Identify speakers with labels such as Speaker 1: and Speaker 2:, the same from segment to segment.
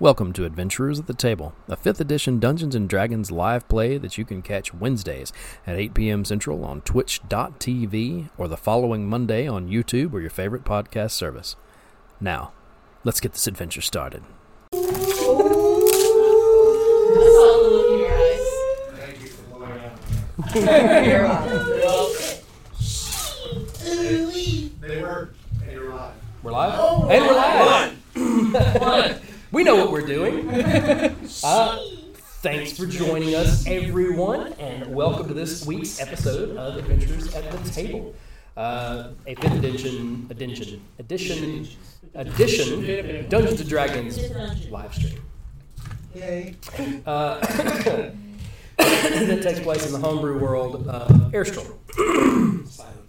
Speaker 1: Welcome to Adventurers at the Table, a 5th edition Dungeons and Dragons live play that you can catch Wednesdays at 8 p.m. Central on twitch.tv or the following Monday on YouTube or your favorite podcast service. Now, let's get this adventure started.
Speaker 2: They work, and you're live.
Speaker 1: We're live? hey, we're live! we know what we're doing. Uh, thanks for joining us, everyone, and welcome to this week's episode of Adventures at the Table. Uh, a fifth edition, edition, edition, edition, Dungeons and Dragons live stream.
Speaker 2: Yay.
Speaker 1: Uh, that takes place in the homebrew world of Airstrom.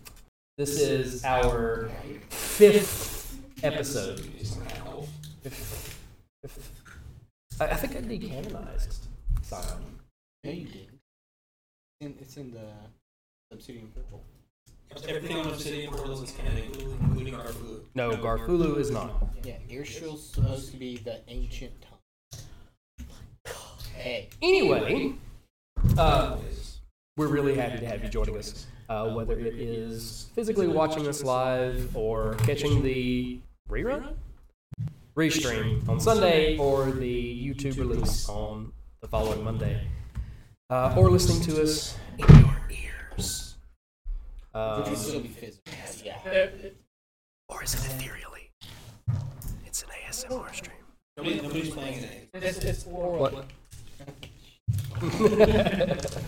Speaker 1: This is our fifth episode. Fifth- fifth. I, I think I decanonized Simon.
Speaker 3: No, you didn't. In, it's in the Obsidian Purple.
Speaker 4: Everything on Obsidian Portals is canon, including our food.
Speaker 1: No, Garfulu is not.
Speaker 3: Yeah, Earshield's supposed to be the ancient tongue. Hey.
Speaker 1: Anyway, uh, we're really happy to have you joining us, uh, whether it is physically watching us live or catching the rerun, restream on Sunday, or the YouTube release on the following Monday, uh, or listening to us in your ears.
Speaker 3: Which
Speaker 1: Um,
Speaker 3: would still be physical. Yeah.
Speaker 1: or is it ethereally? It's an ASMR stream.
Speaker 4: Nobody, nobody's playing it.
Speaker 1: What?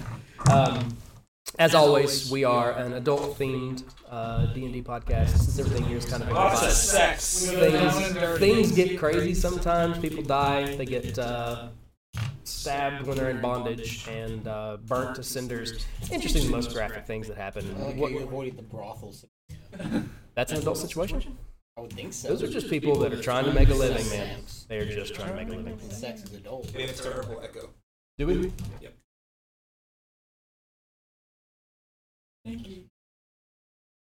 Speaker 1: um, as always, we are an adult-themed uh, D&D podcast. Since everything here is kind of a
Speaker 4: Lots of
Speaker 1: combined-
Speaker 4: sex.
Speaker 1: things, things get crazy sometimes. People die. They get uh, stabbed when they're in bondage and uh, burnt to cinders. Interesting, the most graphic things that happen.
Speaker 3: I like how
Speaker 1: Um, What,
Speaker 3: you avoided the brothels.
Speaker 1: that's an adult situation.
Speaker 3: I would think so.
Speaker 1: Those are just people that are trying to make a living, man. They are just trying to make a living.
Speaker 3: Sex is adult.
Speaker 4: We have a terrible echo.
Speaker 1: Do we?
Speaker 4: Yep.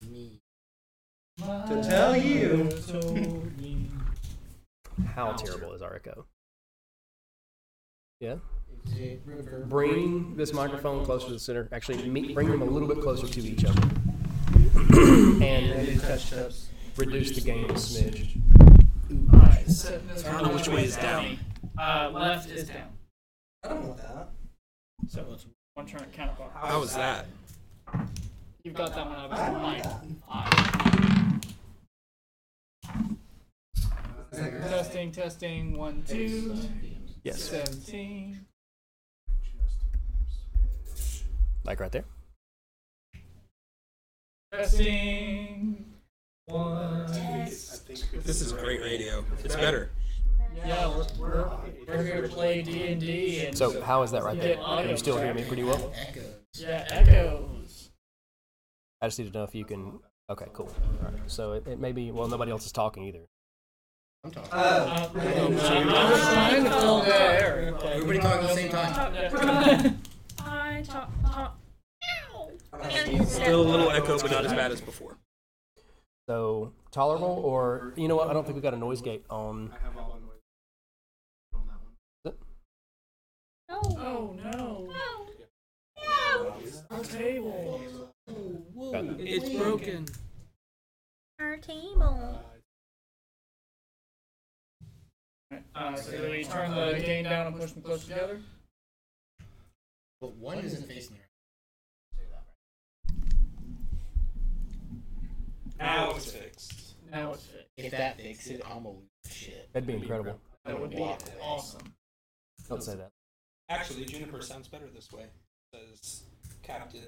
Speaker 3: Me.
Speaker 2: To tell you.
Speaker 1: How terrible is our echo? Yeah.
Speaker 3: Is it reverb?
Speaker 1: Bring this microphone closer to the center. Actually, meet, bring them a little bit closer to each other, and reduce the gain a smidge.
Speaker 4: I don't know which way is down.
Speaker 5: Uh, left is down.
Speaker 2: I don't know that.
Speaker 5: So one trying to count off.
Speaker 4: How was that?
Speaker 5: You've got that one up.
Speaker 2: I don't know
Speaker 5: Mine.
Speaker 2: that.
Speaker 5: Testing, testing. One, two. Seventeen.
Speaker 1: Like right there.
Speaker 5: Testing. One. Two.
Speaker 4: This is great radio. It's better.
Speaker 5: Yeah, we're, we're, we're here to play D and D, and
Speaker 1: So how is that right there?
Speaker 5: Yeah,
Speaker 1: Can you still hear me pretty well?
Speaker 3: Echo.
Speaker 5: yeah, echoes.
Speaker 1: I just need to know if you can. Okay, cool. All right. So it, it may be. Well, nobody else is talking either.
Speaker 3: I'm talking.
Speaker 2: Uh,
Speaker 5: Uh, I'm trying to fill the air.
Speaker 3: Everybody talking at the same time.
Speaker 6: I talk, talk.
Speaker 4: Still a little echo, but not as bad as before.
Speaker 1: So tolerable, or you know what? I don't think we got a noise gate on.
Speaker 6: No.
Speaker 5: Oh no!
Speaker 6: No.
Speaker 5: Our table.
Speaker 4: It's broken.
Speaker 6: Our table.
Speaker 5: Uh, so do we turn the gain down and push them close together?
Speaker 3: But one isn't facing the
Speaker 4: Now it's fixed.
Speaker 5: Now it's fixed.
Speaker 3: If that fixes it, I'm gonna lose shit.
Speaker 1: That'd be incredible.
Speaker 5: That would be awesome.
Speaker 1: Don't say that.
Speaker 4: Actually, Juniper sounds better this way. Says Captain.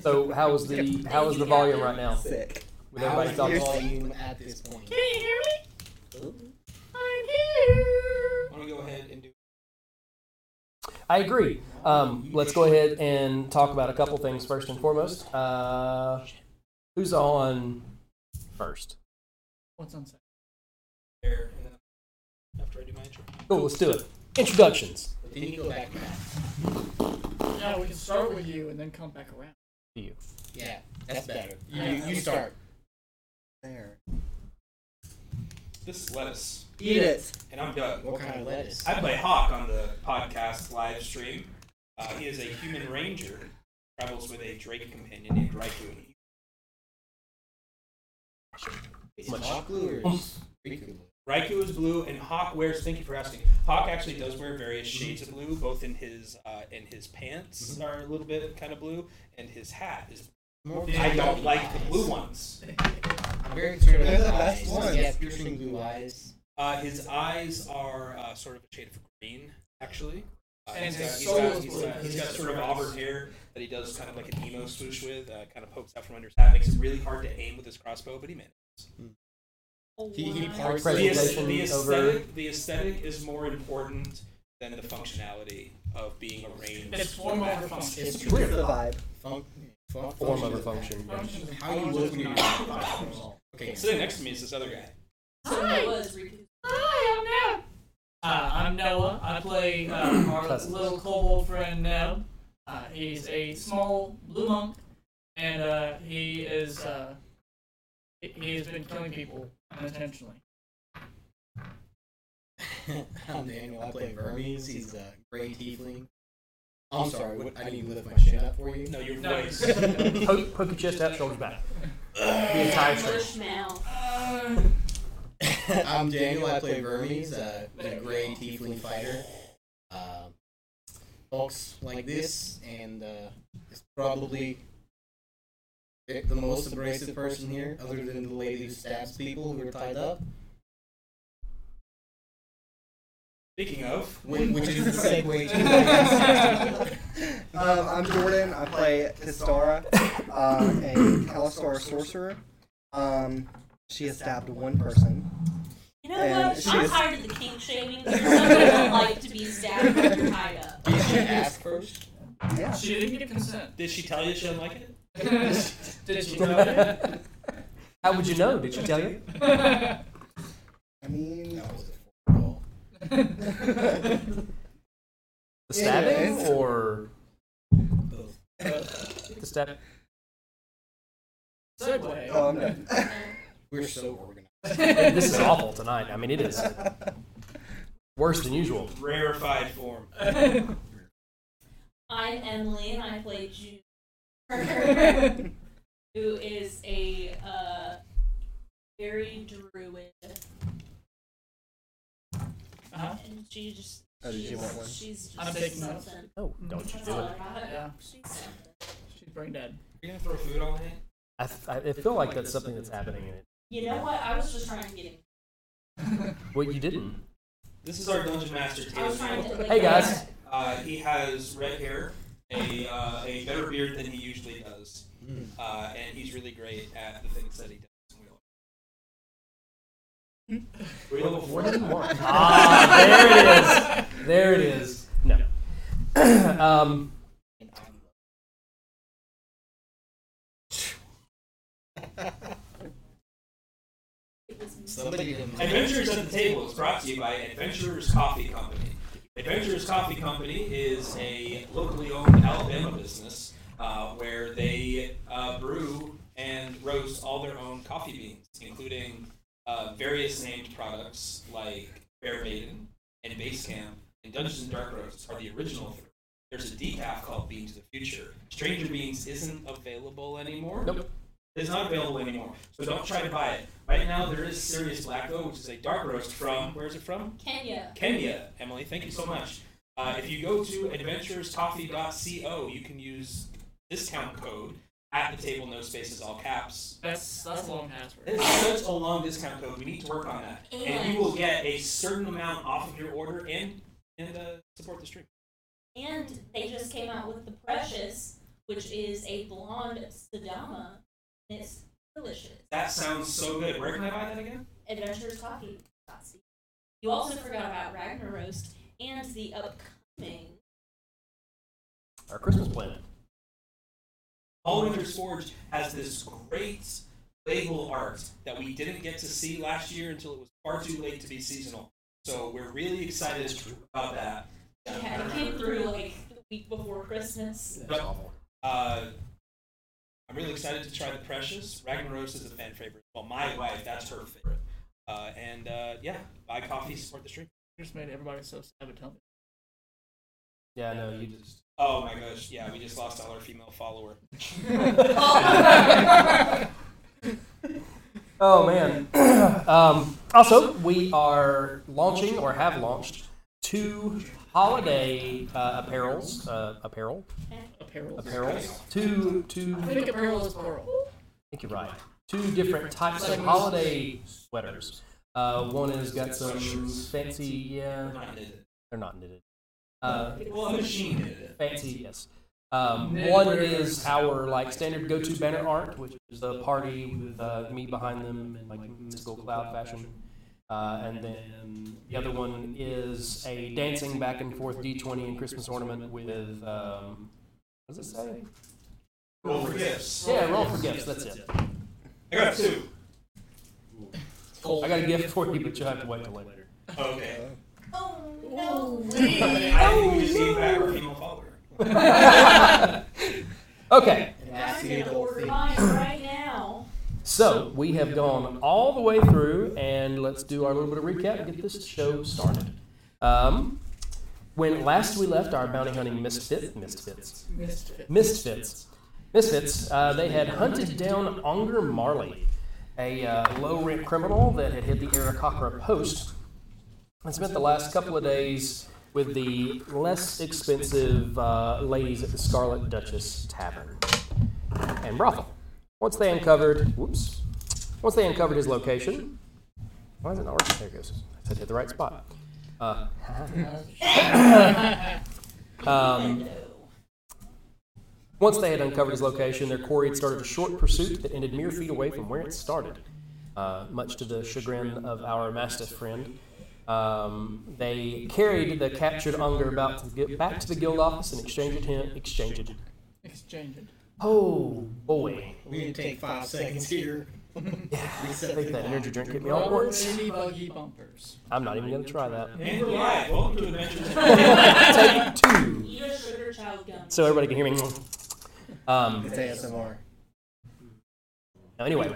Speaker 1: So how is the how is the volume right now?
Speaker 3: Sick.
Speaker 1: With everybody
Speaker 3: How is
Speaker 1: talking.
Speaker 3: your volume at this point?
Speaker 6: Can you hear me? I'm here.
Speaker 4: Want to go ahead and do?
Speaker 1: I agree. Um, let's go ahead and talk about a couple things first and foremost. Uh, who's on first?
Speaker 5: What's on second?
Speaker 4: Air, and then after I do my intro.
Speaker 7: Oh,
Speaker 1: Cool, let's do it. Introductions
Speaker 3: Then you go back to that.
Speaker 5: Yeah, we can start with you and then come back around.
Speaker 1: to you.
Speaker 3: Yeah, that's better. You,
Speaker 5: Yeah.
Speaker 3: you start. There.
Speaker 4: This is lettuce,
Speaker 3: Eat it.
Speaker 4: and I'm Doug.
Speaker 3: What kind of lettuce?
Speaker 4: I play Hawk on the podcast live stream. Uh, he is a human ranger, travels with a drake companion named Raikou.
Speaker 3: It's
Speaker 7: Much.
Speaker 3: hot glue or is Riku?
Speaker 4: Raikou is blue, and Hawk wears. Thank you for asking. Hawk actually does wear various
Speaker 5: Mm-hmm.
Speaker 4: shades of blue, both in his uh, in his pants are a little bit kind of blue, and his hat is.
Speaker 3: More
Speaker 4: I
Speaker 3: blue
Speaker 4: don't like the
Speaker 3: eyes.
Speaker 4: blue ones.
Speaker 3: I'm very concerned about
Speaker 8: They're the
Speaker 3: the
Speaker 8: best
Speaker 3: eyes.
Speaker 8: ones.
Speaker 3: He has piercing blue eyes.
Speaker 4: Uh, his eyes are uh, sort of a shade of green, actually. Uh,
Speaker 5: And
Speaker 4: he's
Speaker 5: his
Speaker 4: got- he's
Speaker 5: soul
Speaker 4: got-
Speaker 5: is
Speaker 4: he's
Speaker 5: blue.
Speaker 4: got- he's got sort of auburn hair that he does kind of like an emo swoosh with, uh, kind of pokes out from under his hat. Makes it really hard to aim with his crossbow, but he manages.
Speaker 3: He, he parts
Speaker 4: The,
Speaker 3: the
Speaker 4: aes-
Speaker 7: Presentation
Speaker 4: the
Speaker 7: over-
Speaker 4: aesthetic, the aesthetic is more important than the functionality of being a ranged.
Speaker 5: It's form
Speaker 4: combat.
Speaker 5: over function.
Speaker 3: It's
Speaker 8: It's the vibe.
Speaker 3: funk, funk,
Speaker 7: Form over function. yeah.
Speaker 5: Function is
Speaker 3: How you look when you're
Speaker 5: not.
Speaker 3: Okay.
Speaker 4: Sitting next to me is this other guy.
Speaker 6: So that was Riku. Hi, I'm Neb.
Speaker 5: Uh, I'm Noah. I play uh, our
Speaker 7: Pleasant.
Speaker 5: little kobold friend Neb. Uh, he's a small blue monk, and uh, he is uh, he- he has been killing people unintentionally.
Speaker 3: I'm Daniel. I play Vermes. He's a gray tiefling. I'm sorry. What, I need to lift my chin up for you.
Speaker 4: No, your
Speaker 5: No.
Speaker 4: voice.
Speaker 7: Poke, poke your chest out, shoulders back. The entire
Speaker 6: Bushmouth.
Speaker 7: strength.
Speaker 5: Uh,
Speaker 3: I'm Daniel. I play Vermes, uh, the gray tiefling E fighter. Uh, folks like this, and uh, it's probably the the most abrasive person here, other than the lady who stabs people who are tied up,
Speaker 4: Speaking of,
Speaker 3: whi- which is the segue to the next.
Speaker 8: Um, I'm Jordan. I play Tistara, uh, a Kalistar sorcerer. Um, she has stabbed one person.
Speaker 6: You know
Speaker 8: And
Speaker 6: what?
Speaker 8: she
Speaker 6: I'm
Speaker 8: is-
Speaker 6: tired of the kink shaming. There's somebody don't like to be stabbed when you're tied up.
Speaker 3: Did she ask first?
Speaker 8: Yeah.
Speaker 5: she didn't give consent.
Speaker 4: did she tell you she didn't like it?
Speaker 5: Did she know?
Speaker 7: How would you know? Did she tell you?
Speaker 8: I mean,
Speaker 3: That was a call.
Speaker 7: The stabbing
Speaker 8: Yes.
Speaker 7: or
Speaker 3: Both.
Speaker 7: the stab?
Speaker 5: Segway.
Speaker 8: oh, I'm done.
Speaker 3: We're so organized.
Speaker 7: This is awful tonight. I mean, it is worse than usual.
Speaker 4: Rarefied form.
Speaker 6: I'm Emily, and I play June, who is a uh, very druid,
Speaker 5: Uh-huh.
Speaker 6: and she just
Speaker 3: Oh, did you
Speaker 6: she's-
Speaker 3: want one?
Speaker 6: she's just
Speaker 5: I'm taking notes.
Speaker 6: something.
Speaker 7: Oh, don't you
Speaker 6: That's
Speaker 7: do
Speaker 6: all
Speaker 7: it.
Speaker 6: right.
Speaker 5: Yeah.
Speaker 6: She's something.
Speaker 5: She's brain dead.
Speaker 4: You're gonna throw food on it?
Speaker 7: I, f- I- I feel like that's something that's happening in it.
Speaker 6: You know what? I was just trying to get. him.
Speaker 7: Well, you didn't.
Speaker 4: This is our dungeon master
Speaker 6: I was trying
Speaker 4: Taylor.
Speaker 6: to. Like,
Speaker 7: Hey, guys.
Speaker 4: Uh, he has red hair, a uh, a better beard than he usually does, uh, and he's really great at the things that he does. We're level four.
Speaker 7: What do you want? Ah, there it is. There it is. No. um,
Speaker 3: And I-
Speaker 6: It was me.
Speaker 3: Somebody didn't.
Speaker 4: Adventures at the Table is brought to you by Adventurers Coffee Company. Adventurers Coffee Company is a locally owned Alabama business uh, where they uh, brew and roast all their own coffee beans, including uh, various named products like Bear Maiden and Base Camp and Dungeons and Dark Roasts are the original three. There's a decaf called Beans of the Future. Stranger Beans isn't available anymore.
Speaker 7: Nope.
Speaker 4: It's not available anymore, so don't try to buy it. Right now, there is Sirius Black Gold, which is a dark roast from, where is it from?
Speaker 6: Kenya.
Speaker 4: Kenya. Emily, thank you so much. Uh, if you go to adventurescoffee.co, you can use discount code at the table, no spaces, all caps.
Speaker 5: That's that's a long password.
Speaker 4: It's such a long discount code. We need to work on that. And you will get a certain amount off of your order and, and uh, support the stream.
Speaker 6: And they just came out with the Precious, which is a blonde Sadama. And it's delicious.
Speaker 4: That sounds so good. Where can I buy that again?
Speaker 6: Adventures Coffee. Nazi. You also forgot about Ragnar Roast and the upcoming.
Speaker 7: our Christmas planet.
Speaker 4: Hallwinter's Forge has this great label art that we didn't get to see last year until it was far too late to be seasonal. So we're really excited about that.
Speaker 6: Yeah, it came through like the week before Christmas.
Speaker 7: That's awful.
Speaker 4: Uh, I'm really excited to try the Precious. Ragnaros is a fan favorite. Well, my wife, that's her favorite.
Speaker 9: Uh, and uh, yeah, buy coffee, support the stream.
Speaker 5: You just made everybody so sad and tell me.
Speaker 7: Yeah, no, you just.
Speaker 9: Oh my gosh, yeah, we just lost all our female follower.
Speaker 7: Oh man. um, also, we are launching or have launched two holiday uh, apparels, uh, apparel,
Speaker 5: Apparel.
Speaker 7: apparels, two two.
Speaker 5: I think apparel is plural.
Speaker 7: I think you're right. Two different types of holiday sweaters. Uh, one has got some fancy, yeah,
Speaker 9: Not knitted.
Speaker 7: they're not knitted. Uh,
Speaker 9: Well, a machine knitted it.
Speaker 7: fancy, yes. Um, one is our like standard go-to banner art, which is the party with uh, me behind them in like mystical cloud fashion. Uh, and then the other one is a dancing back and forth D20 and Christmas ornament with um, what does it say?
Speaker 9: Roll for gifts.
Speaker 7: Yeah, roll for gifts. That's it.
Speaker 9: I got two.
Speaker 7: I got a gift for you, but you'll have to wait till later.
Speaker 9: Okay.
Speaker 6: Oh no.
Speaker 9: I think we just gave back our female follower.
Speaker 7: Okay.
Speaker 6: I'm gonna order mine right now.
Speaker 7: So we have gone all the way through, and let's do our little bit of recap and get this show started. Um, when last we left our bounty hunting misfit, misfits,
Speaker 5: Misfit.
Speaker 7: misfits, misfits, uh, they had hunted down Onger Marley, a uh, low rent criminal that had hit the Arakakra post, and spent the last couple of days with the less expensive uh, ladies at the Scarlet Duchess Tavern and brothel. Once they uncovered, whoops, once they uncovered his location, why is it not working? There it goes. I said hit the right spot. Uh, um, once they had uncovered his location, their quarry had started a short pursuit that ended mere feet away from where it started, uh, much to the chagrin of our mastiff friend. Um, they carried the captured Unger about to get back to the guild office and exchanged him. Exchanged.
Speaker 5: Exchange it.
Speaker 7: Oh boy!
Speaker 3: We need to take five seconds here.
Speaker 7: I
Speaker 3: Reset
Speaker 7: think
Speaker 3: the
Speaker 7: that
Speaker 3: clock.
Speaker 7: energy drink hit me all at
Speaker 5: Rubber
Speaker 7: once.
Speaker 5: baby buggy bumpers.
Speaker 7: I'm not even going to try that.
Speaker 9: And we're live. Welcome to Adventures in
Speaker 7: Take two.
Speaker 6: Eat a sugar child gum.
Speaker 7: So everybody can hear me. Um,
Speaker 8: It's ASMR.
Speaker 7: now anyway,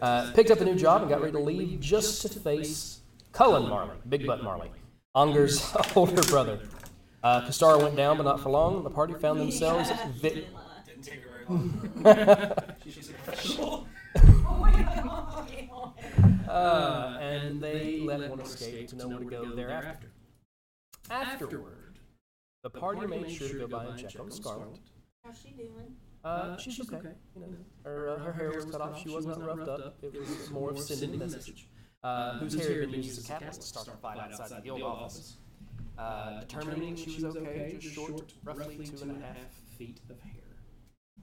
Speaker 7: uh, picked up a new job and got ready to leave just to face Cullen Marley, Big Butt Marley, Onger's older brother. Uh, Kastara went down, but not for long. The party found themselves vic-
Speaker 9: Didn't take her very long. She's a professional.
Speaker 6: Oh
Speaker 7: Uh, and they let one escape to know where to go thereafter. Afterward, the party made sure to go by and check on Scarlet.
Speaker 6: How's she doing?
Speaker 7: Uh, she's, okay. You know, her, uh, her hair was cut off. She was not roughed up. It was more of sending a message. Uh, whose hair had been used as a catalyst to start a fight outside the guild office. Uh, determining she was okay, just short, roughly two and a half feet of hair.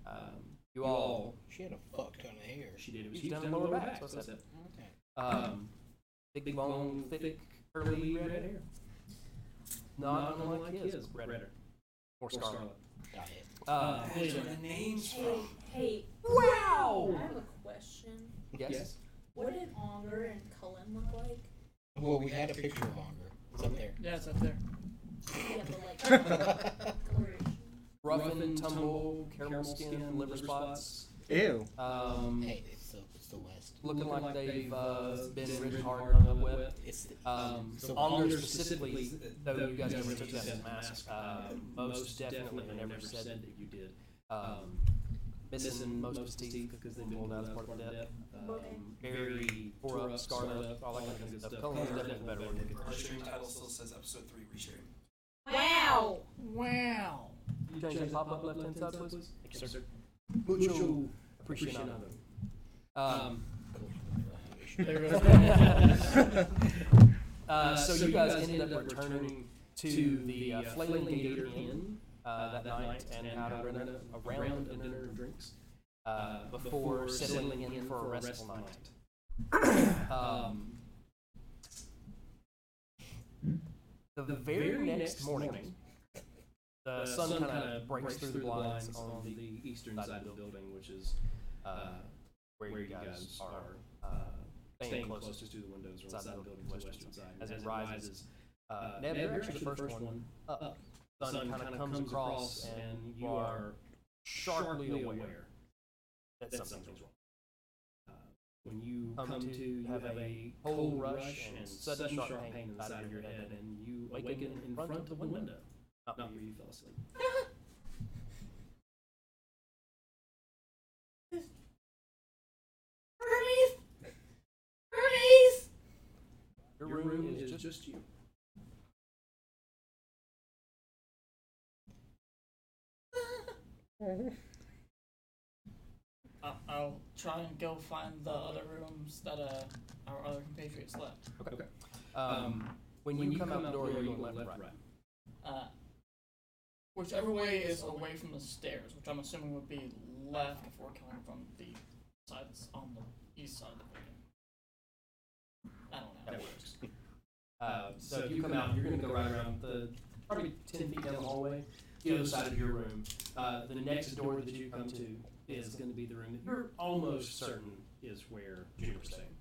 Speaker 7: Um, you all,
Speaker 3: She had a fuck ton of hair.
Speaker 7: she did. It was down the lower back. So I said,
Speaker 3: Okay.
Speaker 7: um, big, long, thick, curly red hair. Not unlike his, but redder or scarlet.
Speaker 3: Got it.
Speaker 7: Uh,
Speaker 9: Where the names
Speaker 6: Hey,
Speaker 9: from?
Speaker 6: hey. I
Speaker 7: wow.
Speaker 6: have a question.
Speaker 7: Yes.
Speaker 6: What did Onger and Cullen look like?
Speaker 3: Well, we had a picture of Onger. It's up there.
Speaker 5: Yeah, it's up there.
Speaker 6: Yeah, but like coloration.
Speaker 7: rough and tumble, caramel skin, liver spots,
Speaker 8: Ew.
Speaker 7: um,
Speaker 3: hey, it's the, it's the West.
Speaker 7: looking like they've uh, been ridden hard and hung up with.
Speaker 3: It's the
Speaker 7: Um,
Speaker 3: So
Speaker 7: Onger
Speaker 3: Onger
Speaker 7: specifically, though you guys never took that as a mask, uh, most definitely, I never said that you did. Um, missing most of his teeth because they've been pulled out as part of the debt. Um, Very tore up, scarlet, all that kind of good stuff. Color is definitely the better one.
Speaker 9: Our stream title still says episode three restream.
Speaker 6: Wow.
Speaker 5: Wow.
Speaker 7: Can you change the pop-up left-hand side, please? Thank you, sir.
Speaker 8: Mucho.
Speaker 7: Appreciate it. Um,
Speaker 5: There goes that.
Speaker 7: Uh, so, you guys, ended up returning to the uh, Flailing Gator Inn uh, that night and had a, round a round of dinner and drinks uh, before settling in for a restful night. um, the very next morning, the sun kind of breaks through the blinds on the eastern side of the building, which is uh, where you guys are uh, staying closest to the windows or side of the building to the western side. As it rises, uh, Neb, you're actually the first one up. The sun kind of comes across and you are sharply aware that something's wrong. Uh,
Speaker 10: When you
Speaker 7: Come
Speaker 10: come,
Speaker 7: to
Speaker 10: to, you
Speaker 7: have
Speaker 10: have,
Speaker 7: a
Speaker 10: a
Speaker 7: cold
Speaker 10: cold
Speaker 7: rush
Speaker 10: rush
Speaker 7: and
Speaker 10: and
Speaker 7: sudden
Speaker 10: sudden
Speaker 7: sharp
Speaker 10: sharp
Speaker 7: pain
Speaker 10: pain in the side of your head, and you
Speaker 7: awaken
Speaker 10: awaken in front of the window.
Speaker 7: Not
Speaker 10: Not
Speaker 7: me.
Speaker 10: where you fell asleep.
Speaker 6: Hermes! Hermes!
Speaker 7: Your room is just
Speaker 10: you.
Speaker 5: I- I'll try and go find the other rooms that uh, our other compatriots left.
Speaker 7: um, when, you come, out the door, you're
Speaker 10: you
Speaker 7: going left, and right.
Speaker 5: Uh, whichever way is away from the stairs, which I'm assuming would be left if we're coming from the side that's on the east side of the building. I don't know.
Speaker 7: That works. Uh, so if you come out, you're going to go right around the probably ten feet down the hallway to the other side of your room. Uh, the next door that you come to
Speaker 10: Is
Speaker 7: is
Speaker 10: going to be the room that you're almost certain is where Juniper's staying.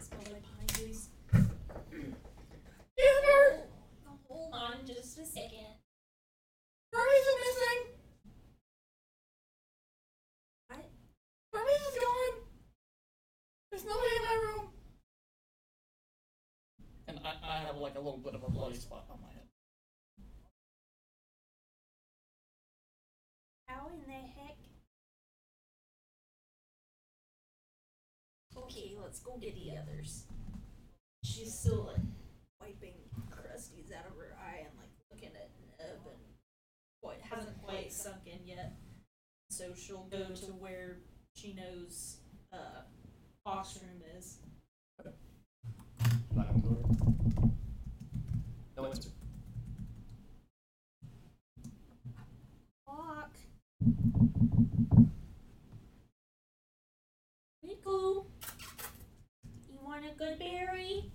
Speaker 6: Smell like pine juice. Juniper! Hold on just a second. Hermes is missing! What? Hermes is gone!
Speaker 5: There's nobody in my room! And I, I have like a little bit of a bloody spot on my head.
Speaker 6: How in the heck? Okay, let's go get the others. She's still like wiping crusties out of her eye and like looking at Neb and what hasn't quite sunk in yet. So she'll go to where she knows uh Hawk's room is.
Speaker 7: Knock on the door. No answer.
Speaker 6: Hawk. Riku, you want a good berry?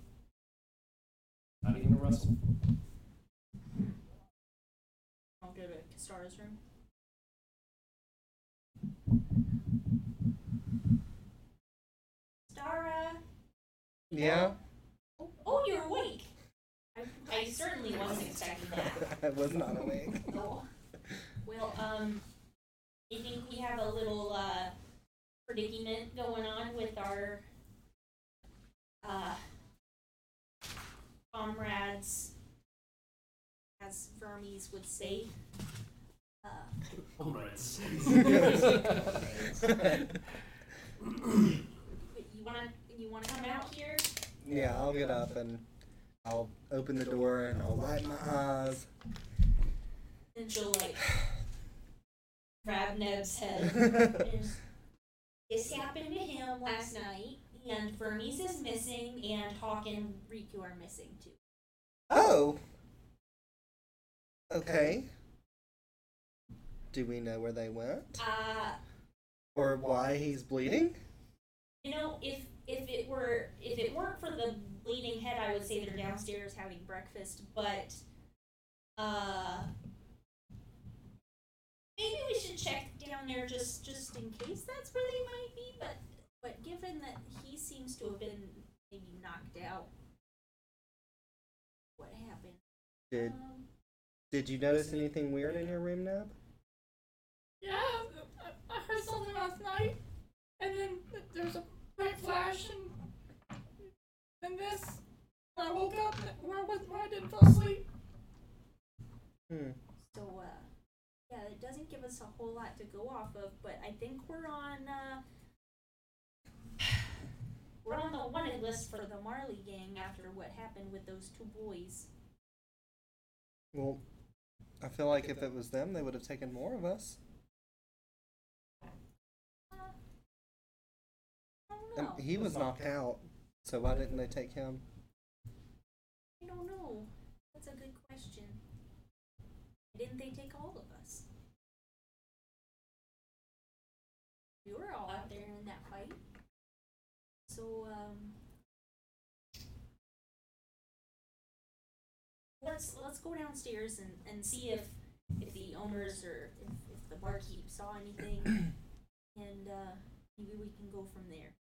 Speaker 7: Not even a rustle.
Speaker 6: I'll go to Kastara's room. Stara!
Speaker 8: Yeah,
Speaker 6: Oh, oh, you're awake! I, I certainly wasn't expecting that.
Speaker 8: I was not awake.
Speaker 6: Oh. Well, um, I think we have a little, uh, predicament going on with our, uh, comrades, as Vermes would say. Uh,
Speaker 10: Comrades.
Speaker 6: you wanna, you wanna come out here?
Speaker 8: Yeah, I'll get up and I'll open the door and I'll wipe my eyes.
Speaker 6: And she'll like grab Neb's head. And this happened to him last night, and Fermis is missing, and Hawk and Riku are missing too.
Speaker 8: oh. Okay. Do we know where they went
Speaker 6: Uh,
Speaker 8: or why he's bleeding?
Speaker 6: you know, if if it were if it weren't for the bleeding head, I would say they're downstairs having breakfast. But uh, maybe we should check down there just just in case that's where they might be. But but given that he seems to have been maybe knocked out, what happened?
Speaker 8: Did
Speaker 6: Um,
Speaker 8: Did you notice anything weird in your room, Neb?
Speaker 5: Yeah, I, I heard something last night, and then th- there's a bright flash, and and this. When I woke up, where I was where I didn't fall asleep.
Speaker 8: Hmm.
Speaker 6: So, uh, yeah, it doesn't give us a whole lot to go off of, but I think we're on, uh, we're on the wanted list for the Marley gang after what happened with those two boys.
Speaker 8: Well, I feel like if it was them, they would have taken more of us.
Speaker 6: Uh, I don't
Speaker 8: And
Speaker 6: know.
Speaker 8: he was knocked out, so why didn't they take him?
Speaker 6: I don't know. That's a good question. Didn't they take all of us? You were all out there in that fight. So, um. Let's let's go downstairs and, and see if if the owners or if, if the barkeep saw anything, and uh, maybe we can go from there.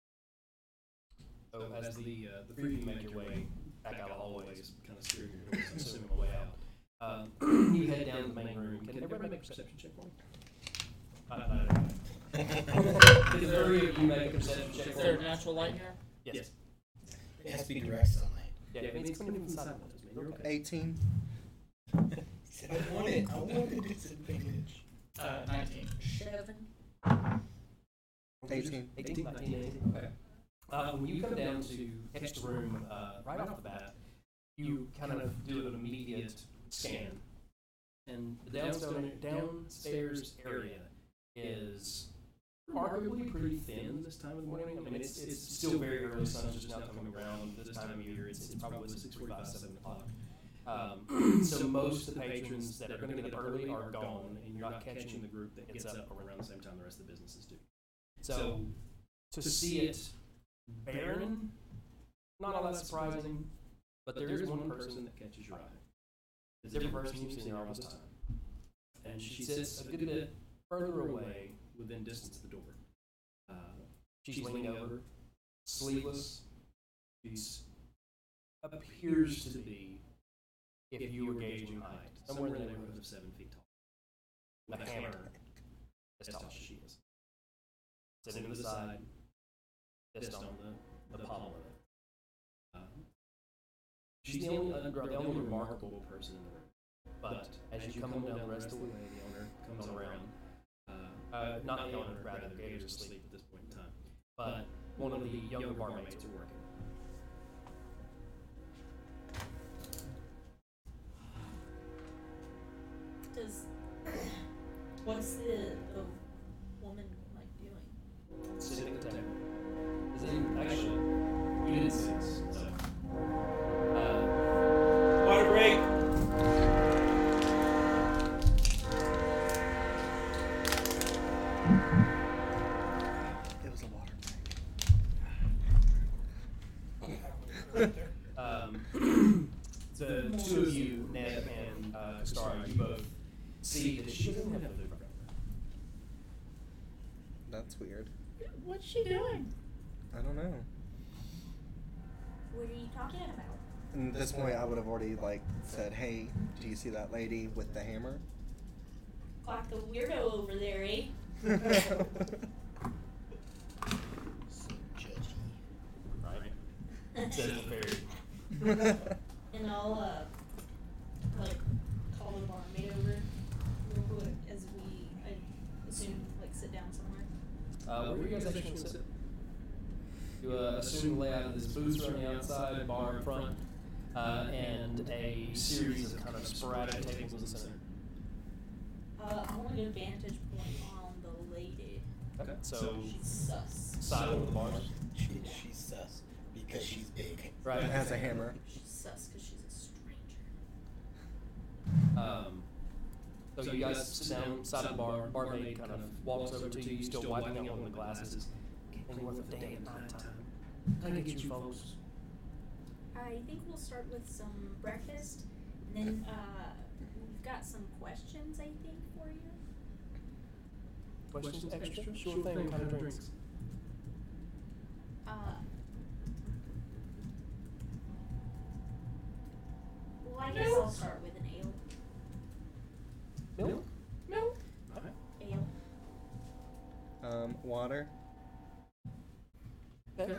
Speaker 7: So
Speaker 10: So
Speaker 7: Oh, as the
Speaker 10: uh, the three of you make your way back out of the hallways, kind of steering your doors, I'm assuming the way out.
Speaker 7: um, you head down to the main room. Can everybody make a perception check?
Speaker 10: check for me? Not- not everybody.
Speaker 9: Did the three of you make a perception check
Speaker 5: Is
Speaker 9: for
Speaker 5: there
Speaker 9: me?
Speaker 5: natural light here?
Speaker 7: Yes.
Speaker 3: It has to be direct sunlight.
Speaker 7: Yeah, it means coming from the side. You're okay.
Speaker 8: 18.
Speaker 3: He said, I want it. I want the disadvantage.
Speaker 5: Uh, 19.
Speaker 6: Seven.
Speaker 8: 18.
Speaker 7: 18, 19, 18. Okay. Uh, when you come down to catch the room, uh, right off the bat, you kind of do an immediate scan. And the downstairs, downstairs area is remarkably pretty thin this time of the morning. I mean, it's, it's still very early. Sun's just now coming around. This time of year, it's, it's probably 6.45, 7 o'clock. Um, so most of the patrons that are going to get up early are gone, and you're not catching the group that gets up around the same time the rest of the businesses do. So to see it barren, not all that surprising, but there is one person that catches your eye. It's a different person you've seen there all this time. And she sits a good bit further away within distance of the door. Uh, she's leaning over, sleeveless. She's appears to be, if you were gauging height, somewhere in the neighborhood of seven feet tall. With a hammer as tall as she is sitting to the side, fist on the, the pommel of it. Um, She's the only, uh, gr- the only remarkable person in the room. But as you come on down the rest of the way, the owner comes around. Uh, uh, not the owner, rather, the gator's asleep at this point in time. But one of the younger barmaids are working.
Speaker 6: Does what's the the woman like doing?
Speaker 7: sitting at the table. Is it actually? You didn't see this, so. Uh,
Speaker 9: Water break.
Speaker 8: It was a water break.
Speaker 7: um, the two of you, Ned and uh, Kastara, you both see that she doesn't have food in front of her.
Speaker 8: That's weird.
Speaker 6: What's she doing?
Speaker 8: I don't know.
Speaker 6: What are you talking about?
Speaker 8: At this point, I would have already like said, "Hey, do you see that lady with the hammer?"
Speaker 6: Clock the weirdo over there, eh?
Speaker 3: So judgy.
Speaker 7: Right? Says the fairy.
Speaker 6: and I'll uh, like call the barmaid over real quick as we I assume like sit down somewhere.
Speaker 7: Uh, where are you guys actually going to sit? You uh, assume the layout of this booth on the outside, bar in front, uh, and a series of kind of sporadic tables in the center.
Speaker 6: Uh, I want to get a vantage point on the lady.
Speaker 7: Okay. So,
Speaker 6: She's sus.
Speaker 7: side of the bar.
Speaker 3: She, she's sus because she's big.
Speaker 7: Right.
Speaker 8: Has a hammer.
Speaker 6: She's sus because she's a stranger.
Speaker 7: Um, so, you guys sit down side of the bar. Barmaid kind of walks over to you, still wiping out one of the glasses. Anything worth a day at night time. Can I get you folks?
Speaker 6: I think we'll start with some breakfast, and then uh, we've got some questions I think for you.
Speaker 7: Questions, extra? Sure thing. What kind of drinks?
Speaker 6: Uh, well, I guess I'll start with an ale.
Speaker 7: Milk.
Speaker 6: No.
Speaker 7: Alright.
Speaker 6: Ale.
Speaker 8: Um, water.
Speaker 7: Okay.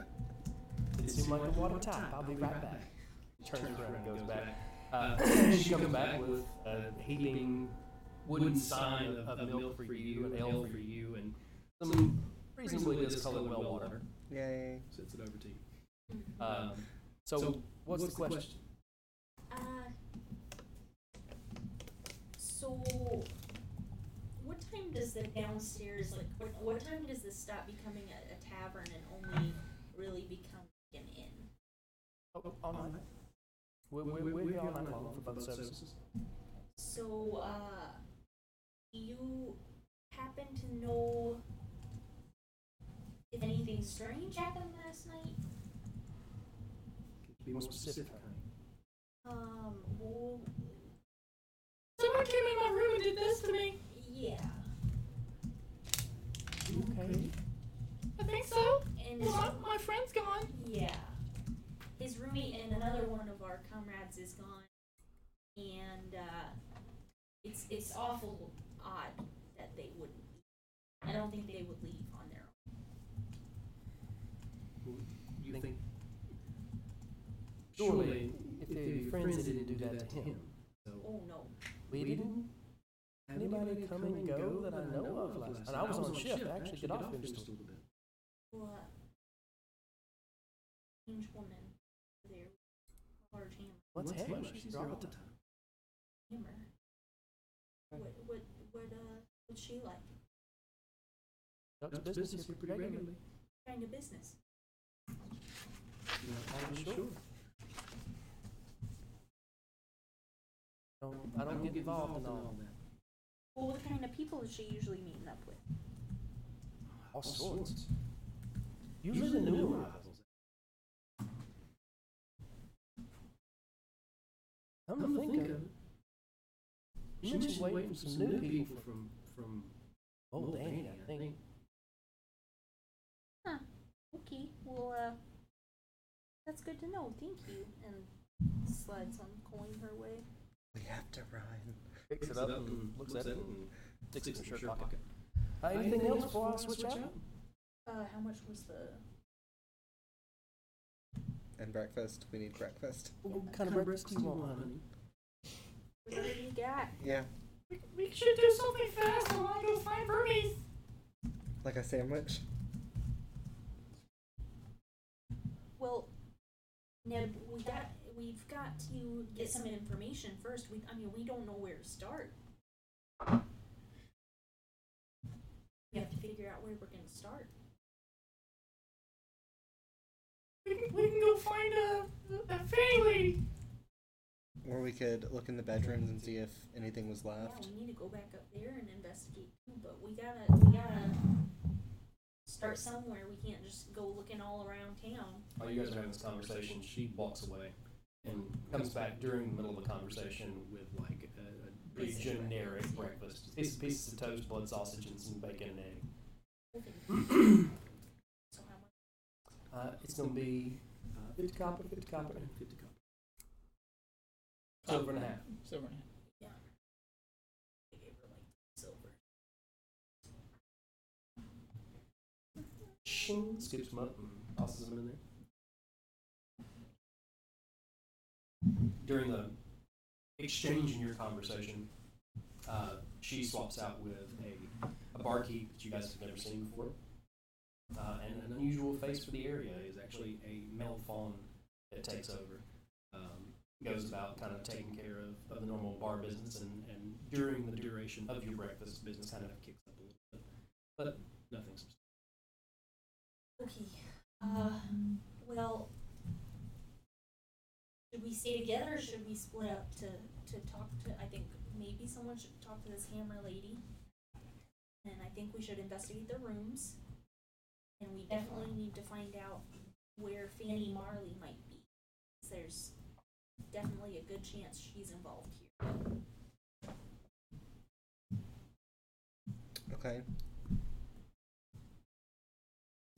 Speaker 7: It seemed like a water tap. I'll be right back. He turns around and goes back. Uh, she comes back with a heaping wooden sign of, of milk for you and ale for you and some reasonably discolored well water.
Speaker 8: Yay.
Speaker 10: Sits it over to you.
Speaker 7: Um, so, what's, the question?
Speaker 6: Uh, so, what time does the downstairs like? What, what time does this stop becoming a, a tavern and only really become an inn?
Speaker 7: Oh, all night. We're, we're, we're here all night long for both services.
Speaker 6: So, uh, you happen to know if anything strange happened last night?
Speaker 7: Be more specific.
Speaker 6: Um, well,
Speaker 5: Someone came in my room and did this to me.
Speaker 6: yeah.
Speaker 7: Okay.
Speaker 5: I think so.
Speaker 6: And
Speaker 5: Well, my, my friend's gone.
Speaker 6: Yeah. His roommate and another one of our comrades is gone, and uh, it's it's awful odd that they wouldn't. be. I don't think they would leave on their own.
Speaker 7: You think? Surely, if they were your friends, they didn't do that to him.
Speaker 6: Oh no.
Speaker 7: We didn't. Anybody come and go that I know of last night? And I was on shift. I actually got off in just a little bit.
Speaker 6: What? Strange woman there. Large hammer.
Speaker 7: What's happening? She's here all the time.
Speaker 6: hammer. What what what uh what's she like?
Speaker 7: Ducks business here pretty regularly.
Speaker 6: Kind of business.
Speaker 7: I'm sure. Don't, I don't get involved in all that.
Speaker 6: Well, what kind of people is she usually meeting up with?
Speaker 7: All sorts. Usually the new arrivals. Come to think of it, you mentioned waiting for some new people from, from old Annie, I think.
Speaker 6: Huh. Okay. Well, uh, that's good to know. Thank you. And slide some coin her way.
Speaker 8: We have to run.
Speaker 7: Picks it up and looks at it and sticks it in her shirt pocket. Uh,
Speaker 10: Anything
Speaker 7: Anything else
Speaker 10: else
Speaker 7: before I
Speaker 10: before I
Speaker 7: switch
Speaker 10: switch
Speaker 7: out?
Speaker 6: Uh, how much was the?
Speaker 8: And breakfast. We need breakfast.
Speaker 7: What kind of breakfast do you want, honey?
Speaker 6: What did you got?
Speaker 8: Yeah,
Speaker 5: We, we should do something fast. I want to go find Burmese.
Speaker 8: like a sandwich.
Speaker 6: Well, Neb, we got we've got to get some information first. We I mean we don't know where to start. We have to figure out where we're gonna start.
Speaker 5: We can, we can go find a, a fairy lady.
Speaker 8: Or we could look in the bedrooms and see if anything was left.
Speaker 6: Yeah, we need to go back up there and investigate too, but we gotta we gotta start somewhere. We can't just go looking all around town.
Speaker 7: while you guys are having this conversation, she walks away and comes back during the middle of the conversation with like a, a big generic breakfast. Pieces, pieces of toast, blood sausage, and some bacon and egg.
Speaker 6: So how much
Speaker 7: Uh, it's gonna be uh, 50 copper, 50 copper, and 50 copper. Silver and a half.
Speaker 5: Silver.
Speaker 6: we gave her like silver.
Speaker 7: Shing, scoops them up and tosses them in there. During the exchange in your conversation, uh, she swaps out with a, a barkeep that you guys have never seen before. Uh, and an unusual face for the area is actually a male fawn that takes over. Um, goes about kind of taking care of, of the normal bar business, and, and during the duration of your breakfast, business kind of kicks up a little bit. But nothing substantial.
Speaker 6: Okay. Uh, well, should we stay together or should we split up to, to talk to? I think maybe someone should talk to this hammer lady. And I think we should investigate the rooms. And we definitely need to find out where Fanny Marley might be. 'Cause There's definitely a good chance she's involved here.
Speaker 8: Okay.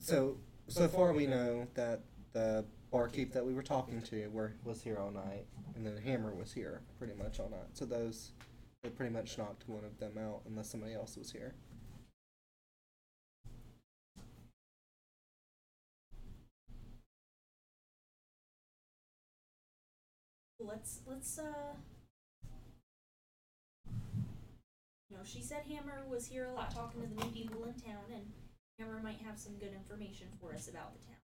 Speaker 8: So so far we know that the barkeep that we were talking to were was here all night, and then the hammer was here pretty much all night. So those they pretty much knocked one of them out unless somebody else was here.
Speaker 6: Let's let's uh. You know, she said Hammer was here a lot talking to the new people in town, and Hammer might have some good information for us about the town.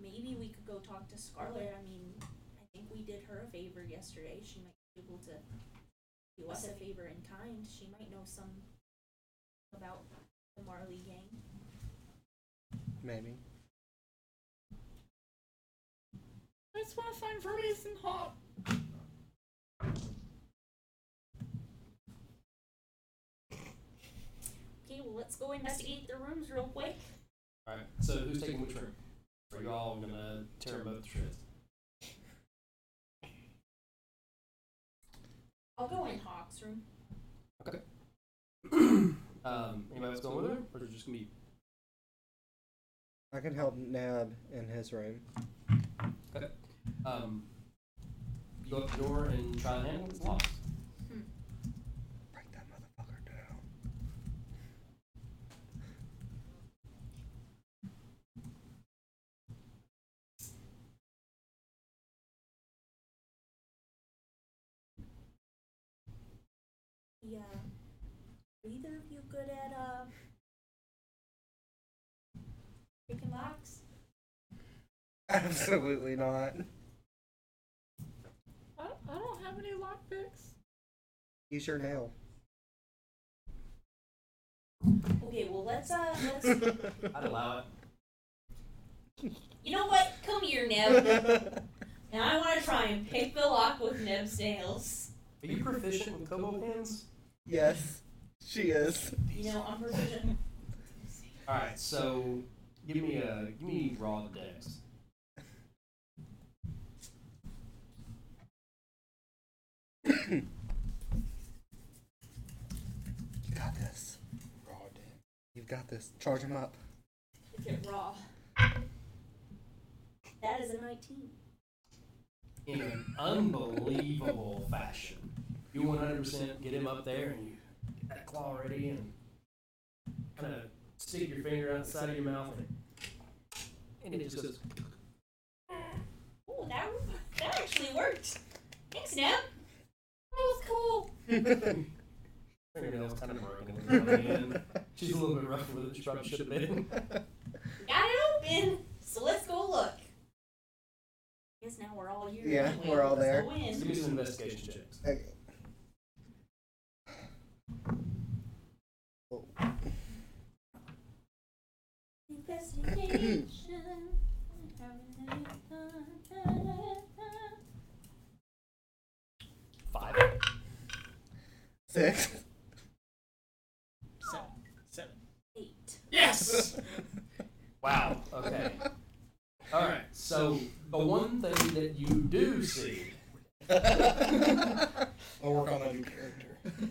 Speaker 6: Maybe we could go talk to Scarlet. I mean, I think we did her a favor yesterday. She might be able to do us a favor in kind. She might know some about the Marley gang.
Speaker 8: Maybe.
Speaker 5: I just want to find Vermes and Hop.
Speaker 6: Okay, well, let's go investigate the rooms real quick.
Speaker 7: Alright, so who's taking which room? Are y'all gonna tear them both to shreds?
Speaker 6: I'll go in Hawk's room.
Speaker 7: Um, anybody else going with her? Or is it just gonna be.
Speaker 8: I can help Nab in his room.
Speaker 7: Um, you go up the door and try and handle it? It's locked.
Speaker 6: Hmm. Yeah. Are either of you good at uh picking locks?
Speaker 8: Absolutely not.
Speaker 5: I, I don't have any lockpicks.
Speaker 8: Use your nail.
Speaker 6: Okay, well let's uh let's
Speaker 7: I'd allow it.
Speaker 6: You know what? Come here, Neb. now I wanna try and pick the lock with Neb's nails.
Speaker 7: Are you proficient with kobold hands?
Speaker 8: yes, she is.
Speaker 6: You know, I'm proficient.
Speaker 7: All right, so give me a give me raw dex.
Speaker 8: You got this.
Speaker 3: Raw deck.
Speaker 8: You've got this. Charge him up.
Speaker 6: Get raw. That is a 19.
Speaker 7: in an unbelievable fashion. You 100% get him up there and you get that claw ready and kind of stick your finger outside of your mouth and, and it just goes.
Speaker 6: Oh, that, that actually worked. Thanks, Neb. That was cool.
Speaker 7: Fingernails kind of broken. She's a little bit rough with it. She probably should have been.
Speaker 6: We Got it open. So let's go look. Guess now we're all here.
Speaker 8: Yeah,
Speaker 6: anyway.
Speaker 8: we're all
Speaker 6: Let's
Speaker 8: there.
Speaker 6: go
Speaker 7: Give
Speaker 6: in.
Speaker 7: me some investigation checks.
Speaker 8: Okay.
Speaker 6: Investigation. Having a time.
Speaker 7: Five.
Speaker 8: Six.
Speaker 5: Seven. Seven.
Speaker 6: Eight.
Speaker 5: Yes!
Speaker 7: Wow. Okay. All right. So the one thing that you do see
Speaker 3: I'll work on my new character.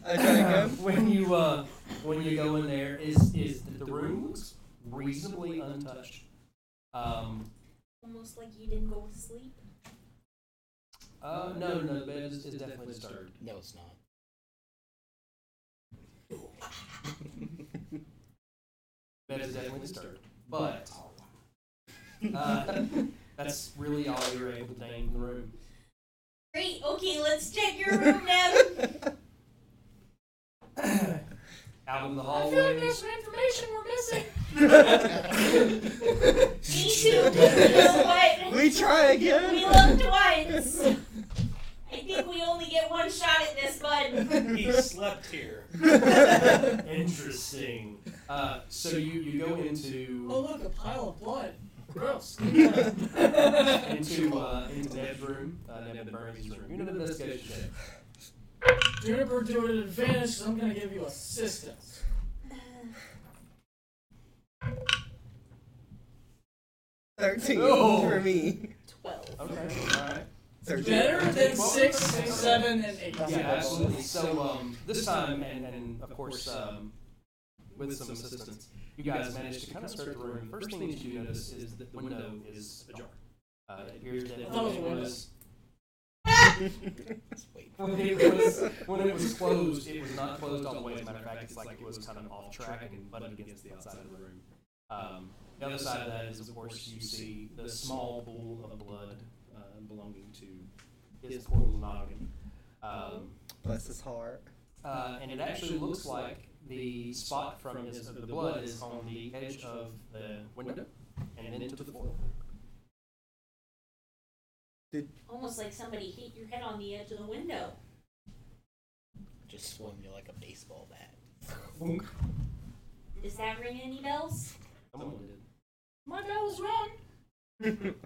Speaker 8: Okay, go.
Speaker 7: when you uh, when you go in there is is that the room looks reasonably untouched. Um,
Speaker 6: Almost like you didn't go to sleep.
Speaker 7: uh, no, no, the bed is, is definitely disturbed.
Speaker 3: No, it's not.
Speaker 7: Bed is definitely disturbed, but uh, that's really all you're able to name in the room.
Speaker 6: Great. Okay, let's check your room now.
Speaker 7: Out in the
Speaker 5: I feel like
Speaker 7: hallway,
Speaker 5: there's some information we're missing.
Speaker 6: Me too. You know what?
Speaker 8: we try
Speaker 6: We
Speaker 8: again.
Speaker 6: looked once. I think we only get one shot at this, bud.
Speaker 9: He slept here.
Speaker 7: interesting. Uh, so you you go
Speaker 5: Oh,
Speaker 7: into
Speaker 5: look, a pile of blood. Gross.
Speaker 7: into uh, into Neb's room, uh, Neb and Bernie's room. You know the investigation check.
Speaker 5: Juniper, do it at advantage because I'm going to give you assistance.
Speaker 8: Thirteen
Speaker 7: No.
Speaker 8: for me.
Speaker 6: Twelve.
Speaker 7: Okay. All right.
Speaker 8: Thirteen.
Speaker 5: Better than
Speaker 7: Well,
Speaker 5: six, seven, and eight.
Speaker 7: Yeah, absolutely. So um, this time, and, and of course, um, with some assistance, you guys managed to kind of search the room. First thing that you notice is that the window is ajar. Uh, it appears that
Speaker 5: I thought it was a
Speaker 7: when it
Speaker 5: window.
Speaker 7: was
Speaker 3: Just wait.
Speaker 7: when it was when it was closed, it was not closed all the way. As a matter of fact, it's like it was kind of off track and butted against the outside of the room. Um, the other side of that is, of course, you see the small pool of blood uh, belonging to his poor little noggin. Um,
Speaker 8: Bless his heart.
Speaker 7: uh, and it actually looks like the spot from his, the blood is on the edge of the window and then to the floor.
Speaker 6: Almost like somebody hit your head on the edge of the window.
Speaker 3: Just swung you like a baseball bat.
Speaker 6: Does that ring any bells?
Speaker 7: Someone did.
Speaker 5: My bell was wrong.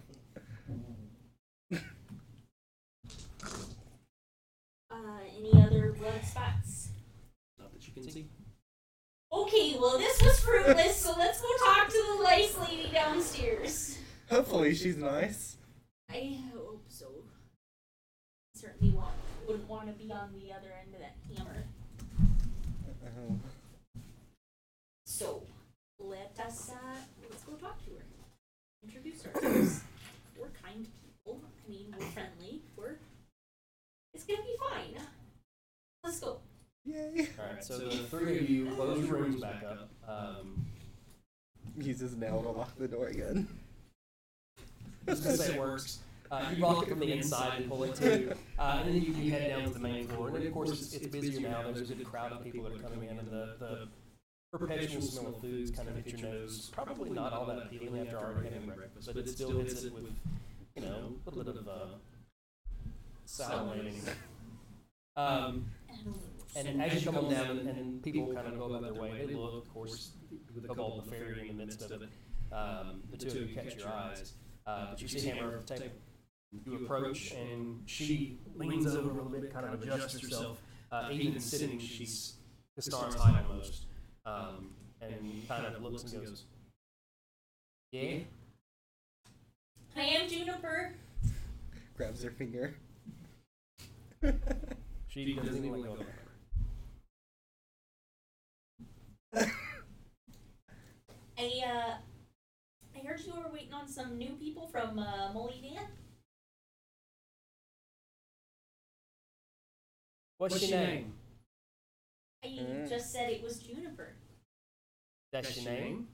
Speaker 6: Uh, any other blood spots?
Speaker 7: Not that you can see.
Speaker 6: Okay, well this was fruitless, so let's go talk to the lace lady downstairs.
Speaker 8: Hopefully she's nice.
Speaker 6: I hope so. Certainly want, wouldn't want to be on the other end of that hammer.
Speaker 8: Oh.
Speaker 6: So let us uh, let's go talk to her. Introduce ourselves. we're kind people. I mean, we're friendly. We're it's gonna be fine. Let's go.
Speaker 8: Yay.
Speaker 7: Alright, so the three of you close your rooms back up. Um,
Speaker 8: Use his nail to lock the door again.
Speaker 7: just to say it works. Uh, you block it from the inside and pull it to, uh, and then you, you head down to the main floor. And of course, it's, it's busier now. There's a good crowd of people that are coming in, and the, the perpetual smell of food's kind of hit your nose. Probably not all that appealing after already having breakfast, but it still hits it with, you know, a little bit of uh, salivating. Um,
Speaker 6: And a little
Speaker 7: and as you come on down, and, and people kind of go about their way, they look, of course, with the gold the fairy in the midst of it. Um, the two of you catch your eyes, uh, but you see Hammer over the table. You approach, and she leans over a little bit, kind of adjusts herself. Uh, even sitting, she's Kastar's high almost, um, and kind of looks and goes, "Yeah."
Speaker 6: I am Juniper.
Speaker 8: Grabs her finger.
Speaker 7: She doesn't even let go. of it.
Speaker 6: I uh, I heard you were waiting on some new people from uh, Molidan.
Speaker 7: What's, your name?
Speaker 6: I
Speaker 8: Mm.
Speaker 6: just said it was Juniper.
Speaker 7: That's your name.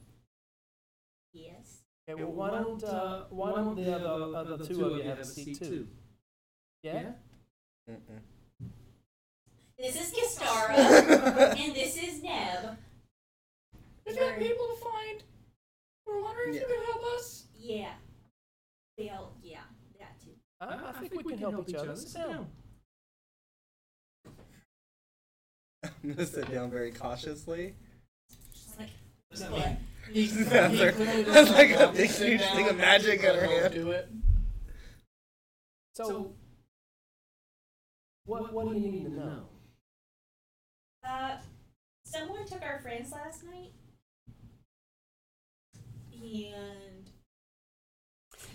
Speaker 6: Yes.
Speaker 7: Okay, well, why don't uh, why don't the other, other two of you have a seat too? Yeah.
Speaker 8: Mm-mm.
Speaker 6: This is Kistara, and this is Neb.
Speaker 5: We've got people to find. We're wondering if you could help us.
Speaker 6: Yeah. Well, yeah, that too.
Speaker 7: I, I think we can help each other. Sit down.
Speaker 8: I'm gonna sit down very cautiously.
Speaker 6: Just like,
Speaker 9: Doesn't
Speaker 6: what?
Speaker 9: mean-
Speaker 5: He, he
Speaker 8: That's her-
Speaker 5: clearly
Speaker 8: that's
Speaker 5: doesn't
Speaker 8: like
Speaker 5: know
Speaker 8: a big,
Speaker 5: how to
Speaker 8: huge
Speaker 5: sit
Speaker 8: thing of
Speaker 5: down.
Speaker 8: magic in her
Speaker 5: Don't
Speaker 8: hand.
Speaker 5: Do it.
Speaker 7: So, what what do you need to know?
Speaker 6: Uh, someone took our friends last night, and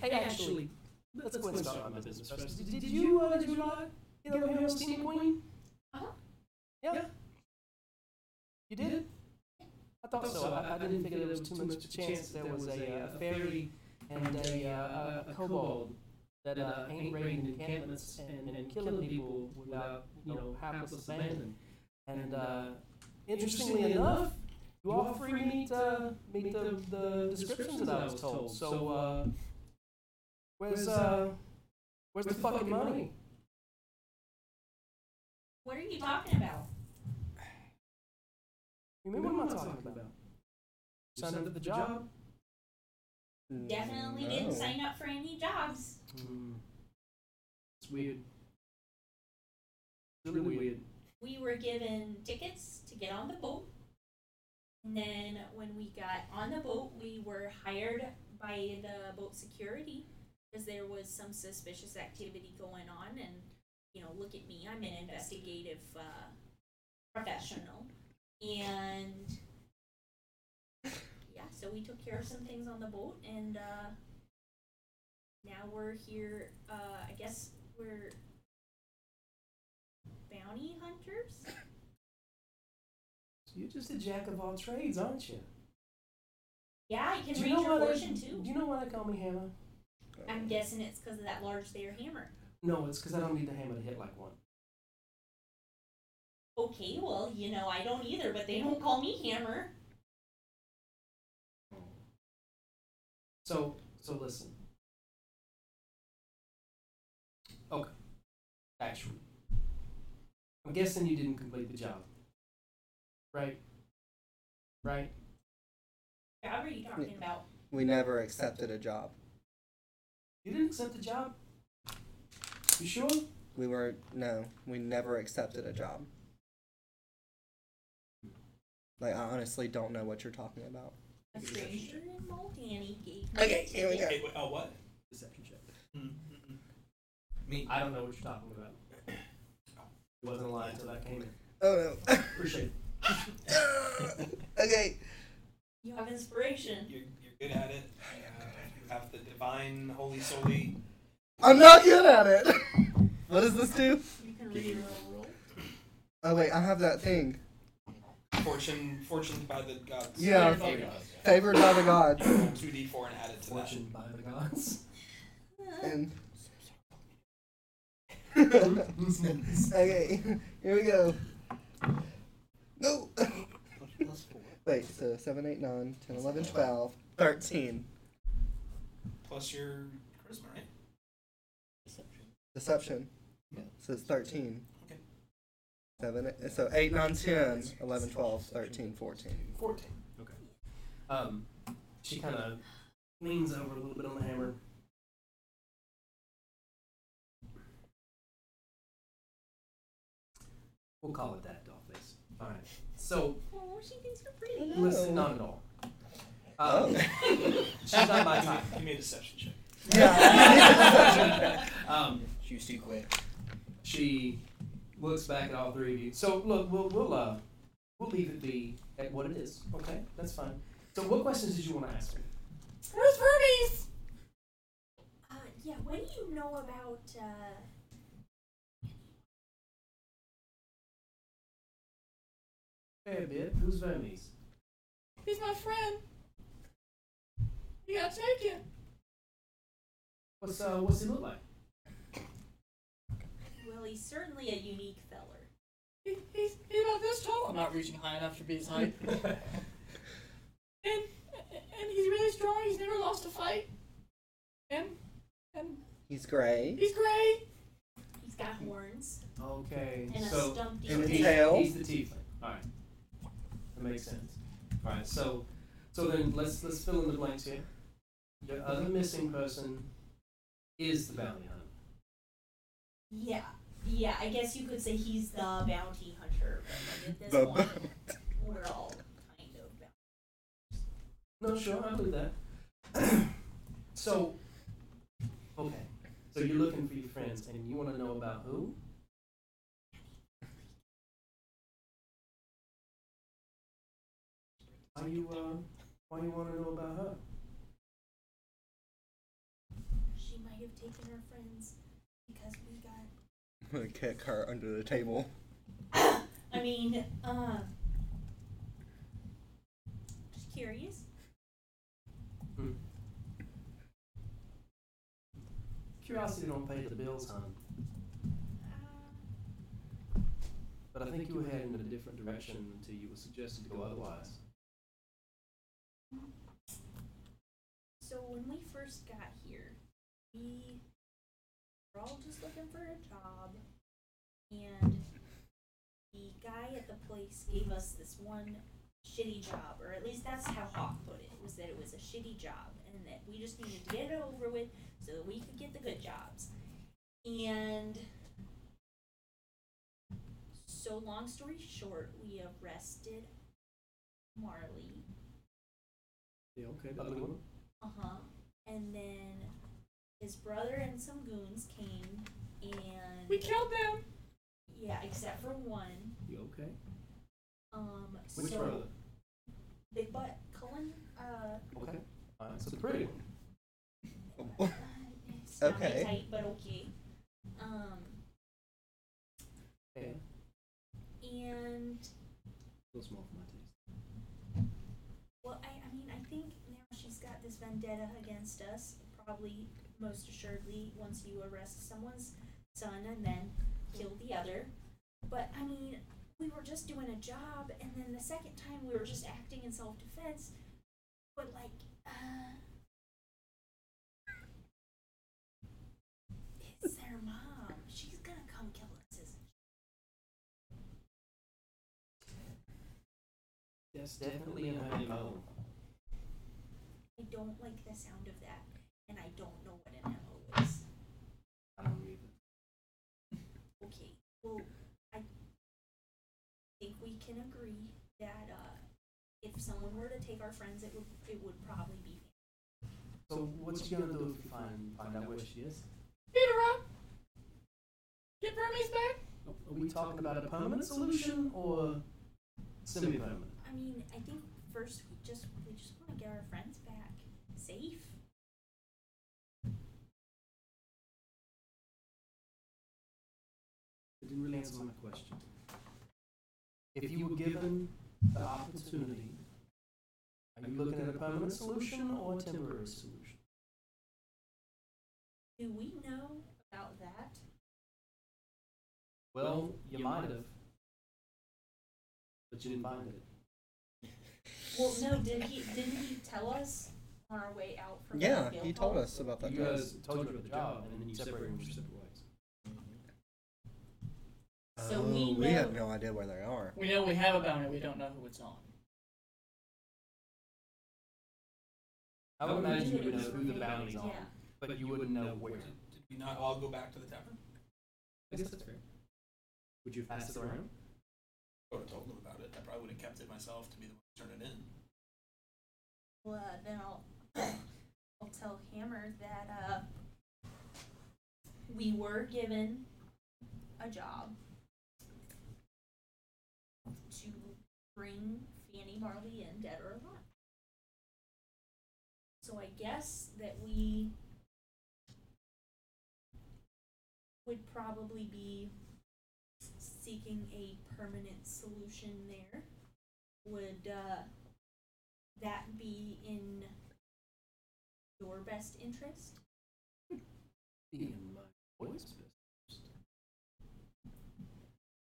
Speaker 7: Hey, actually, let's go ahead and start my business first. Did, did you uh, did you not get over here on Steam Queen?
Speaker 6: Uh-huh.
Speaker 7: Yeah. You did. I thought so. I, I didn't think there was too much of a chance. There was a, uh, a fairy and a, uh, a kobold that uh, ain't raiding encampments and, and killing people without you know hapless abandon. And uh, interestingly enough, you all three meet uh, meet the, the descriptions that I was told. So. Uh, Where's uh where's the fucking money?
Speaker 6: what are you talking about?
Speaker 7: You mean what am I talking about? Signed up for the job?
Speaker 6: Definitely didn't sign up for any jobs.
Speaker 7: Hmm. It's weird. Really weird.
Speaker 6: We were given tickets to get on the boat, and then when we got on the boat, we were hired by the boat security because there was some suspicious activity going on. And you know, look at me, I'm an investigative uh, professional, and yeah, so we took care of some things on the boat, and uh, now we're here. Uh, I guess we're bounty hunters.
Speaker 7: So you're just a jack of all trades, aren't you?
Speaker 6: Yeah, you can
Speaker 7: Do you
Speaker 6: read
Speaker 7: know
Speaker 6: your
Speaker 7: why they-
Speaker 6: fortune too.
Speaker 7: Do you know why they call me hammer?
Speaker 6: I'm guessing it's because of that large there hammer.
Speaker 7: No, it's because I don't need the hammer to hit like one.
Speaker 6: Okay, well, you know, I don't either, but they don't call me hammer.
Speaker 7: So so listen. Okay. Actually. I'm guessing you didn't complete the job. Right? Right?
Speaker 6: How are you talking about?
Speaker 8: We never accepted a job.
Speaker 7: You didn't accept the job? You sure?
Speaker 8: We were no, we never accepted a job. Like I honestly don't know what you're talking about.
Speaker 6: A stranger in Muldanny gave me.
Speaker 8: Okay, here we go.
Speaker 9: Hey, wait, oh, what?
Speaker 10: Deception check.
Speaker 9: Me.
Speaker 7: I don't know what you're talking about. It wasn't alive until that came in.
Speaker 8: Oh no.
Speaker 7: Appreciate it.
Speaker 8: okay.
Speaker 6: You have inspiration.
Speaker 9: You're, you're good at it. Uh, you have the divine, holy, solely.
Speaker 8: I'm not good at it. what does this do?
Speaker 6: You can read your own rule.
Speaker 8: Oh wait, I have that thing.
Speaker 9: Fortune, fortune by the gods.
Speaker 8: Yeah. Favored by the gods.
Speaker 9: You roll 2d4 and add it to that.
Speaker 7: Fortune by the gods.
Speaker 6: Uh,
Speaker 8: And okay, here we go. No. Wait, so 7, 8, 9, 10, 11, 12, 13.
Speaker 9: Plus your charisma, right?
Speaker 8: Deception.
Speaker 3: Yeah.
Speaker 8: So it's 13.
Speaker 5: Okay.
Speaker 8: Seven, so 8, 9, 10, 11, 12, 13, 14.
Speaker 5: 14.
Speaker 7: Um, she kind of leans over a little bit on the hammer. We'll call it that, dollface. All right. So
Speaker 6: Oh, she thinks you're pretty.
Speaker 7: listen, not at all. Um,
Speaker 8: Oh.
Speaker 7: she's not my type.
Speaker 9: Give me a deception check.
Speaker 7: Um,
Speaker 3: She was too quick.
Speaker 7: she looks back at all three of you. So look, we'll we'll uh, we'll leave it be at what it is. Okay, that's fine. So what questions did you want to ask her?
Speaker 6: Where's Vermes? Uh, yeah, what do you know about, uh.
Speaker 7: Fair bit. Who's Vermes?
Speaker 5: He's my friend. He got taken.
Speaker 7: What's uh, what's he look like?
Speaker 6: Well, he's certainly a unique feller.
Speaker 5: He, he's he's about this tall. I'm not reaching high enough to be his height. and, and he's really strong. He's never lost a fight. And and
Speaker 8: He's gray.
Speaker 5: he's great.
Speaker 6: He's got horns
Speaker 7: Okay,
Speaker 6: and a
Speaker 7: so
Speaker 6: stumpy
Speaker 8: and a
Speaker 7: he's,
Speaker 6: tail.
Speaker 8: tail.
Speaker 7: he's the tiefling. All right, that makes sense. All right, so so then let's let's fill in the blanks here. The other missing person is the bounty hunter.
Speaker 6: Yeah. Yeah, I guess you could say he's the bounty hunter. But like,
Speaker 8: The
Speaker 6: at this point, we're all kind of bounty.
Speaker 7: No, sure, I believe that. so, okay, so you're looking for your friends, and you want to know about who? Why you uh, why you want to know about her?
Speaker 6: She might have taken her friends because we got.
Speaker 8: I'm gonna kick her under the table.
Speaker 6: I mean, uh. Just curious.
Speaker 7: Curiosity don't pay the bills, hon.
Speaker 6: Uh,
Speaker 7: But I think you were heading in a different direction until you were suggested to go otherwise.
Speaker 6: So when we first got here, we were all just looking for a job, and the guy at the place gave us this one shitty job, or at least that's how Hawk put it, was that it was a shitty job, and that we just needed to get it over with so that we could get the good jobs. And so long story short, we arrested Marley.
Speaker 7: Yeah, okay. Other one?
Speaker 6: Uh huh. And then his brother and some goons came, and
Speaker 5: We killed them.
Speaker 6: yeah, except for one.
Speaker 7: You okay?
Speaker 6: Um,
Speaker 7: Which
Speaker 6: so
Speaker 7: brother?
Speaker 6: Big Butt Cullen. Uh,
Speaker 7: Okay. Alright, so the pretty one.
Speaker 6: it's not my
Speaker 8: Okay.
Speaker 6: type, but okay. Um,
Speaker 7: Yeah.
Speaker 6: and
Speaker 7: A little small for my taste.
Speaker 6: well, I, I mean, I think now she's got this vendetta against us, probably most assuredly. Once you arrest someone's son and then kill the other, but I mean, we were just doing a job, and then the second time we were just acting in self defense. But like, uh, it's their mom. She's gonna come kill us. Isn't she?
Speaker 7: That's definitely in her MO.
Speaker 6: I don't like the sound of that, and I don't know what an MO is.
Speaker 7: I don't either.
Speaker 6: Okay, well, I think we can agree that uh, if someone were to take our friends, it would it would probably be
Speaker 7: So what you gonna do if you find find out where she is?
Speaker 5: Beat her up. Get Vermes back.
Speaker 7: Are we talking about a permanent solution or semi-permanent?
Speaker 6: I mean, I think first we just we just want to get our friends back safe.
Speaker 7: It didn't really answer my question. If you were given the opportunity, are you looking at a permanent solution or a temporary solution?
Speaker 6: Do we know about that?
Speaker 7: Well, you might have, but you didn't find it.
Speaker 6: Well, no. Did he didn't he tell us on our way out from? the
Speaker 8: Yeah,
Speaker 6: field
Speaker 8: he told
Speaker 6: hall?
Speaker 8: us about that.
Speaker 7: You
Speaker 8: job.
Speaker 7: guys told you about the job, and then you separated and went your separate ways.
Speaker 6: So we
Speaker 8: Oh, we have
Speaker 6: know-
Speaker 8: no idea where they are.
Speaker 5: We know we have a bounty, we don't know who it's on.
Speaker 7: I would imagine you would know who the
Speaker 6: Yeah.
Speaker 7: bounty's on, but you wouldn't know where.
Speaker 4: Did we not all go back to the tavern?
Speaker 7: I guess that's fair. Would you pass it around?
Speaker 4: I would have told them about it. I probably would have kept it myself to be the one to turn it in.
Speaker 6: Well, uh, then I'll, I'll tell Hammer that uh, we were given a job to bring Fanny Marley in dead or alive. So I guess that we would probably be seeking a permanent solution there. Would uh, that be in your best interest?
Speaker 7: In my voice.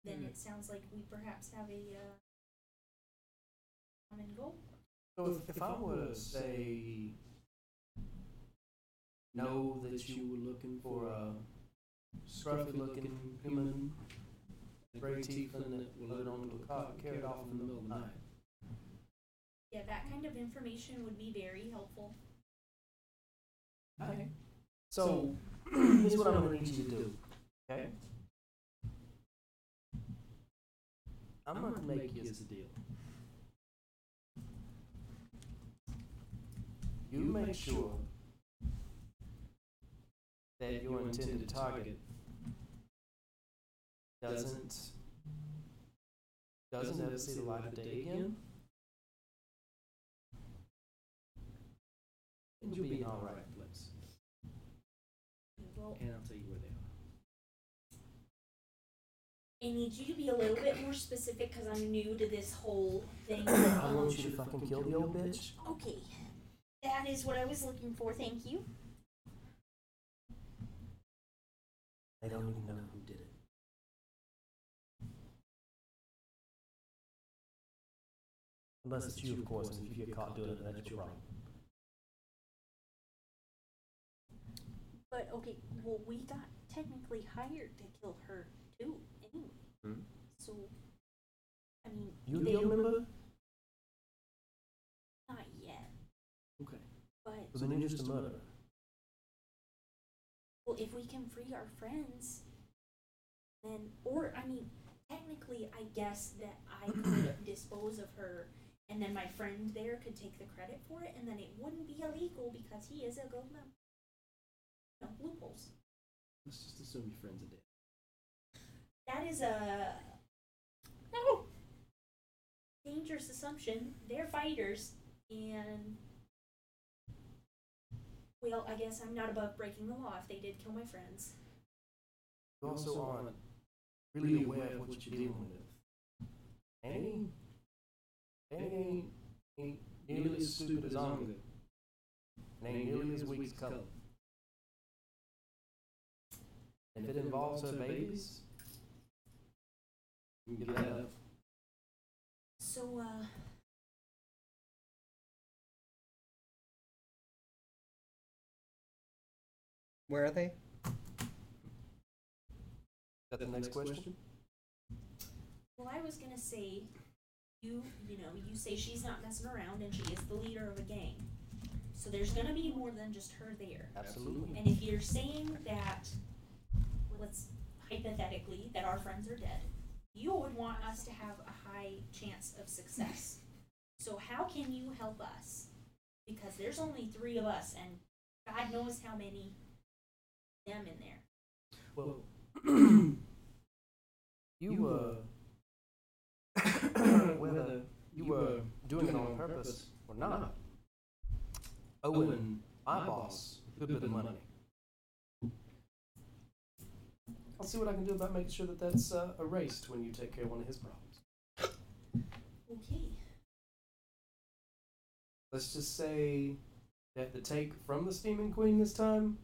Speaker 6: Then
Speaker 7: Mm.
Speaker 6: it sounds like we perhaps have a uh, common goal.
Speaker 7: So if, if I were to say, know that you were looking for a scruffy looking human, the gray tiefling that were loaded onto a cart and carried off in the middle of the night.
Speaker 6: Yeah, that kind of information would be very helpful.
Speaker 7: Okay. So, here's what I'm going to need you to do. Okay? I'm going to make you a deal. You make sure that your intended target doesn't doesn't ever see the light of day again, and you'll be in all right place.
Speaker 6: We will-
Speaker 7: And I'll tell you where they are.
Speaker 6: I need you to be a little bit more specific because I'm new to this whole thing.
Speaker 7: I
Speaker 6: Um,
Speaker 7: want you to fucking kill the old bitch.
Speaker 6: okay, that is what I was looking for. Thank you.
Speaker 7: They don't even know who did it. Unless it's you, of course, and if you get caught doing it, that's your problem.
Speaker 6: But okay, well, we got technically hired to kill her too, anyway.
Speaker 7: Hmm.
Speaker 6: So, I mean,
Speaker 7: You a
Speaker 6: they
Speaker 7: guild
Speaker 6: don't-
Speaker 7: member?
Speaker 6: Not yet,
Speaker 7: Okay.
Speaker 6: but
Speaker 7: So then you're just a murderer.
Speaker 6: well, if we can free our friends, then or I mean, technically, I guess that I could dispose of her, and then my friend there could take the credit for it, and then it wouldn't be illegal because he is a gold member. No loopholes.
Speaker 7: Let's just assume your friends are dead.
Speaker 6: That is a
Speaker 5: No!
Speaker 6: dangerous assumption. They're fighters, and well, I guess I'm not above breaking the law if they did kill my friends.
Speaker 7: You also aren't really aware of what you're dealing with. Annie? Annie ain't, ain't nearly as stupid as Onga. And ain't nearly as weak as color. If it involves her babies, you can give that up.
Speaker 6: So, uh.
Speaker 8: Where are they?
Speaker 7: Is that the next question?
Speaker 6: Well, I was gonna say, you you know, you say she's not messing around, and she is the leader of a gang. So there's gonna be more than just her there.
Speaker 7: Absolutely.
Speaker 6: And if you're saying that, let's hypothetically, that our friends are dead, you would want us to have a high chance of success. So how can you help us? Because there's only three of us, and God knows how many them in there.
Speaker 7: Well, you, were uh, whether you were doing it on purpose or not. Owen, my boss, good bit of money. I'll see what I can do about making sure that that's uh, erased when you take care of one of his problems.
Speaker 6: Okay.
Speaker 7: Let's just say that the take from the steaming queen this time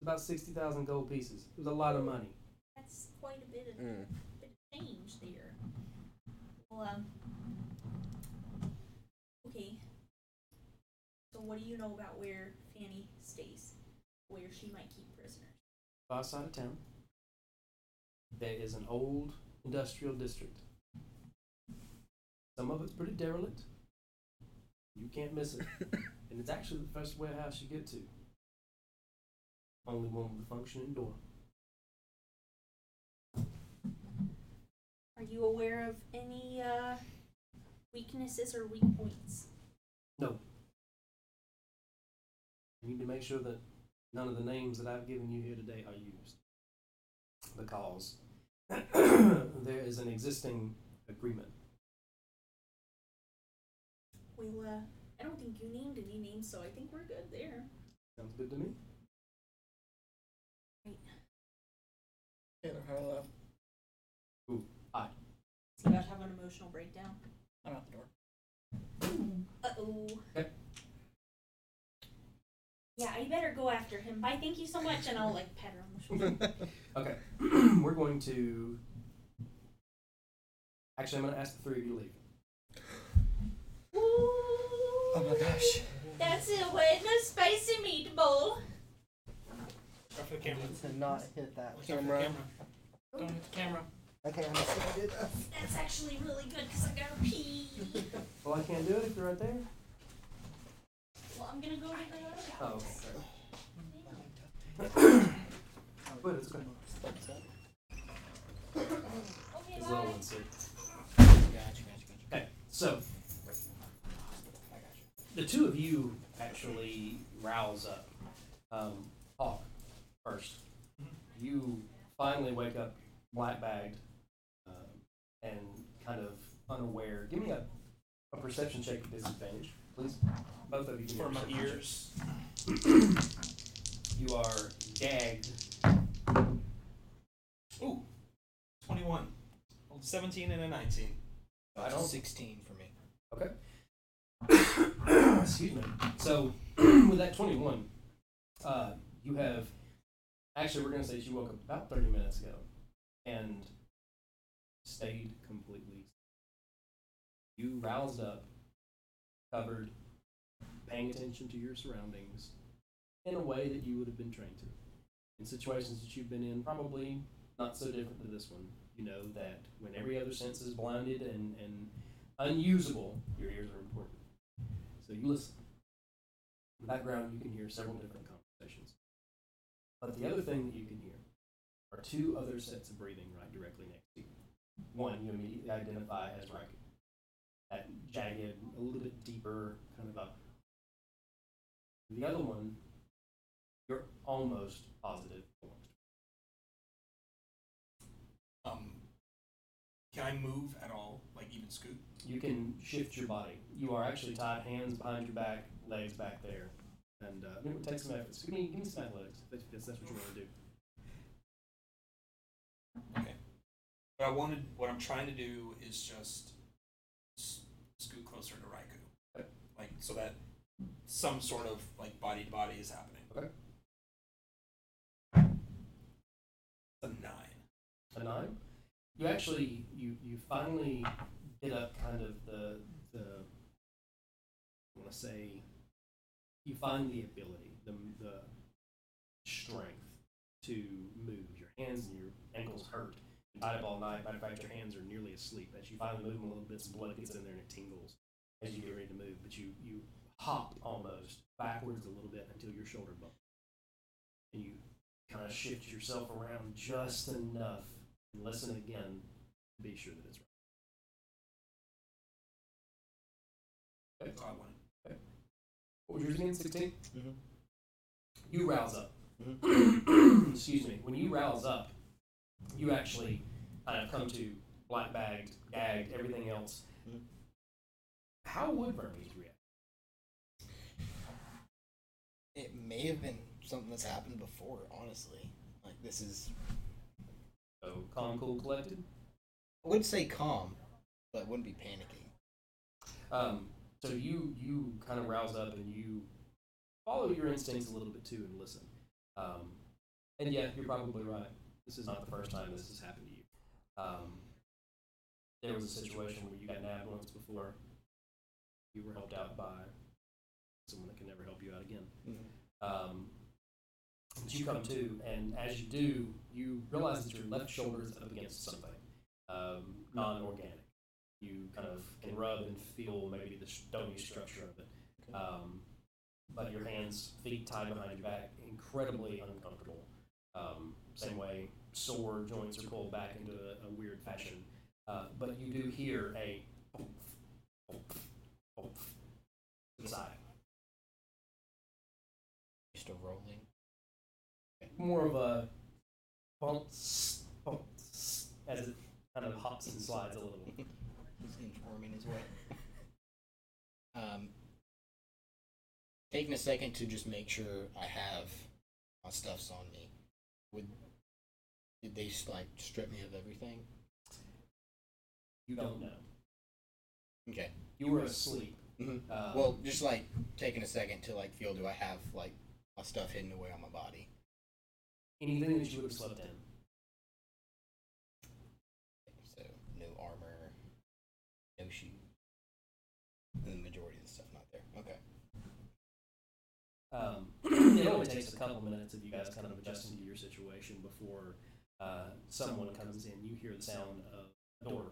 Speaker 7: was about sixty thousand gold pieces. It was a lot of money.
Speaker 6: That's quite a bit of
Speaker 8: Mm.
Speaker 6: bit of change there. Well, um, okay. So, what do you know about where Fanny stays? Where she might keep prisoners?
Speaker 7: far side of town, there is an old industrial district. Some of it's pretty derelict. You can't miss it. and it's actually the first warehouse you get to. Only one with a functioning door.
Speaker 6: Are you aware of any uh, weaknesses or weak points?
Speaker 7: You need to make sure that none of the names that I've given you here today are used. Because there is an existing agreement.
Speaker 6: Well, uh, I don't think you named any names, so I think we're good there.
Speaker 7: Sounds good to me.
Speaker 5: Hit or high left.
Speaker 6: Is he about to have an emotional breakdown?
Speaker 5: I'm out the door.
Speaker 6: Uh oh.
Speaker 7: Okay.
Speaker 6: Yeah, I better go after him. Bye. Thank you so much, and I'll like pat her on the shoulder.
Speaker 7: Okay, we're going to. Actually, I'm going to ask the three of you to leave.
Speaker 8: Oh my gosh.
Speaker 6: That's it. With the spicy meatball.
Speaker 4: After the camera.
Speaker 8: To not hit that
Speaker 4: Watch out for the
Speaker 8: camera.
Speaker 4: camera.
Speaker 5: Don't hit the camera.
Speaker 8: Okay, I'm just gonna do that.
Speaker 6: That's actually really good because I gotta pee.
Speaker 7: Well, I can't do it if you're right there.
Speaker 6: well, I'm gonna go to the other house.
Speaker 7: Oh, okay. But it's okay.
Speaker 6: Okay,
Speaker 7: It's
Speaker 6: bye.
Speaker 7: low and sick.
Speaker 3: Gotcha, gotcha, gotcha.
Speaker 7: Okay, so the two of you actually rouse up. Um, Hawk, first,
Speaker 4: Mm-hmm.
Speaker 7: you finally wake up black bagged um, and kind of unaware. Give me a, a perception check at disadvantage, please. Both of you. give me a
Speaker 4: For my
Speaker 7: perception check.
Speaker 4: ears.
Speaker 7: You are gagged.
Speaker 4: Ooh. 21. Old 17 and a 19.
Speaker 7: I don't
Speaker 3: 16 for me.
Speaker 7: Excuse me. So with that 21, uh, you have actually we're gonna say you woke up about 30 minutes ago and stayed completely. You roused up, covered, paying attention to your surroundings in a way that you would have been trained to. In situations that you've been in, probably not so different to this one. You know that when every other sense is blinded and, and unusable, your ears are important. So you listen. In the background, you can hear several different conversations. But the other thing that you can hear are two other sets of breathing right directly next to you. One you immediately identify as Riker. That jagged, a little bit deeper kind of up. The other one, you're almost positive. belongs to-
Speaker 4: Um, can I move at all? Like even scoot?
Speaker 7: You can shift your body. You are actually tied hands behind your back, legs back there. And uh, it would take some effort. So give me, give me some athletics. That's, that's what you want to do.
Speaker 4: But I wanted. What I'm trying to do is just s- scoot closer to Raikou,
Speaker 7: Okay.
Speaker 4: like so that some sort of like body to body is happening.
Speaker 7: Okay.
Speaker 4: A nine.
Speaker 7: a nine. You actually you you finally get up kind of the the I want to say you find the ability the the strength to move. Your hands and your ankles hurt. You tied up all night. Matter of fact, your hands are nearly asleep. As you finally move them a little bit, some blood gets in there and it tingles as you get ready to move. But you you hop almost backwards a little bit until your shoulder bump, and you kind of shift yourself around just enough and listen again to be sure that it's right.
Speaker 4: So I wanted.
Speaker 7: What was yours again? 16?
Speaker 3: Mhm.
Speaker 7: You rouse up. Excuse me. When you rouse up, you actually kind of come to black bagged, gagged, everything else.
Speaker 3: Mhm.
Speaker 7: How would Burmese react?
Speaker 3: It may have been something that's happened before, honestly. Like, this is.
Speaker 7: So calm, cool, collected.
Speaker 3: I would say calm, but wouldn't be panicking.
Speaker 7: Um, so you you kind of rouse up and you follow your instincts a little bit too and listen. Um, and yeah, you're probably right. This is not the first time this has happened to you. Um, there was a situation where you got nabbed once before. You were helped out by someone that can never help you out again. Um, but you come to, and as you do, you realize that your left shoulder is up against something. um, non-organic. You kind of can rub and feel maybe the stony structure of it. Um, but your hands, feet tied behind your back, incredibly uncomfortable. Um, same way, sore joints are pulled back into a, a weird fashion. Uh, but you do hear a to the side.
Speaker 3: Still rolling.
Speaker 7: More of a bounce, bounce as it kind of hops and slides a little.
Speaker 3: He's informing his way. Um, taking a second to just make sure I have my stuffs on me. Would did they just like strip me of everything?
Speaker 7: You don't know.
Speaker 3: Okay.
Speaker 7: You were asleep.
Speaker 3: Mhm.
Speaker 7: Um,
Speaker 3: Well, just like taking a second to like feel do I have like my stuff hidden away on my body?
Speaker 7: anything that you would have slept in.
Speaker 3: So no armor, no shoes. The majority of the stuff not there. Okay.
Speaker 7: Um, it only takes a couple minutes of you guys kind of adjusting to your situation before uh, someone comes in. You hear the sound of a door,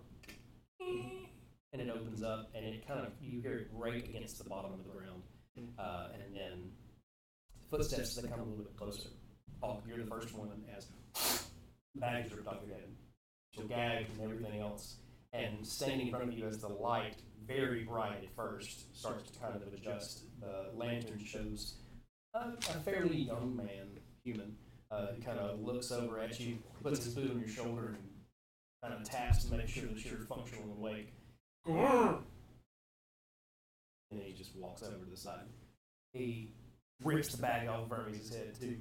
Speaker 7: and it opens up, and it kind of you hear it break against the bottom of the ground, uh, and then footsteps that come a little bit closer. Oh, you're the first one as bags ripped off your head, so gagged and everything else, and standing in front of you as the light, very bright at first, starts to kind of adjust. The lantern shows a, a fairly young man, human, uh, who kind of looks over at you, puts his boot on your shoulder, and kind of taps to make sure that you're functional and awake. And then he just walks over to the side. He rips the bag off Vermes' head, too.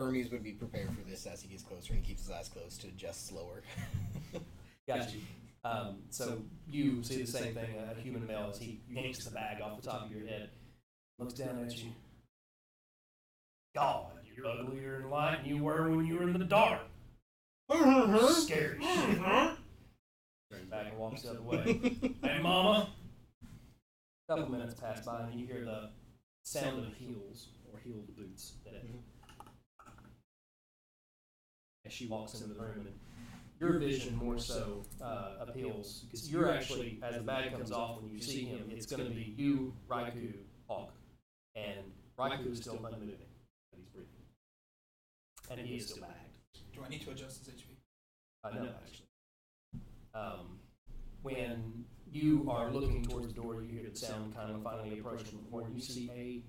Speaker 3: Hermes would be prepared for this as he gets closer and keeps his eyes closed to adjust slower.
Speaker 7: Got you. Um, so you see the same thing, a human male, as he yanks the bag off the top of your head, looks down at you. God, you're uglier in light than you were when you were in the dark. Scary shit. Turns back and walks the other way. hey, mama. A couple minutes pass by, and you hear the sound of heels or heeled boots. That as she walks into the room, and your vision more so uh, appeals because you're actually as the bag comes off when you see him, it's going to be you, Raikou, Hawk, and Raikou is still unmoving, but he's breathing, and he is still bagged.
Speaker 4: Do I need to adjust his HP?
Speaker 7: I know, actually. Um, when you are looking towards the door, you hear the sound kind of finally approaching the corner. You see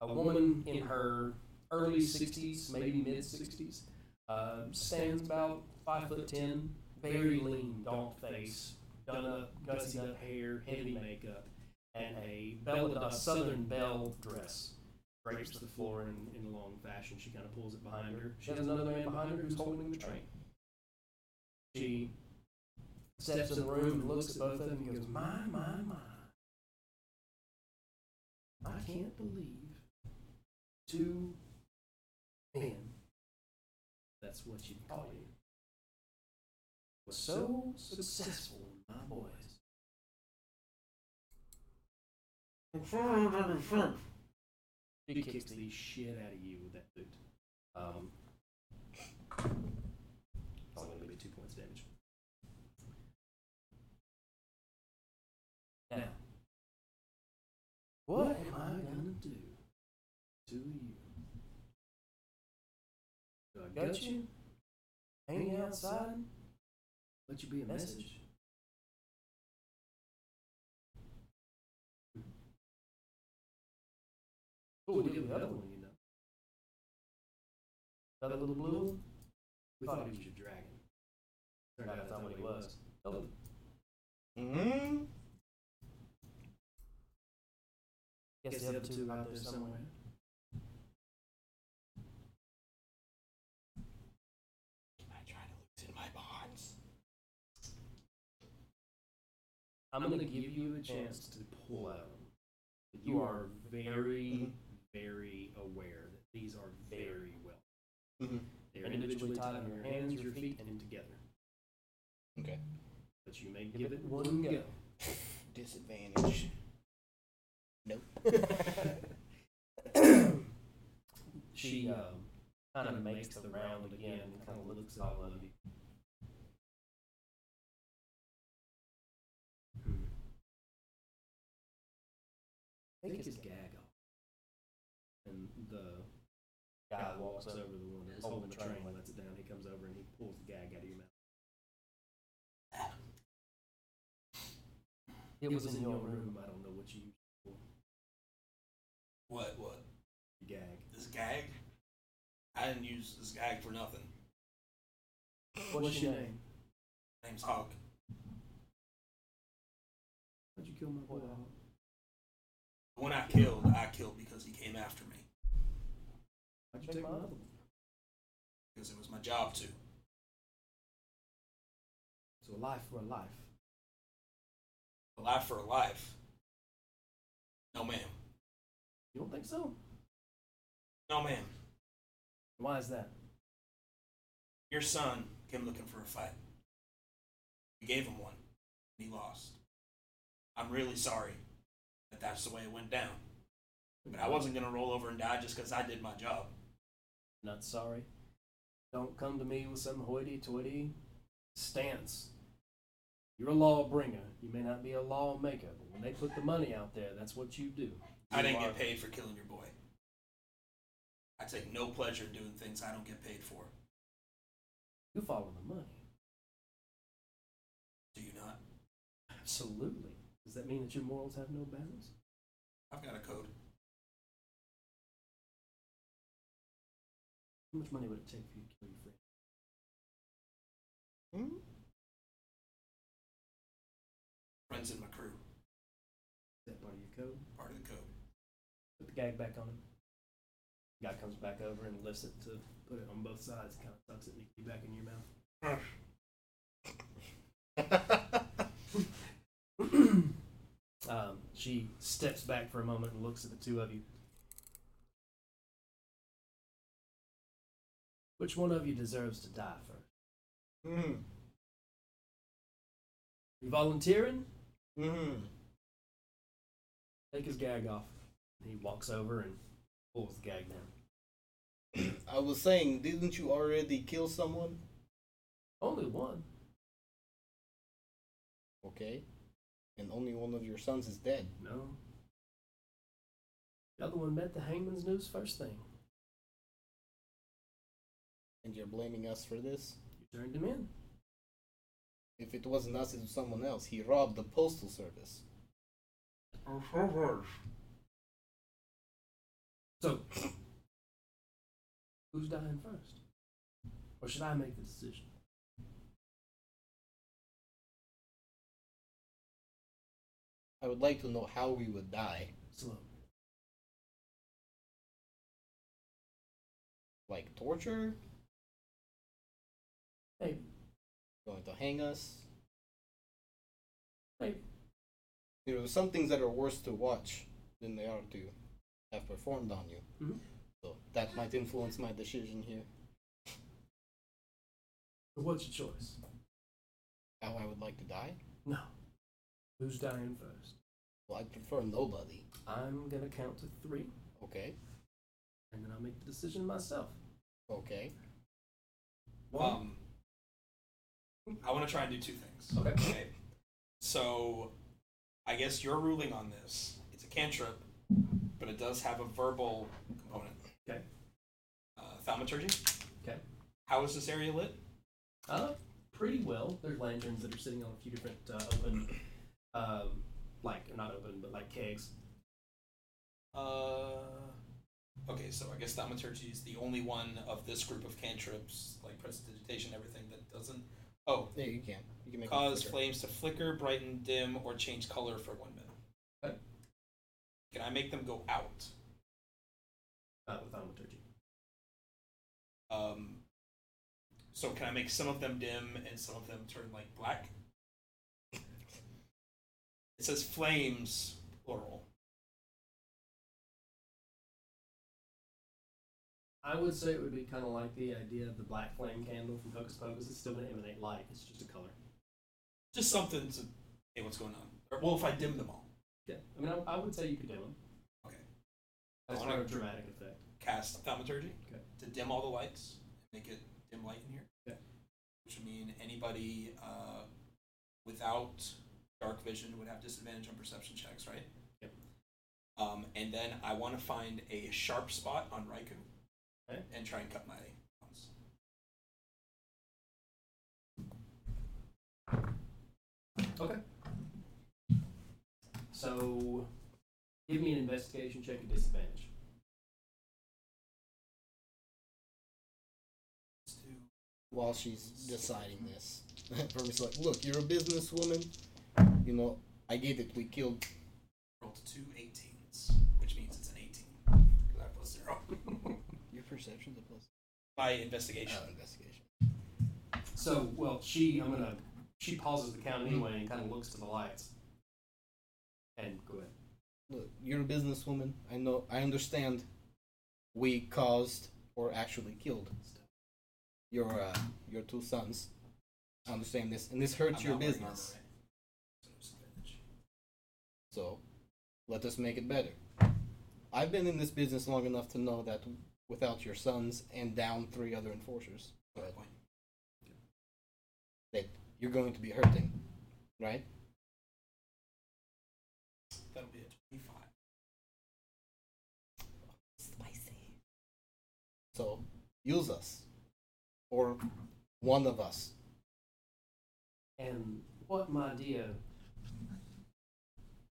Speaker 7: a, a woman in her early 60s, maybe mid 60s, uh, stands about 5 foot 10, very lean, gaunt face, done up, gussied up hair, heavy makeup, and a, bell, a southern belle dress. Drapes to the floor in, in long fashion. She kind of pulls it behind her. She has another man behind her who's holding the train. She steps in the room and looks at both of them and goes, My, my, my. I can't believe two men, that's what you'd call you, were so successful in my boys. She kicks the shit out of you with that boot. Um, it's only going to be two points of damage. Now, what am I going to do to you? Do I gut you? Hang you outside? Let you be a message? Oh, we did the other one, you know. That little blue one? We thought he was your dragon. Turned out that's not what he was. Tell them. Hmm?
Speaker 3: mm
Speaker 7: Guess the other two are out there somewhere.
Speaker 3: I try to loosen my bonds.
Speaker 7: I'm gonna give you a chance to pull out. But you are very, very aware that these are very well.
Speaker 3: Mhm.
Speaker 7: They're individually tied on your hands, your feet, and together.
Speaker 3: Okay.
Speaker 7: But you may give it one go.
Speaker 3: Disadvantage. Nope.
Speaker 7: She um, kind of makes the round again, kind of looks at all of you. think it's Gag.
Speaker 10: And the
Speaker 7: Guy
Speaker 10: guy walks over the one that was holding the train, lets it down. He comes over and he pulls the gag out of your mouth.
Speaker 7: It was in your room.
Speaker 10: I don't know what you used
Speaker 4: What? What?
Speaker 10: the gag.
Speaker 4: This gag? I didn't use this gag for nothing.
Speaker 7: What's your name?
Speaker 4: Name's Hawk.
Speaker 10: How'd you kill my boy? Hawk?
Speaker 4: The one I killed, I killed because he came after me.
Speaker 10: How'd you take my other one?
Speaker 4: Because it was my job to.
Speaker 10: So a life for a life.
Speaker 4: A life for a life. No, ma'am.
Speaker 10: You don't think so?
Speaker 4: No, ma'am.
Speaker 10: Why is that?
Speaker 4: Your son came looking for a fight. You gave him one. and He lost. I'm really sorry that that's the way it went down. But I wasn't going to roll over and die just because I did my job.
Speaker 7: Not sorry. Don't come to me with some hoity-toity stance. You're a lawbringer. You may not be a lawmaker, but when they put the money out there, that's what you do.
Speaker 4: I didn't
Speaker 7: You
Speaker 4: get
Speaker 7: are-
Speaker 4: paid for killing your boy. I take no pleasure in doing things I don't get paid for.
Speaker 7: You follow the money.
Speaker 4: Do you not?
Speaker 7: Absolutely. Does that mean that your morals have no bounds?
Speaker 4: I've got a code.
Speaker 10: How much money would it take for you to kill your friend?
Speaker 4: Friends in my crew.
Speaker 10: Is that part of your code?
Speaker 4: Part of the code.
Speaker 10: Put the gag back on him. Guy comes back over and lifts it to put it on both sides. Kind of tucks it neatly back in your mouth.
Speaker 7: Um, she steps back for a moment and looks at the two of you. Which one of you deserves to die first?
Speaker 3: Mm.
Speaker 7: You volunteering?
Speaker 3: Mm-hmm.
Speaker 7: Take his gag off. He walks over and pulls the gag down.
Speaker 3: I was saying, didn't you already kill someone?
Speaker 7: Only one.
Speaker 3: Okay. And only one of your sons is dead.
Speaker 7: No. The other one met the hangman's news first thing.
Speaker 3: And you're blaming us for this?
Speaker 7: You turned him in.
Speaker 3: If it wasn't us, it was someone else. He robbed the postal service.
Speaker 7: So, who's dying first? Or should I make the decision?
Speaker 3: I would like to know how we would die.
Speaker 7: Slow.
Speaker 3: Like torture?
Speaker 7: Hey,
Speaker 3: Going to hang us?
Speaker 7: hey,
Speaker 3: There are some things that are worse to watch than they are to have performed on you.
Speaker 7: Mhm.
Speaker 3: So that might influence my decision here.
Speaker 7: so what's your choice?
Speaker 3: How I would like to die?
Speaker 7: No. Who's dying first?
Speaker 3: Well, I'd prefer nobody.
Speaker 7: I'm gonna count to three,
Speaker 3: Okay.
Speaker 7: and then I'll make the decision myself.
Speaker 3: Okay.
Speaker 4: Um, I want to try and do two things.
Speaker 7: Okay.
Speaker 4: So, I guess you're ruling on this. It's a cantrip, but it does have a verbal component.
Speaker 7: Okay.
Speaker 4: Uh, thaumaturgy.
Speaker 7: Okay.
Speaker 4: How is this area lit?
Speaker 7: Uh, pretty well. There's lanterns that are sitting on a few different uh, open, um, like not open, but like kegs.
Speaker 4: Uh, okay, so I guess thaumaturgy is the only one of this group of cantrips, like prestidigitation, everything that doesn't. Oh,
Speaker 3: Yeah, you can. You can make it
Speaker 4: cause
Speaker 3: quicker.
Speaker 4: flames to flicker, brighten, dim, or change color for one minute.
Speaker 7: Okay.
Speaker 4: Can I make them go out?
Speaker 7: Uh, with thaumaturgy.
Speaker 4: Um, so can I make some of them dim and some of them turn like black? It says flames, plural.
Speaker 7: I would say it would be kind of like the idea of the black flame candle from Hocus Pocus. It's still going to emanate light. It's just a color.
Speaker 4: Just something to hey, what's going on? Or, well, if I dim them all,
Speaker 7: Yeah. I mean, I, I would say you could do them.
Speaker 4: Okay.
Speaker 7: That's
Speaker 4: I wanna-
Speaker 7: part of dramatic effect.
Speaker 4: cast thaumaturgy
Speaker 7: Okay.
Speaker 4: to dim all the lights, make it dim light in here.
Speaker 7: Okay.
Speaker 4: Which would mean anybody uh, without dark vision would have disadvantage on perception checks, right?
Speaker 7: Yep.
Speaker 11: Um, and then I want to find a sharp spot on Raikou
Speaker 7: Okay.
Speaker 11: and try and cut my bonds.
Speaker 7: So, give me an investigation check at disadvantage.
Speaker 3: while she's deciding this. Vermi's like, look, you're a businesswoman. You know, I get it. We killed.
Speaker 4: Rolled two 18s, which means it's an 18. Because I plus zero.
Speaker 3: Your perception's a plus.
Speaker 11: My investigation.
Speaker 7: Uh,
Speaker 3: Oh, investigation.
Speaker 7: So, well, she, I'm gonna, she pauses the count anyway and kind of looks to the lights. And go ahead.
Speaker 3: Look, you're a businesswoman. I know. I understand. We caused or actually killed your uh, your two sons. I understand this, and this hurts
Speaker 4: I'm
Speaker 3: your
Speaker 4: not wearing
Speaker 3: business.
Speaker 4: armor, right? So it's advantage.
Speaker 3: So, let us make it better. I've been in this business long enough to know that without your sons and down three other enforcers, but
Speaker 4: Point.
Speaker 3: that you're going to be hurting, right?
Speaker 4: That'll be a 25.
Speaker 3: So use us, or one of us.
Speaker 7: And what, my dear,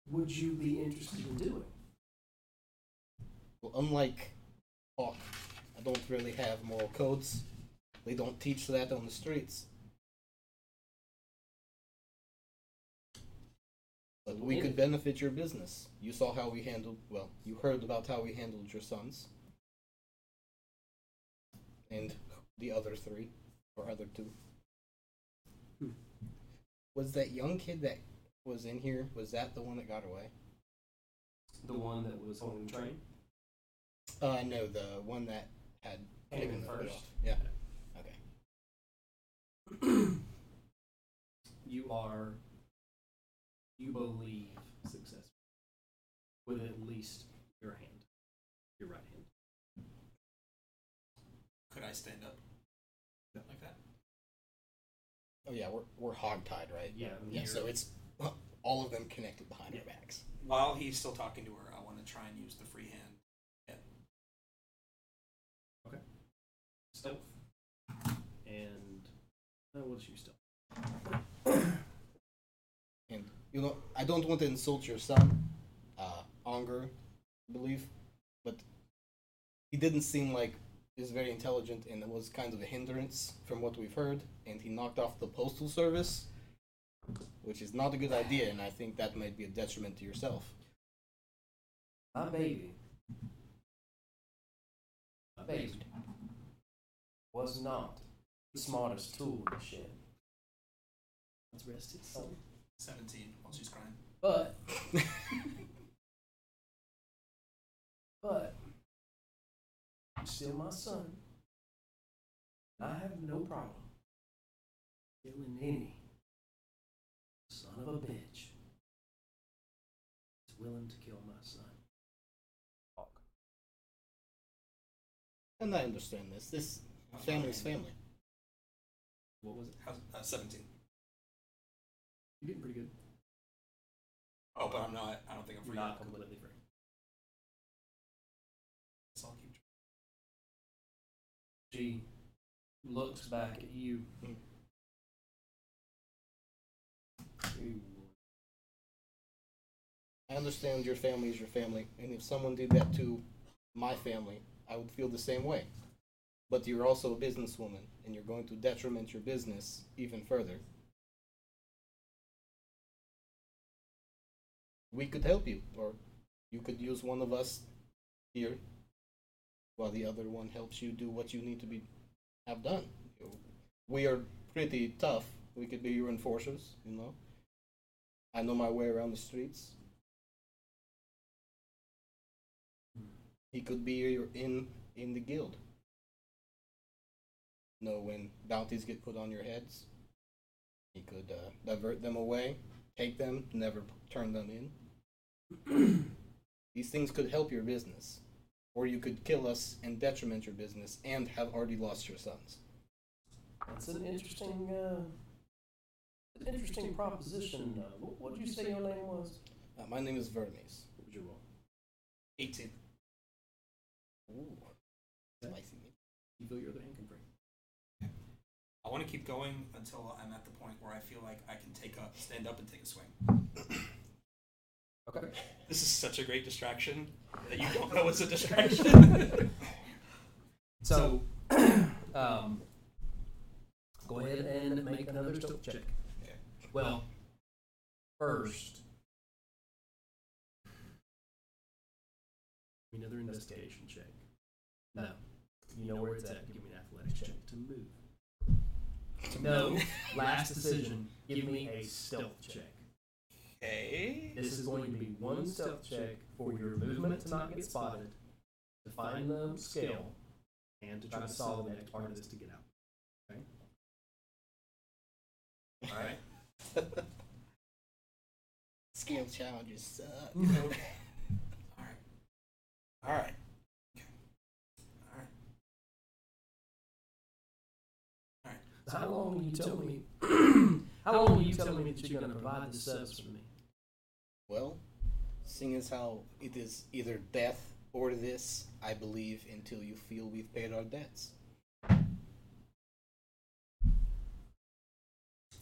Speaker 7: would you be interested in doing?
Speaker 3: Well, unlike Hawk, I don't really have moral codes. They don't teach that on the streets. But we could benefit your business. You saw how we handled, well, you heard about how we handled your sons. And the other three, or other two.
Speaker 7: Hmm.
Speaker 3: Was that young kid that was in here, was that the one that got away?
Speaker 7: The one that was holding the train?
Speaker 3: Uh, no, the one that had
Speaker 7: Came in
Speaker 3: taken the
Speaker 7: first.
Speaker 3: first. Yeah. Okay.
Speaker 7: you are, you believe, successful with at least your hand, your right hand.
Speaker 4: Could I stand up? Like that?
Speaker 3: Oh yeah, we're we're hogtied, right?
Speaker 7: Yeah,
Speaker 3: Yeah.
Speaker 7: you're-
Speaker 3: So it's all of them connected behind
Speaker 7: Yeah.
Speaker 3: our backs.
Speaker 4: While he's still talking to her, I want to try and use the free hand.
Speaker 7: stealth. And uh, what is your stealth?
Speaker 3: And you know, I don't want to insult your son, uh, Onger, I believe, but he didn't seem like he was very intelligent, and it was kind of a hindrance from what we've heard. And he knocked off the postal service, which is not a good idea, and I think that might be a detriment to yourself.
Speaker 7: My baby. My baby was not the smartest tool in the shed. Let's rest his soul.
Speaker 4: 17 while she's crying.
Speaker 7: But but you're still my son. I have no problem killing any son of a bitch that's willing to kill my son.
Speaker 3: And I understand this. This
Speaker 4: How's my
Speaker 3: family's
Speaker 4: hand?
Speaker 3: family.
Speaker 7: What was it?
Speaker 4: How's, uh, 17.
Speaker 7: You're getting pretty good.
Speaker 4: Oh, but I'm not. I don't think I'm free.
Speaker 7: not completely free.
Speaker 4: So I'll keep track.
Speaker 7: She looks back at you.
Speaker 3: Mm.
Speaker 7: You-
Speaker 3: I understand your family is your family, and if someone did that to my family, I would feel the same way. But you're also a businesswoman, and you're going to detriment your business even further. We could help you, or you could use one of us here, while the other one helps you do what you need to be have done. We are pretty tough. We could be your enforcers, you know. I know my way around the streets. He could be your- in in the guild. Know when bounties get put on your heads. He could uh, divert them away, take them, never p- turn them in. These things could help your business, or you could kill us and detriment your business and have already lost your sons.
Speaker 7: That's an interesting, uh, an interesting proposition. Uh, what did you say your name was?
Speaker 3: Uh, my name is Vermes.
Speaker 7: What was your role?
Speaker 4: 18.
Speaker 3: Ooh. That's my thing.
Speaker 7: You feel your other hand can break.
Speaker 4: I want to keep going until I'm at the point where I feel like I can take up, stand up and take a swing.
Speaker 5: Okay.
Speaker 4: This is such a great distraction that you don't know it's a distraction.
Speaker 5: So, um, go ahead and make another stealth check. Well, first,
Speaker 7: Give me another investigation check.
Speaker 5: no,
Speaker 7: You know where it's at. Give me an athletics check to move.
Speaker 5: no. Last decision. Give me a stealth check.
Speaker 4: okay.
Speaker 5: This is going to be one stealth check for your movement to not get spotted, to find the scale,
Speaker 7: and to try to solve that part of this to get out.
Speaker 5: Alright.
Speaker 3: Scale challenges suck.
Speaker 5: Mm-hmm.
Speaker 4: All right.
Speaker 5: So how long will you tell me? how long will you tell me that you're going to provide the service for me?
Speaker 3: Well, seeing as how it is either death or this, I believe until you feel we've paid our debts.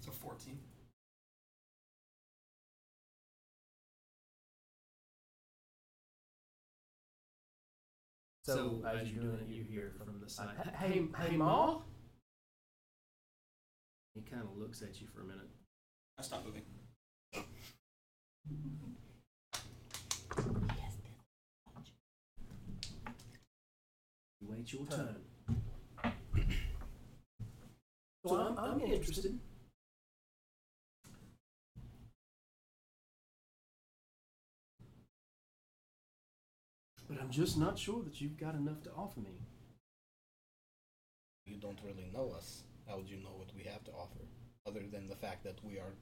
Speaker 4: So 14.
Speaker 5: So as you're doing it, you hear from the side, "Hey, hey, Ma."
Speaker 7: He kind of looks at you for a minute.
Speaker 4: I stop moving.
Speaker 7: You wait your turn.
Speaker 5: So I'm, I'm interested.
Speaker 7: But I'm just not sure that you've got enough to offer me.
Speaker 3: You don't really know us. How would you know what we have to offer, other than the fact that we are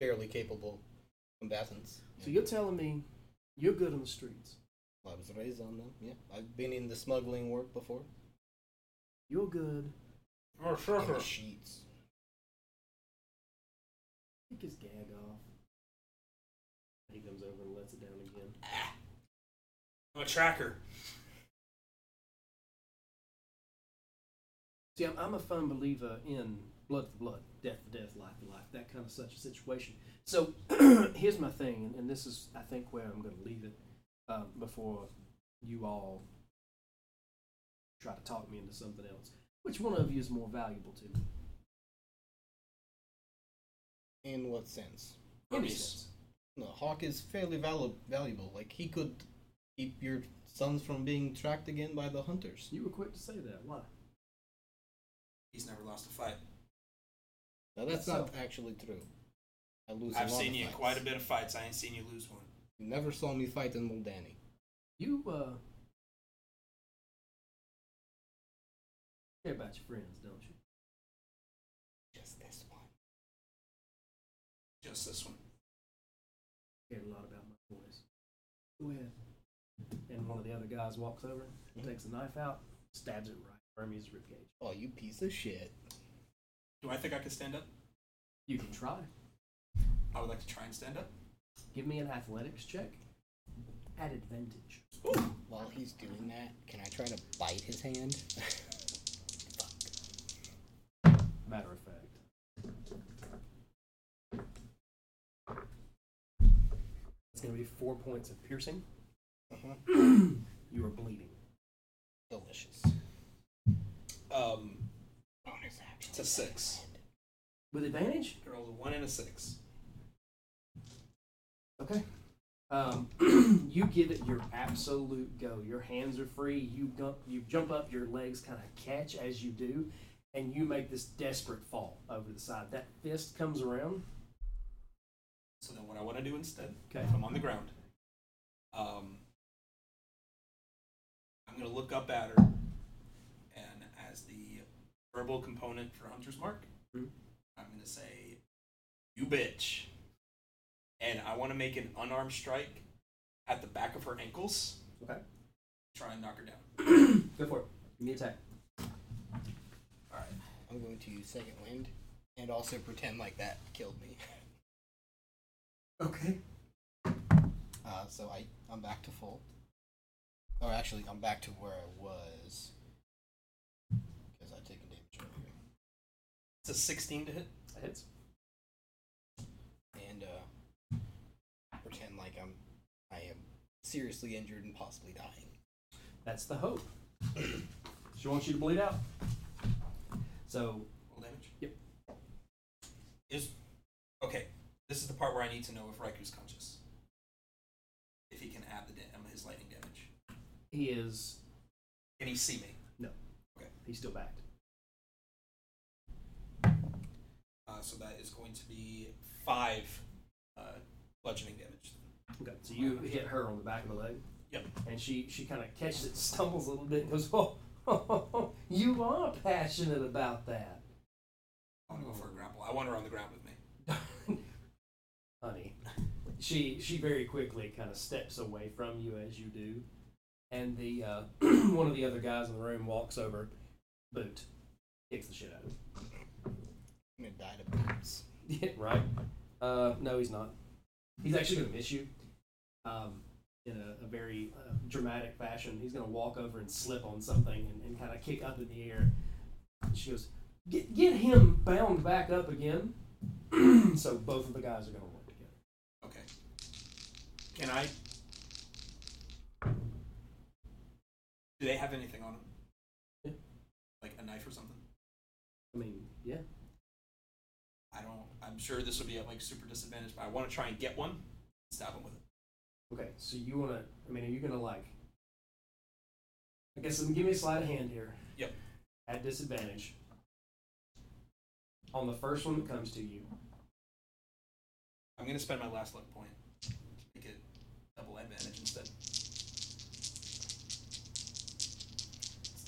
Speaker 3: fairly capable combatants?
Speaker 7: So you're telling me you're good on the streets.
Speaker 3: I was raised on them. Yeah, I've been in the smuggling work before.
Speaker 7: You're good.
Speaker 3: In the sheets.
Speaker 7: Take his gag off. He comes over and lets it down again.
Speaker 4: I'm a tracker.
Speaker 7: See, I'm, I'm a firm believer in blood for blood, death for death, life for life, that kind of such a situation. So here's my thing, and, and this is, I think, where I'm going to leave it um, before you all try to talk me into something else. Which one of you is more valuable to me?
Speaker 3: In what sense?
Speaker 5: Any
Speaker 4: Hermes.
Speaker 5: sense.
Speaker 3: No, Hawk is fairly valu- valuable. Like he could keep your sons from being tracked again by the hunters.
Speaker 7: You were quick to say that. Why?
Speaker 4: He's never lost a fight.
Speaker 3: Now that's
Speaker 7: So-
Speaker 3: not actually true. I lose. a
Speaker 4: I've
Speaker 3: lot
Speaker 4: seen
Speaker 3: of
Speaker 4: you in
Speaker 3: fights.
Speaker 4: quite a bit of fights. I ain't seen you lose one.
Speaker 3: You never saw me fight in Moldani.
Speaker 7: You uh, care about your friends, don't you?
Speaker 3: Just this one.
Speaker 4: Just this one.
Speaker 7: Cared a lot about my boys. Go ahead. And one of the other guys walks over, takes a knife out, stabs it right Hermes' ribcage.
Speaker 3: Oh, you piece of shit.
Speaker 4: Do I think I can stand up?
Speaker 7: You can try.
Speaker 4: I would like to try and stand up.
Speaker 7: Give me an athletics check at advantage.
Speaker 3: While he's doing that, can I try to bite his hand? Fuck.
Speaker 7: Matter of fact.
Speaker 5: It's going to be four points of piercing.
Speaker 4: Uh-huh.
Speaker 7: You are bleeding.
Speaker 3: Delicious.
Speaker 4: Um,
Speaker 3: Bonus action.
Speaker 4: It's a six.
Speaker 7: With advantage?
Speaker 4: I rolled a one and a six.
Speaker 7: Okay. Um, you give it your absolute go. Your hands are free. You jump, you jump up, your legs kind of catch as you do, and you make this desperate fall over the side. That fist comes around.
Speaker 4: So then, what I want to do instead,
Speaker 7: Okay.
Speaker 4: if I'm on the ground, um, I'm gonna look up at her, and as the verbal component for Hunter's Mark,
Speaker 7: Mhm.
Speaker 4: I'm gonna say, "You bitch," and I want to make an unarmed strike at the back of her ankles.
Speaker 7: Okay.
Speaker 4: Try and knock her down.
Speaker 7: Go for it. Give me an attack.
Speaker 4: All right.
Speaker 3: I'm going to use second wind and also pretend like that killed me.
Speaker 7: Okay.
Speaker 3: Uh, so I, I'm back to full. Or actually, I'm back to where I was. Because I take a damage earlier.
Speaker 4: It's a 16 to hit.
Speaker 12: That hits.
Speaker 3: and uh, pretend like I'm I am seriously injured and possibly dying.
Speaker 12: That's the hope. she wants you to bleed out. So
Speaker 4: Roll damage.
Speaker 12: Yep.
Speaker 4: Is okay. This is the part where I need to know if Riku's conscious. If he can add the dam- his lightning damage.
Speaker 7: He is.
Speaker 4: Can he see me?
Speaker 7: He's still backed.
Speaker 4: Uh, so that is going to be five uh, bludgeoning damage.
Speaker 7: Okay. So you hit her on the back of the leg.
Speaker 4: Yep.
Speaker 7: And she she kind of catches it, stumbles a little bit, and goes, "Oh, you are passionate about that,
Speaker 4: I want to go for a grapple. I want her on the ground with me.
Speaker 7: honey." She she very quickly kind of steps away from you as you do, and the uh, one of the other guys in the room walks over, boot, kicks the shit out of him.
Speaker 3: I'm gonna die to boots.
Speaker 7: Yeah, right. Uh, no, he's not. He's actually going to miss you um, in a, a very uh, dramatic fashion. He's going to walk over and slip on something and, and kind of kick up in the air. She goes, get, get him bound back up again. so both of the guys are going to work together.
Speaker 4: Okay. Can I? Do they have anything on them?
Speaker 7: Yeah.
Speaker 4: Like a knife or something?
Speaker 7: I mean, yeah.
Speaker 4: I don't. I'm sure this would be at like super disadvantage, but I want to try and get one. and Stab him with it.
Speaker 7: Okay, so you want to, I mean, are you going to like, I guess, give me a sleight of hand here.
Speaker 4: Yep.
Speaker 7: At disadvantage. On the first one that comes to you,
Speaker 4: I'm gonna spend my last luck point to make it double advantage instead.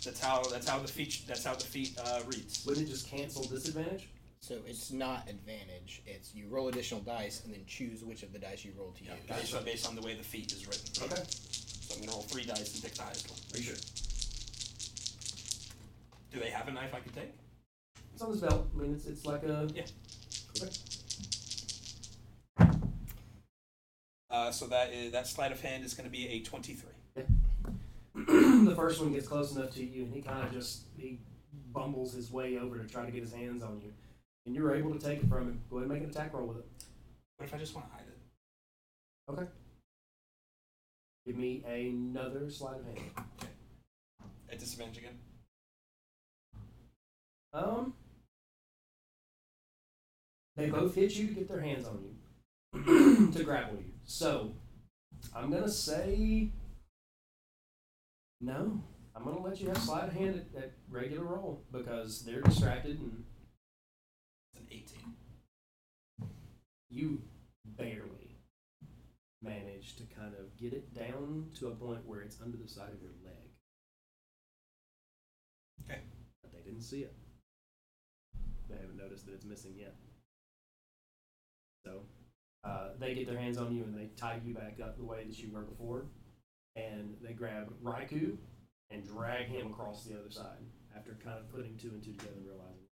Speaker 4: That's how. That's how the feat. That's how the feat uh, reads.
Speaker 7: wouldn't it just cancel disadvantage?
Speaker 3: So it's not advantage. It's you roll additional dice and then choose which of the dice you roll to
Speaker 4: Yeah,
Speaker 3: use.
Speaker 4: based on, based on the way the feat is written. Okay. So I'm gonna roll three dice and pick the highest one.
Speaker 7: Are you sure?
Speaker 4: Do they have a knife I could take?
Speaker 7: It's on his belt. I mean, it's, it's like a.
Speaker 4: Uh, so that is, that sleight of hand is going to be a 23.
Speaker 7: the first one gets close enough to you, and he kind of just he bumbles his way over to try to get his hands on you, and you're able to take it from him. Go ahead and make an attack roll with it.
Speaker 4: What if I just want to hide it?
Speaker 7: Give me another sleight of hand.
Speaker 4: At disadvantage again?
Speaker 7: Um, they both hit you to get their hands on you to grapple you. So I'm gonna say no. I'm gonna let you have sleight of hand at, at regular roll because they're distracted and
Speaker 4: It's an 18.
Speaker 7: you barely manage to kind of get it down to a point where it's under the side of your leg.
Speaker 4: Okay.
Speaker 7: But they didn't see it. They haven't noticed that it's missing yet. So uh, they get their hands on you and they tie you back up the way that you were before. And they grab Raikou and drag him across the other side after kind of putting two and two together and realizing.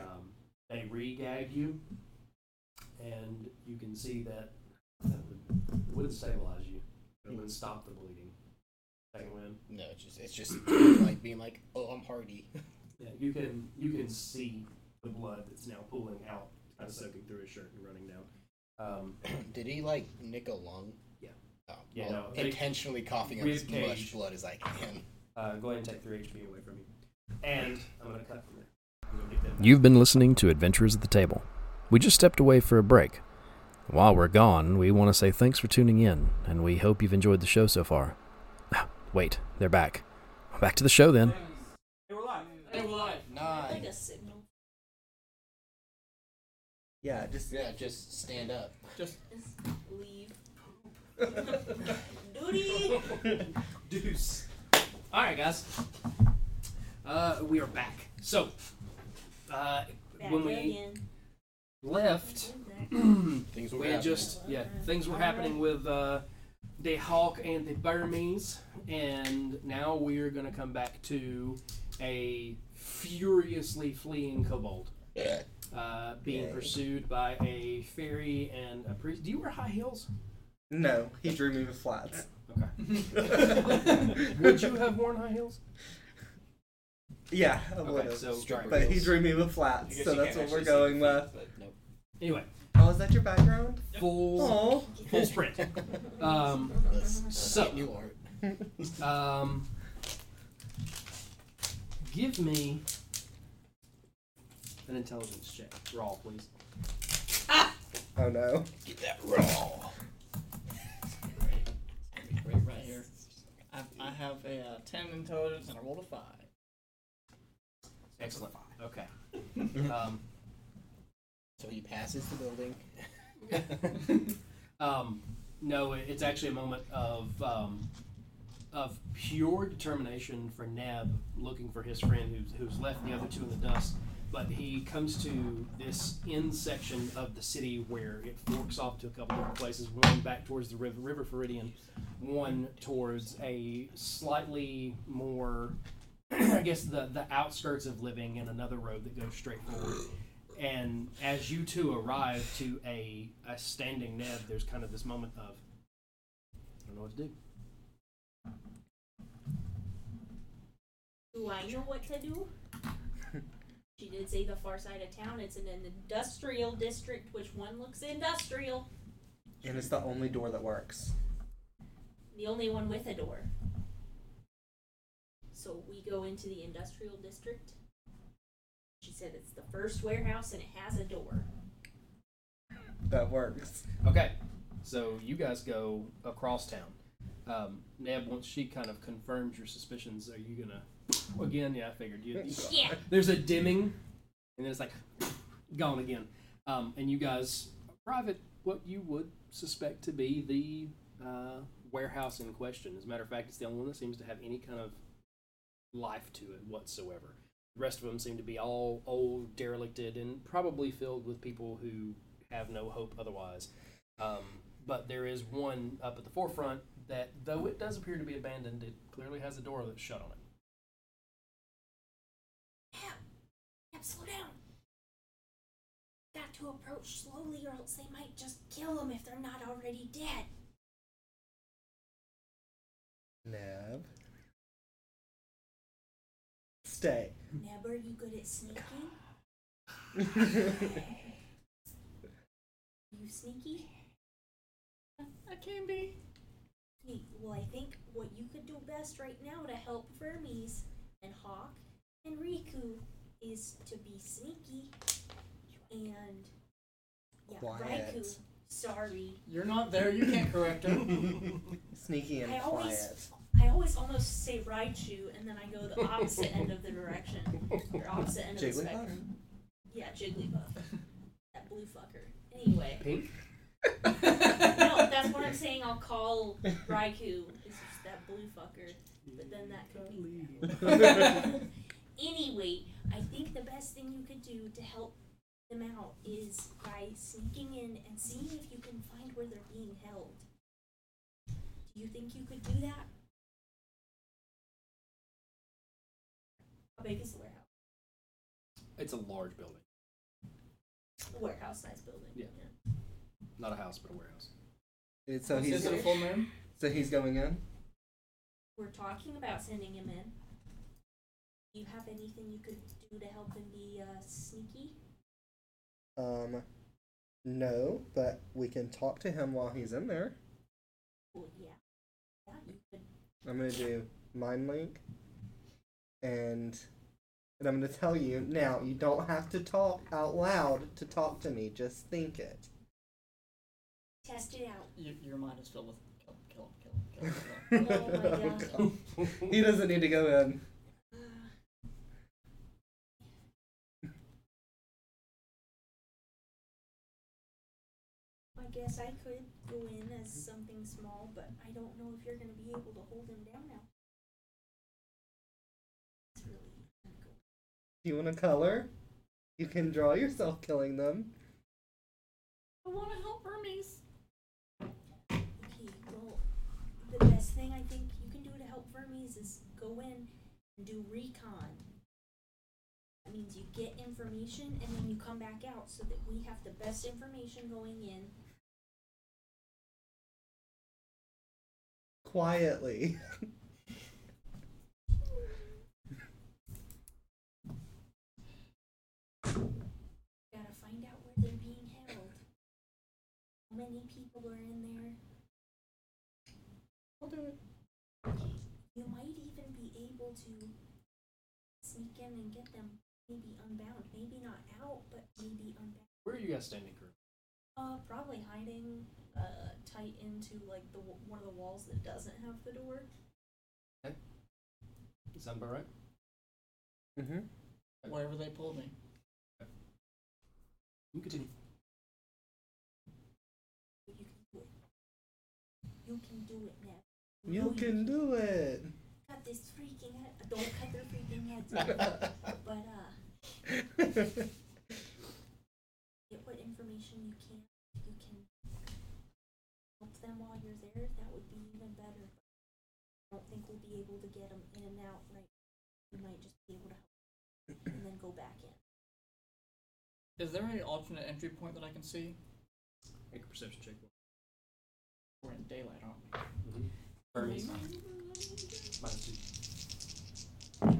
Speaker 7: Um, they re-gag you, and you can see that that would, it wouldn't stabilize you. It wouldn't stop the bleeding. Second win.
Speaker 3: No, it's just it's just like being like, oh, I'm hardy.
Speaker 7: Yeah, you can you can see the blood that's now pooling out, kind of soaking through his shirt and running down. Um,
Speaker 3: Did he like nick a lung?
Speaker 7: Yeah.
Speaker 3: Oh,
Speaker 7: Yeah,
Speaker 3: well,
Speaker 7: no, they-
Speaker 3: intentionally coughing up
Speaker 7: rib
Speaker 3: as much
Speaker 7: cage.
Speaker 3: blood as I can.
Speaker 7: uh, go ahead and take three HP away from you, and I'm gonna cut from there. I'm gonna make that back.
Speaker 1: You've been listening to Adventures at the Table. We just stepped away for a break. While we're gone, we want to say thanks for tuning in, and we hope you've enjoyed the show so far. Ah, Wait, they're back. Back to the show then.
Speaker 4: They were live.
Speaker 5: Hey, we're live.
Speaker 6: Like
Speaker 3: Nine.
Speaker 6: a signal.
Speaker 8: Yeah, just
Speaker 3: Yeah, just stand up.
Speaker 6: Just leave. Duty!
Speaker 4: Deuce.
Speaker 7: All right, guys. Uh, we are back. So, uh,
Speaker 6: Back
Speaker 7: when we
Speaker 6: again.
Speaker 7: left,
Speaker 3: Things
Speaker 7: we had just yeah things were happening with uh, the hawk and the burmese and now we're going to come back to a furiously fleeing kobold uh, being
Speaker 8: Yay.
Speaker 7: pursued by a fairy and a priest do you wear high heels
Speaker 8: no. He drew me with flats.
Speaker 7: Would you have worn high heels?
Speaker 8: Yeah, I would
Speaker 7: Okay,
Speaker 8: have.
Speaker 7: so
Speaker 3: Striper
Speaker 8: but he
Speaker 3: heels.
Speaker 8: drew me with flats, so that's what we're going with.
Speaker 3: Nope.
Speaker 7: anyway,
Speaker 8: Oh, is that your background?
Speaker 7: full
Speaker 8: Oh,
Speaker 7: full sprint. Um,
Speaker 6: Uh-huh.
Speaker 3: Let's, let's
Speaker 7: So-
Speaker 3: get new art.
Speaker 7: um, give me an intelligence check, raw, please.
Speaker 8: oh no.
Speaker 3: Get that raw.
Speaker 5: Right, right here. I, I have a uh, 10 intelligence and I rolled a 5.
Speaker 7: Excellent. Okay. um,
Speaker 3: So he passes the building.
Speaker 7: um, no, it- it's actually a moment of um, of pure determination for Nab, looking for his friend who's who's left the other two in the dust. But he comes to this end section of the city where it forks off to a couple different places. One back towards the river, River Feridian, one towards a slightly more, I guess, the the outskirts of living, and another road that goes straight forward. And as you two arrive to a, a standing neb, there's kind of this moment of, I don't know what to do.
Speaker 6: Do I know what to do? she did say the far side of town. It's in an industrial district, which one looks industrial.
Speaker 8: And it's the only door that works.
Speaker 6: The only one with a door. So we go into the industrial district. She said it's the first warehouse and it has a door.
Speaker 8: That works.
Speaker 7: Okay, so you guys go across town. Um, Neb, once she kind of confirms your suspicions, are you gonna again? Yeah, I figured you.
Speaker 6: Yeah.
Speaker 7: There's a dimming, and then it's like gone again. Um, and you guys arrive at what you would suspect to be the uh, warehouse in question. As a matter of fact, it's the only one that seems to have any kind of life to it whatsoever. The rest of them seem to be all old, derelicted, and probably filled with people who have no hope otherwise. Um, but there is one up at the forefront that, though it does appear to be abandoned, it clearly has a door that's shut on it.
Speaker 6: Ab, Ab, slow down. Got to approach slowly, or else they might just kill them if they're not already dead.
Speaker 8: Neb. Stay.
Speaker 6: Neb, are you good at sneaking? you sneaky?
Speaker 5: I can be.
Speaker 6: Hey, well, I think what you could do best right now to help Vermes and Hawk and Riku is to be sneaky and yeah,
Speaker 8: Quiet.
Speaker 6: Riku. Sorry,
Speaker 5: You're not there. You can't correct her.
Speaker 8: Sneaky and
Speaker 6: I
Speaker 8: quiet.
Speaker 6: always I always almost say Raichu and then I go the opposite end of the direction or opposite end of the
Speaker 8: Jigglypuff?
Speaker 6: spectrum. Yeah, Jigglypuff. that blue fucker. Anyway,
Speaker 7: Pink?
Speaker 6: no, that's what I'm saying. I'll call Raichu. It's just that blue fucker. But then that could be. anyway, I think the best thing you could do to help them out is by sneaking in and seeing if you can find where they're being held. Do you think you could do that? How big is the warehouse?
Speaker 7: It's a large building.
Speaker 6: The warehouse size building.
Speaker 7: Yeah. Not a house, but a warehouse.
Speaker 8: And so
Speaker 5: Is
Speaker 8: he's
Speaker 5: it a full name?
Speaker 8: uh, so he's going in.
Speaker 6: We're talking about sending him in. Do you have anything you could do to help him be uh, sneaky?
Speaker 8: Um, no, but we can talk to him while he's in there.
Speaker 6: Well, yeah. Yeah, you could.
Speaker 8: I'm gonna do mind link, and and I'm gonna tell you now. You don't have to talk out loud to talk to me. Just think it.
Speaker 6: Test it out.
Speaker 5: Y your mind is filled with kill, kill, kill, kill, kill.
Speaker 6: Oh my God.
Speaker 8: He doesn't need to go in.
Speaker 6: I guess I could go in as something small, but I don't know if you're going to be able to hold him down now. It's really difficult.
Speaker 8: Do you want to color? You can draw yourself killing them.
Speaker 5: I want to help Hermes.
Speaker 6: Okay, well, the best thing I think you can do to help Vermes is go in and do recon. That means you get information and then you come back out so that we have the best information going in.
Speaker 8: quietly.
Speaker 6: Gotta find out where they're being held. How many people are in there?
Speaker 8: I'll do it.
Speaker 6: You might even be able to sneak in and get them maybe unbound. Maybe not out, but maybe unbound.
Speaker 7: Where are you guys standing, crew?
Speaker 6: Uh, probably hiding uh, tight into like the w- one of the walls that doesn't have the door.
Speaker 7: Sound about right?
Speaker 8: Mm-hmm.
Speaker 5: Wherever they pulled me.
Speaker 7: You continue.
Speaker 6: You can do it. You can do it, Nev.
Speaker 8: You can do it.
Speaker 6: cut this freaking head. Don't cut their freaking heads off. but uh, get what information you can. You can help them while you're there. That would be even better. I don't think we'll be able to get them in and out right. We might just be able to help and then go back in.
Speaker 5: Is there any alternate entry point that I can see?
Speaker 7: Make a perception check.
Speaker 5: We're in daylight, aren't we?
Speaker 7: Or he's minus two.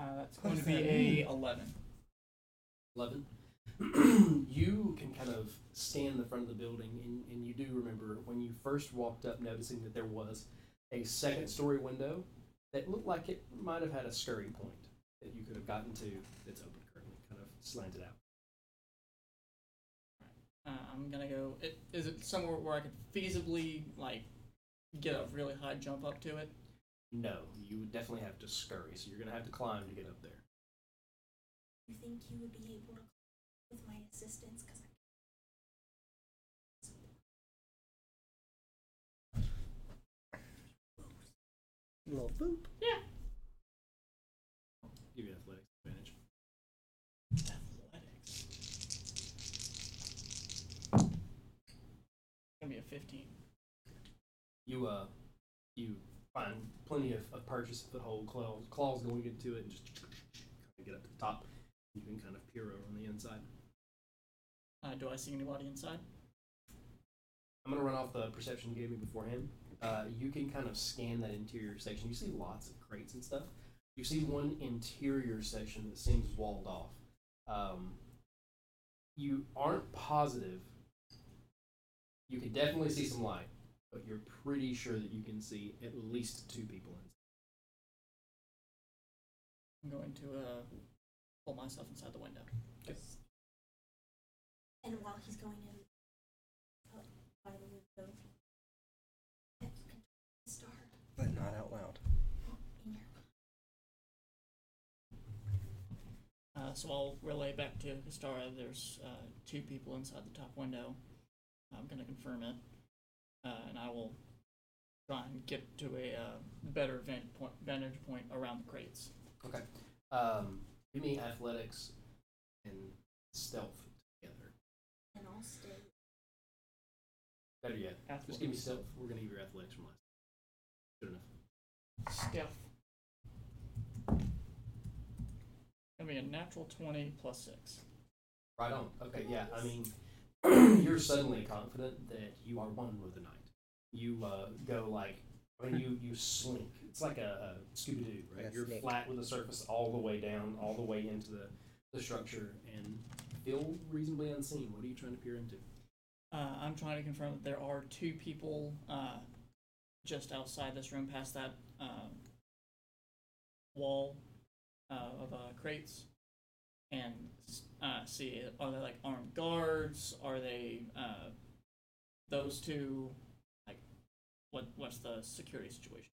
Speaker 5: Uh, that's going to be a eleven.
Speaker 7: 11. you can kind of stand in the front of the building, and, and you do remember when you first walked up noticing that there was a second story window that looked like it might have had a scurry point that you could have gotten to that's open currently, kind of slanted out.
Speaker 5: Uh, I'm gonna go. It, is it somewhere where I could feasibly like get a really high jump up to it?
Speaker 7: No, you would definitely have to scurry, so you're going to have to climb to get up there.
Speaker 6: You think you would be able to with my assistance? Because I.
Speaker 8: Little boop.
Speaker 7: Give you an athletics advantage.
Speaker 5: Athletics. It's gonna be a fifteen.
Speaker 7: You uh, you find plenty of, of purchase foothold claws, claws going into it, and just kind of get up to the top. You can kind of peer over on the inside.
Speaker 5: Uh, do I see anybody inside?
Speaker 7: I'm gonna run off the perception you gave me beforehand. Uh, you can kind of scan that interior section. You see lots of crates and stuff. You see one interior section that seems walled off. Um, you aren't positive. You can definitely see some light, but you're pretty sure that you can see at least two people inside.
Speaker 5: I'm going to uh, pull myself inside the window.
Speaker 6: And while he's going in uh, by the window, that you can start.
Speaker 8: But not out loud.
Speaker 5: Uh, so I'll relay back to Histara. There's uh, two people inside the top window. I'm going to confirm it. Uh, and I will try and get to a uh, better vantage point, vantage point around the crates.
Speaker 7: Okay. Um, give me athletics and stealth together.
Speaker 6: And I'll stay.
Speaker 7: Better yet, just give me stealth. We're gonna give your athletics from last. Good enough.
Speaker 5: Stealth. Gonna be a natural 20 plus 6.
Speaker 7: Right on. Okay, yeah. I mean, you're suddenly confident that you are one with the night. You uh, go like, I mean, you you slink. It's like a, a Scooby Doo, right?
Speaker 8: Yes,
Speaker 7: you're
Speaker 8: Nick.
Speaker 7: flat with the surface all the way down, all the way into the, the structure, and feel reasonably unseen. What are you trying to peer into?
Speaker 5: Uh, I'm trying to confirm that there are two people uh, just outside this room, past that um, wall uh, of uh, crates, and uh, see are they like armed guards? Are they uh, those two? Like, what what's the security situation?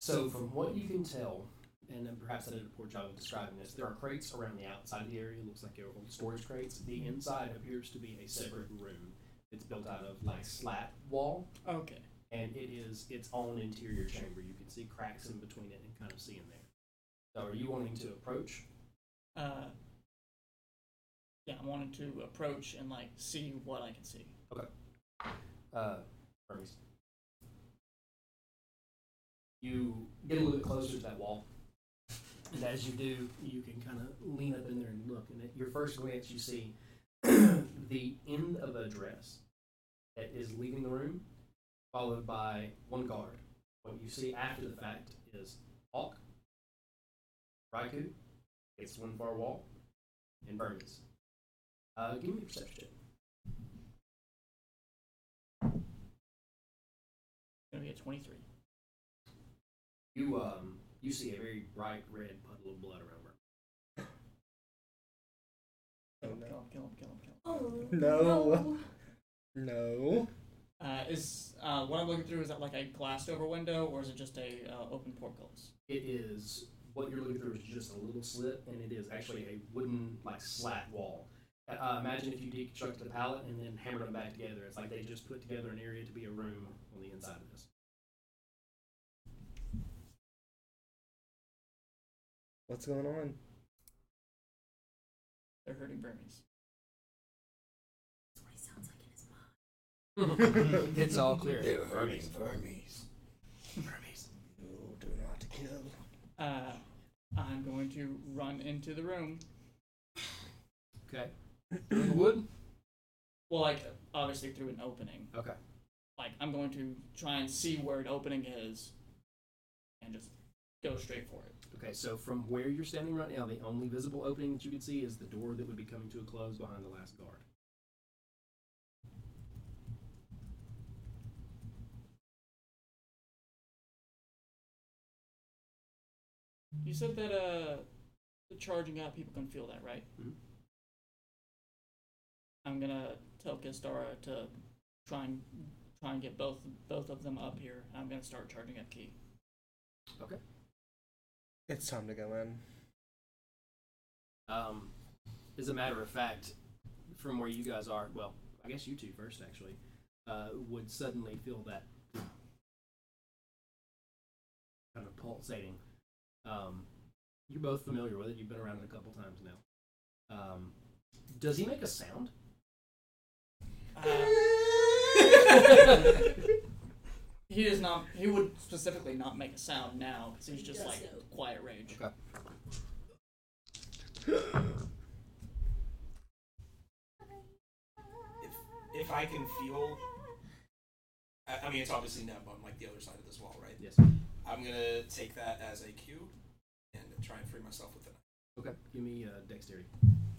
Speaker 7: So, from what you can tell, and then perhaps I did a poor job of describing this, there are crates around the outside of the area. It looks like they're old storage crates. The inside appears to be a separate room. It's built out of like slat wall,
Speaker 5: Okay,
Speaker 7: and it is its own interior chamber. You can see cracks in between it and kind of see in there. So, are you wanting to approach?
Speaker 5: uh, yeah, I wanted to approach and like see what I can see.
Speaker 7: Uh, Hermes. You get a little bit closer to that wall. And as you do, you can kind of lean up in there and look. And at your first glance, you see the end of a dress that is leaving the room, followed by one guard. What you see after the fact is Hawk, Raikou, gets one far wall, and Burns. Uh, give me a perception. check.
Speaker 5: Gonna be a twenty-three.
Speaker 7: You um you see a very bright red puddle of blood around her.
Speaker 5: Kill him,
Speaker 8: Oh, no.
Speaker 5: kill him, kill him, kill him, kill him.
Speaker 6: Oh,
Speaker 8: No. No.
Speaker 5: Uh, is uh, what I'm looking through is that like a glassed over window or is it just a uh, open portcullis?
Speaker 7: It is what you're looking through is just a little slit, and it is actually a wooden like slat wall. Uh, imagine if you deconstructed a pallet and then hammered them back together. It's like they just put together an area to be a room on the inside of this.
Speaker 8: What's going on?
Speaker 5: They're hurting Burmese.
Speaker 6: That's what he sounds like in his mind.
Speaker 13: it's all clear.
Speaker 3: Hermes. Hermes. Hermes.
Speaker 8: No, do not kill.
Speaker 5: Uh, I'm going to run into the room.
Speaker 7: Okay. Wood.
Speaker 5: Well, like obviously through an opening.
Speaker 7: Okay.
Speaker 5: Like I'm going to try and see where an opening is, and just go straight for it.
Speaker 7: Okay. So from where you're standing right now, the only visible opening that you can see is the door that would be coming to a close behind the last guard.
Speaker 5: You said that uh, the charging out people can feel that, right?
Speaker 7: Mhm.
Speaker 5: I'm gonna tell Kistara to try and try and get both both of them up here. I'm gonna start charging up Key.
Speaker 8: It's time to go in.
Speaker 7: Um, as a matter of fact, from where you guys are, well, I guess you two first actually, uh, would suddenly feel that kind of pulsating. Um, you're both familiar with it. You've been around it a couple times now. Um, does he make a sound?
Speaker 5: Uh, he does not. He would specifically not make a sound now because he's just like quiet rage.
Speaker 4: If, if I can feel, I, I mean, it's obviously not on like the other side of this wall, right?
Speaker 7: Yes.
Speaker 4: I'm gonna take that as a cue and try and free myself with it.
Speaker 7: Okay. Give me uh, dexterity.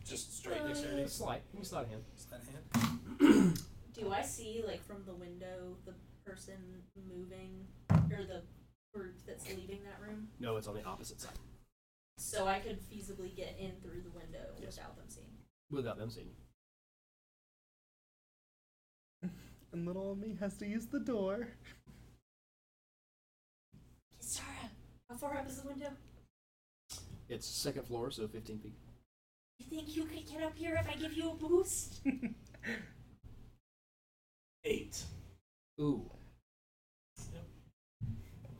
Speaker 4: Just straight
Speaker 7: Uh,
Speaker 4: dexterity.
Speaker 7: slight. Give me slight hand.
Speaker 4: Sleight of hand.
Speaker 6: Do I see like from the window the person moving or the group that's leaving that room?
Speaker 7: No, it's on the opposite side.
Speaker 6: So I could feasibly get in through the window
Speaker 7: Yes.
Speaker 6: without them seeing. me.
Speaker 7: Without them seeing you.
Speaker 8: And little old me has to use the door.
Speaker 6: Kisara, how far up is the window?
Speaker 7: It's second floor, so 15 feet.
Speaker 6: You think you could get up here if I give you a boost?
Speaker 4: Eight.
Speaker 7: Ooh.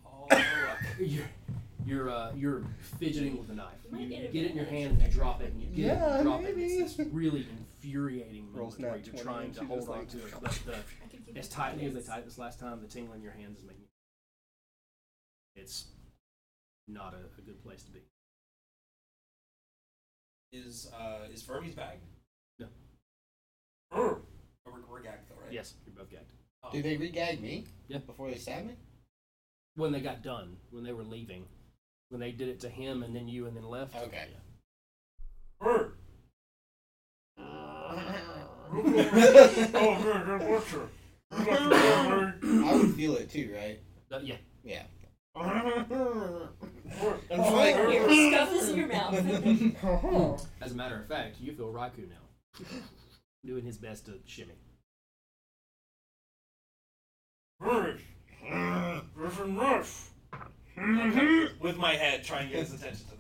Speaker 4: All the way
Speaker 7: Oh,
Speaker 4: up.
Speaker 7: You're you're uh, you're fidgeting with a knife.
Speaker 6: You
Speaker 7: You
Speaker 6: might get
Speaker 7: get
Speaker 6: a
Speaker 7: it in your
Speaker 6: reaction.
Speaker 7: hand, you drop it, and you get it, and
Speaker 8: Yeah,
Speaker 7: you drop it. and It's this
Speaker 8: maybe.
Speaker 7: really infuriating
Speaker 8: Rolls
Speaker 7: moment where
Speaker 8: nat
Speaker 7: you're
Speaker 8: 20,
Speaker 7: trying
Speaker 8: and
Speaker 7: to
Speaker 8: she
Speaker 7: hold
Speaker 8: was
Speaker 7: on
Speaker 8: like-
Speaker 7: to it, but
Speaker 6: I could give
Speaker 7: the, as
Speaker 6: you
Speaker 7: tightly as they
Speaker 6: this.
Speaker 7: tied this last time, the tingle in your hands is making it's not a, a good place to be.
Speaker 4: Is uh is Verme's bag?
Speaker 7: No.
Speaker 4: Urgh. We're, we're gagged though, right?
Speaker 7: Yes, you're both gagged.
Speaker 4: Oh.
Speaker 3: Did they regag me?
Speaker 7: Yeah.
Speaker 3: Before they stab me?
Speaker 7: When they got done, when they were leaving, when they did it to him and then you and then left.
Speaker 8: Oh.
Speaker 3: Okay.
Speaker 7: yeah.
Speaker 4: Urgh.
Speaker 3: I
Speaker 4: man, that's Lester.
Speaker 3: would feel it too, right?
Speaker 7: That- yeah.
Speaker 3: Yeah. Oh.
Speaker 4: I'm
Speaker 6: Here, stuff this in your mouth.
Speaker 7: As a matter of fact, you feel Raku now, doing his best to shimmy.
Speaker 4: With my head, trying to get his attention to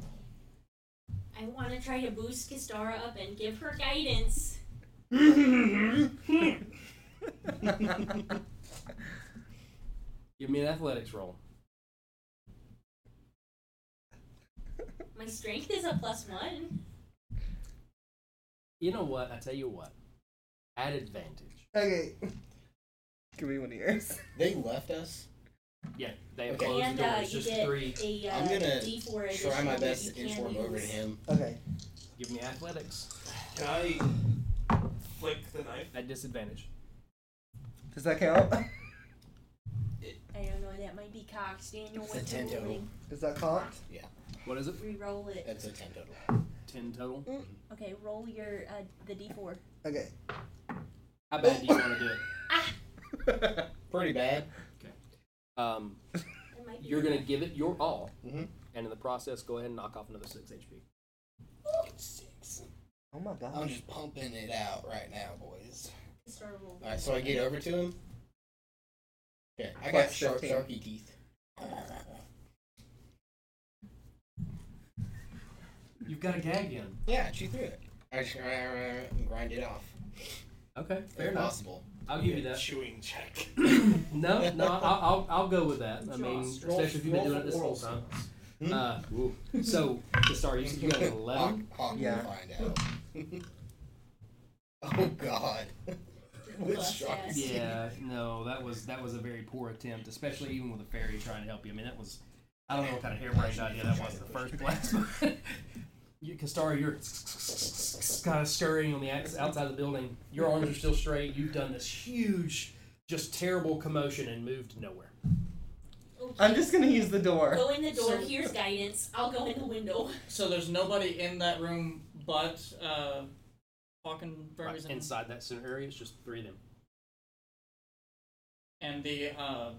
Speaker 4: that.
Speaker 6: I want to try to boost Kistara up and give her guidance.
Speaker 7: Give me an athletics roll.
Speaker 6: My strength is a plus one.
Speaker 7: You know what? I tell you what. At advantage.
Speaker 8: Okay. Give me one of yours.
Speaker 3: They left us.
Speaker 7: Yeah, they have
Speaker 3: Okay.
Speaker 7: closed
Speaker 6: and
Speaker 7: the door.
Speaker 6: uh,
Speaker 7: It's
Speaker 6: you
Speaker 7: just
Speaker 6: get
Speaker 7: three.
Speaker 6: a uh,
Speaker 3: I'm gonna
Speaker 6: D4 additional
Speaker 3: Try my
Speaker 6: that
Speaker 3: best
Speaker 6: you
Speaker 3: to inch
Speaker 6: can
Speaker 3: one over to
Speaker 6: use.
Speaker 3: him.
Speaker 8: Okay.
Speaker 7: Give me athletics.
Speaker 4: Can I
Speaker 9: flick the knife.
Speaker 7: At disadvantage.
Speaker 8: Does that count?
Speaker 6: I don't know. That might be Cox. Daniel,
Speaker 3: a
Speaker 6: what you
Speaker 3: ten total.
Speaker 6: rolling?
Speaker 8: Does that count?
Speaker 10: What is it?
Speaker 6: Reroll it.
Speaker 3: That's a 10 total.
Speaker 10: Ten total.
Speaker 6: Mm. Okay, roll your uh, the d4.
Speaker 8: Okay.
Speaker 10: How bad do you want to do it?
Speaker 3: Pretty bad.
Speaker 7: Um,
Speaker 6: It might be
Speaker 7: you're gonna give it your all,
Speaker 3: Mhm.
Speaker 7: and in the process, go ahead and knock off another six HP.
Speaker 8: Oh my
Speaker 3: I'm
Speaker 8: gosh.
Speaker 3: just pumping it out right now, boys.
Speaker 6: start roll.
Speaker 3: Alright, so I get over to him. Yeah, I got
Speaker 8: Plus
Speaker 3: sharp,
Speaker 8: 15.
Speaker 3: sharky teeth.
Speaker 10: You've got a gag in.
Speaker 3: Yeah, chew through it. I just and grind it off.
Speaker 7: Okay,
Speaker 3: Fair if possible.
Speaker 7: I'll give you that.
Speaker 4: Chewing check.
Speaker 7: No, no, I'll, I'll, I'll go with that. I mean,
Speaker 5: Jaws.
Speaker 7: especially if you've been doing it this whole time. Uh, so, sorry, you said you got an
Speaker 3: Hawk,
Speaker 7: eleven.
Speaker 3: Hawk
Speaker 8: Yeah.
Speaker 3: will find out. oh god. What's
Speaker 6: Plus
Speaker 3: sharky
Speaker 6: S.
Speaker 3: teeth?
Speaker 7: Yeah, no, that was that was a very poor attempt, especially even with a fairy trying to help you. I mean, that was I don't know what kind of harebrained idea that was in the first place. But you, Kastari, you're kind of scurrying on the outs- outside of the building. Your arms are still straight. You've done this huge, just terrible commotion and moved nowhere.
Speaker 8: I'm just gonna use the door.
Speaker 6: Oh, Go in the door.
Speaker 5: So-
Speaker 6: Here's guidance. I'll go in the window.
Speaker 5: So there's nobody in that room but uh, fucking Burmese
Speaker 7: Right,
Speaker 5: and,
Speaker 7: inside that center area, it's just three of them.
Speaker 5: and the uh,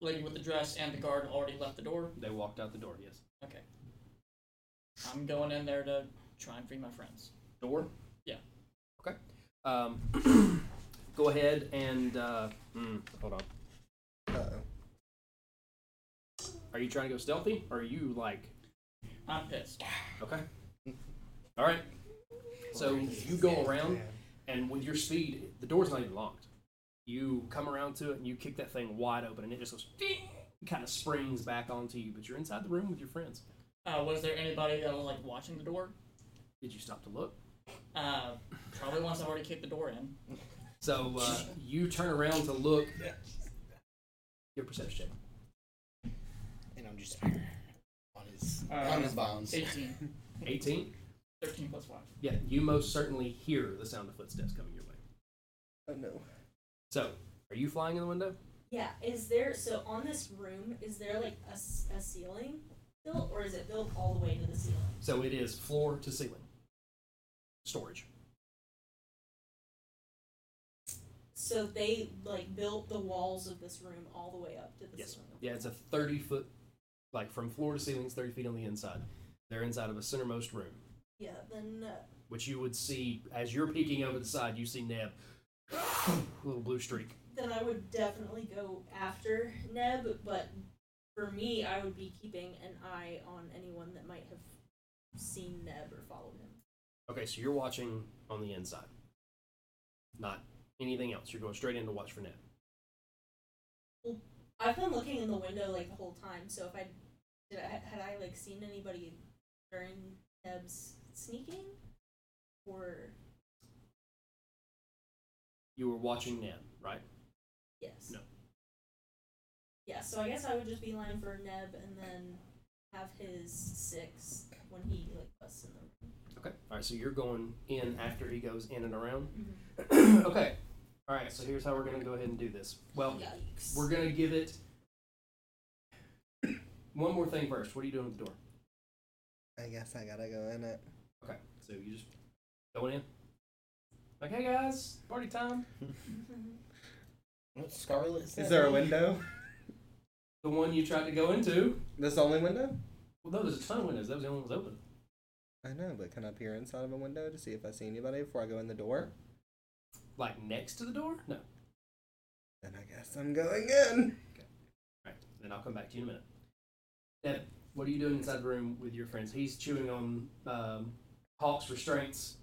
Speaker 5: lady with the dress and the guard already left the door.
Speaker 7: They walked out the door. Yes.
Speaker 5: Okay. I'm going in there to try and free my friends.
Speaker 7: Door.
Speaker 5: Yeah.
Speaker 7: Okay. Um, go ahead and uh, mm, hold on.
Speaker 8: Uh-oh.
Speaker 7: Are you trying to go stealthy? Or are you like
Speaker 5: I'm pissed.
Speaker 7: Okay. All right. So you go around, and with your speed, the door's not even locked. You come around to it, and you kick that thing wide open, and it just goes, kind of springs back onto you. But you're inside the room with your friends.
Speaker 5: Uh, was there anybody that was like watching the door?
Speaker 7: Did you stop to look?
Speaker 5: Uh, probably once I've already kicked the door in.
Speaker 7: So uh, you turn around to look. Your perception. check.
Speaker 3: And I'm just on his
Speaker 5: Uh,
Speaker 3: on his bones.
Speaker 5: 18.
Speaker 7: 18.
Speaker 5: 13 plus 5.
Speaker 7: Yeah, you most certainly hear the sound of footsteps coming your way.
Speaker 8: Oh no.
Speaker 7: So, are you flying in the window?
Speaker 6: Yeah. Is there so on this room? Is there like a, s- a ceiling built, or is it built all the way to the ceiling?
Speaker 7: So it is floor to ceiling. Storage.
Speaker 6: So they like built the walls of this room all the way up to the
Speaker 7: Yes.
Speaker 6: ceiling.
Speaker 7: Yeah, it's a 30 foot, like from floor to ceiling, it's 30 feet on the inside. They're inside of a centermost room,
Speaker 6: Yeah. Then uh,
Speaker 7: which you would see as you're peeking over the side, you see Neb, little blue streak.
Speaker 6: then I would definitely go after Neb, but for me, I would be keeping an eye on anyone that might have seen Neb or followed him.
Speaker 7: Okay, so you're watching on the inside, not anything else. You're going straight in to watch for Neb.
Speaker 6: I've been looking in the window like the whole time, so if I did, I, had I like seen anybody during Neb's sneaking, or
Speaker 7: You were watching Neb, right?
Speaker 6: yes,
Speaker 7: No.
Speaker 6: yeah. So I guess I would just be lying for Neb and then have his six when he like busts in the room.
Speaker 7: Okay. All right, so you're going in after he goes in and around.
Speaker 6: Mhm.
Speaker 8: Mm-hmm.
Speaker 7: okay. All right, so here's how we're going to go ahead and do this. Well,
Speaker 6: Yikes!
Speaker 7: Oh, we're going to give it one more thing first. What are you doing at the door?
Speaker 8: I guess I gotta go in it.
Speaker 7: Okay, so you just going in? Like, hey guys, party time.
Speaker 6: Mm-hmm.
Speaker 3: What Scarlet is,
Speaker 8: Is
Speaker 3: that
Speaker 8: there a
Speaker 3: thing?
Speaker 8: window?
Speaker 7: The one you tried to go into.
Speaker 8: This only window?
Speaker 7: Well, no, there's a ton of windows. That was the only one that was open.
Speaker 8: I know, but can I peer inside of a window to see if I see anybody before I go in the door?
Speaker 7: Like next to the door? No. All
Speaker 8: Then I guess I'm going in.
Speaker 7: right, then I'll come back to you in a minute. Deb, what are you doing inside the room with your friends? He's chewing on um, Hawk's restraints.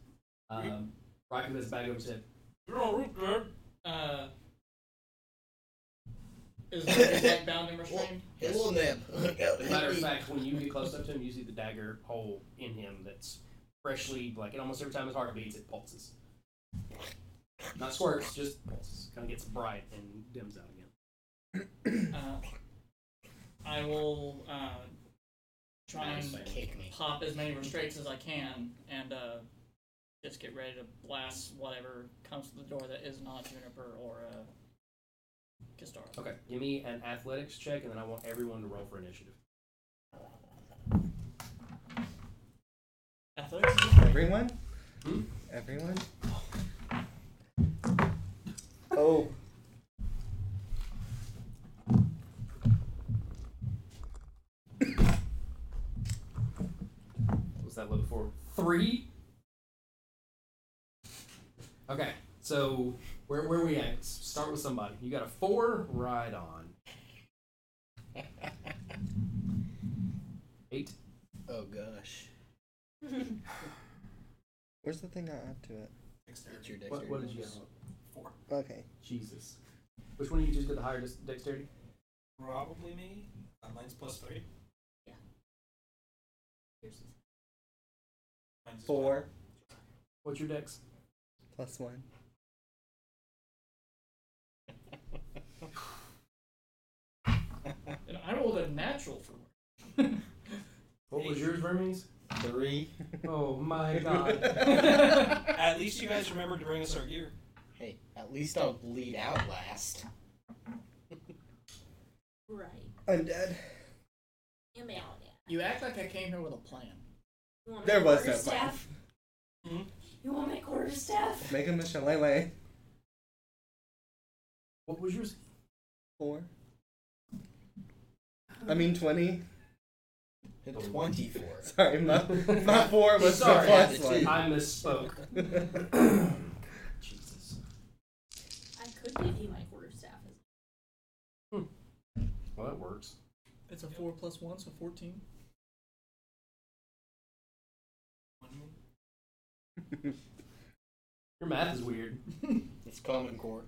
Speaker 7: Um, right with his bag over his head.
Speaker 5: Uh, is that like bound and restrained?
Speaker 3: Yes. Little nib.
Speaker 7: Matter of fact, when you get close up to him, you see the dagger hole in him that's freshly, like, and almost every time his heart beats, it pulses. Not squirts, just pulses. Kind of gets bright and dims out again.
Speaker 5: Uh, I will uh, try and
Speaker 3: Kick me.
Speaker 5: pop as many restraints as I can and uh, just get ready to blast whatever comes to the door that is not Juniper or uh, Kistar.
Speaker 7: Okay. Give me an athletics check, and then I want everyone to roll for initiative.
Speaker 5: Athletics?
Speaker 8: Everyone?
Speaker 7: Hmm?
Speaker 8: Everyone? Oh.
Speaker 7: What was that level four? Three? Okay, so where, where are we at? S- Start with somebody. You got a four, ride on. Eight.
Speaker 3: Oh gosh.
Speaker 8: Where's the thing I add to it?
Speaker 3: It's your
Speaker 7: What,
Speaker 3: dexterity
Speaker 7: what did you have?
Speaker 3: bonus.
Speaker 8: Okay.
Speaker 7: Jesus. Which one of you just got the higher dex- dexterity?
Speaker 4: Probably me. Uh, mine's plus three. Mine's is
Speaker 8: Four
Speaker 7: What's your dex?
Speaker 8: plus one.
Speaker 5: And I rolled a natural for it.
Speaker 7: What was yours, Vermes?
Speaker 3: Three.
Speaker 7: Oh my god.
Speaker 4: five. At least you guys remembered to bring us our gear.
Speaker 3: Hey, at least I'll bleed out last.
Speaker 6: Right.
Speaker 8: Undead.
Speaker 6: Am out now.
Speaker 5: you act like I came here with a plan.
Speaker 6: You want
Speaker 8: There
Speaker 6: my
Speaker 8: was no
Speaker 6: quarterstaff?
Speaker 4: Hmm?
Speaker 7: Mm-hmm.
Speaker 6: You want my quarterstaff?
Speaker 8: Make him a shillelagh.
Speaker 7: what was yours?
Speaker 8: Four. I mean twenty.
Speaker 3: Twenty-four.
Speaker 8: Sorry, my, my four was the
Speaker 7: Sorry.
Speaker 8: plus one.
Speaker 7: I misspoke. Jesus.
Speaker 6: I could give you my quarterstaff. as-
Speaker 7: Well, that works.
Speaker 5: It's a 4 plus 1, so 14.
Speaker 7: Your math is weird.
Speaker 3: It's common core.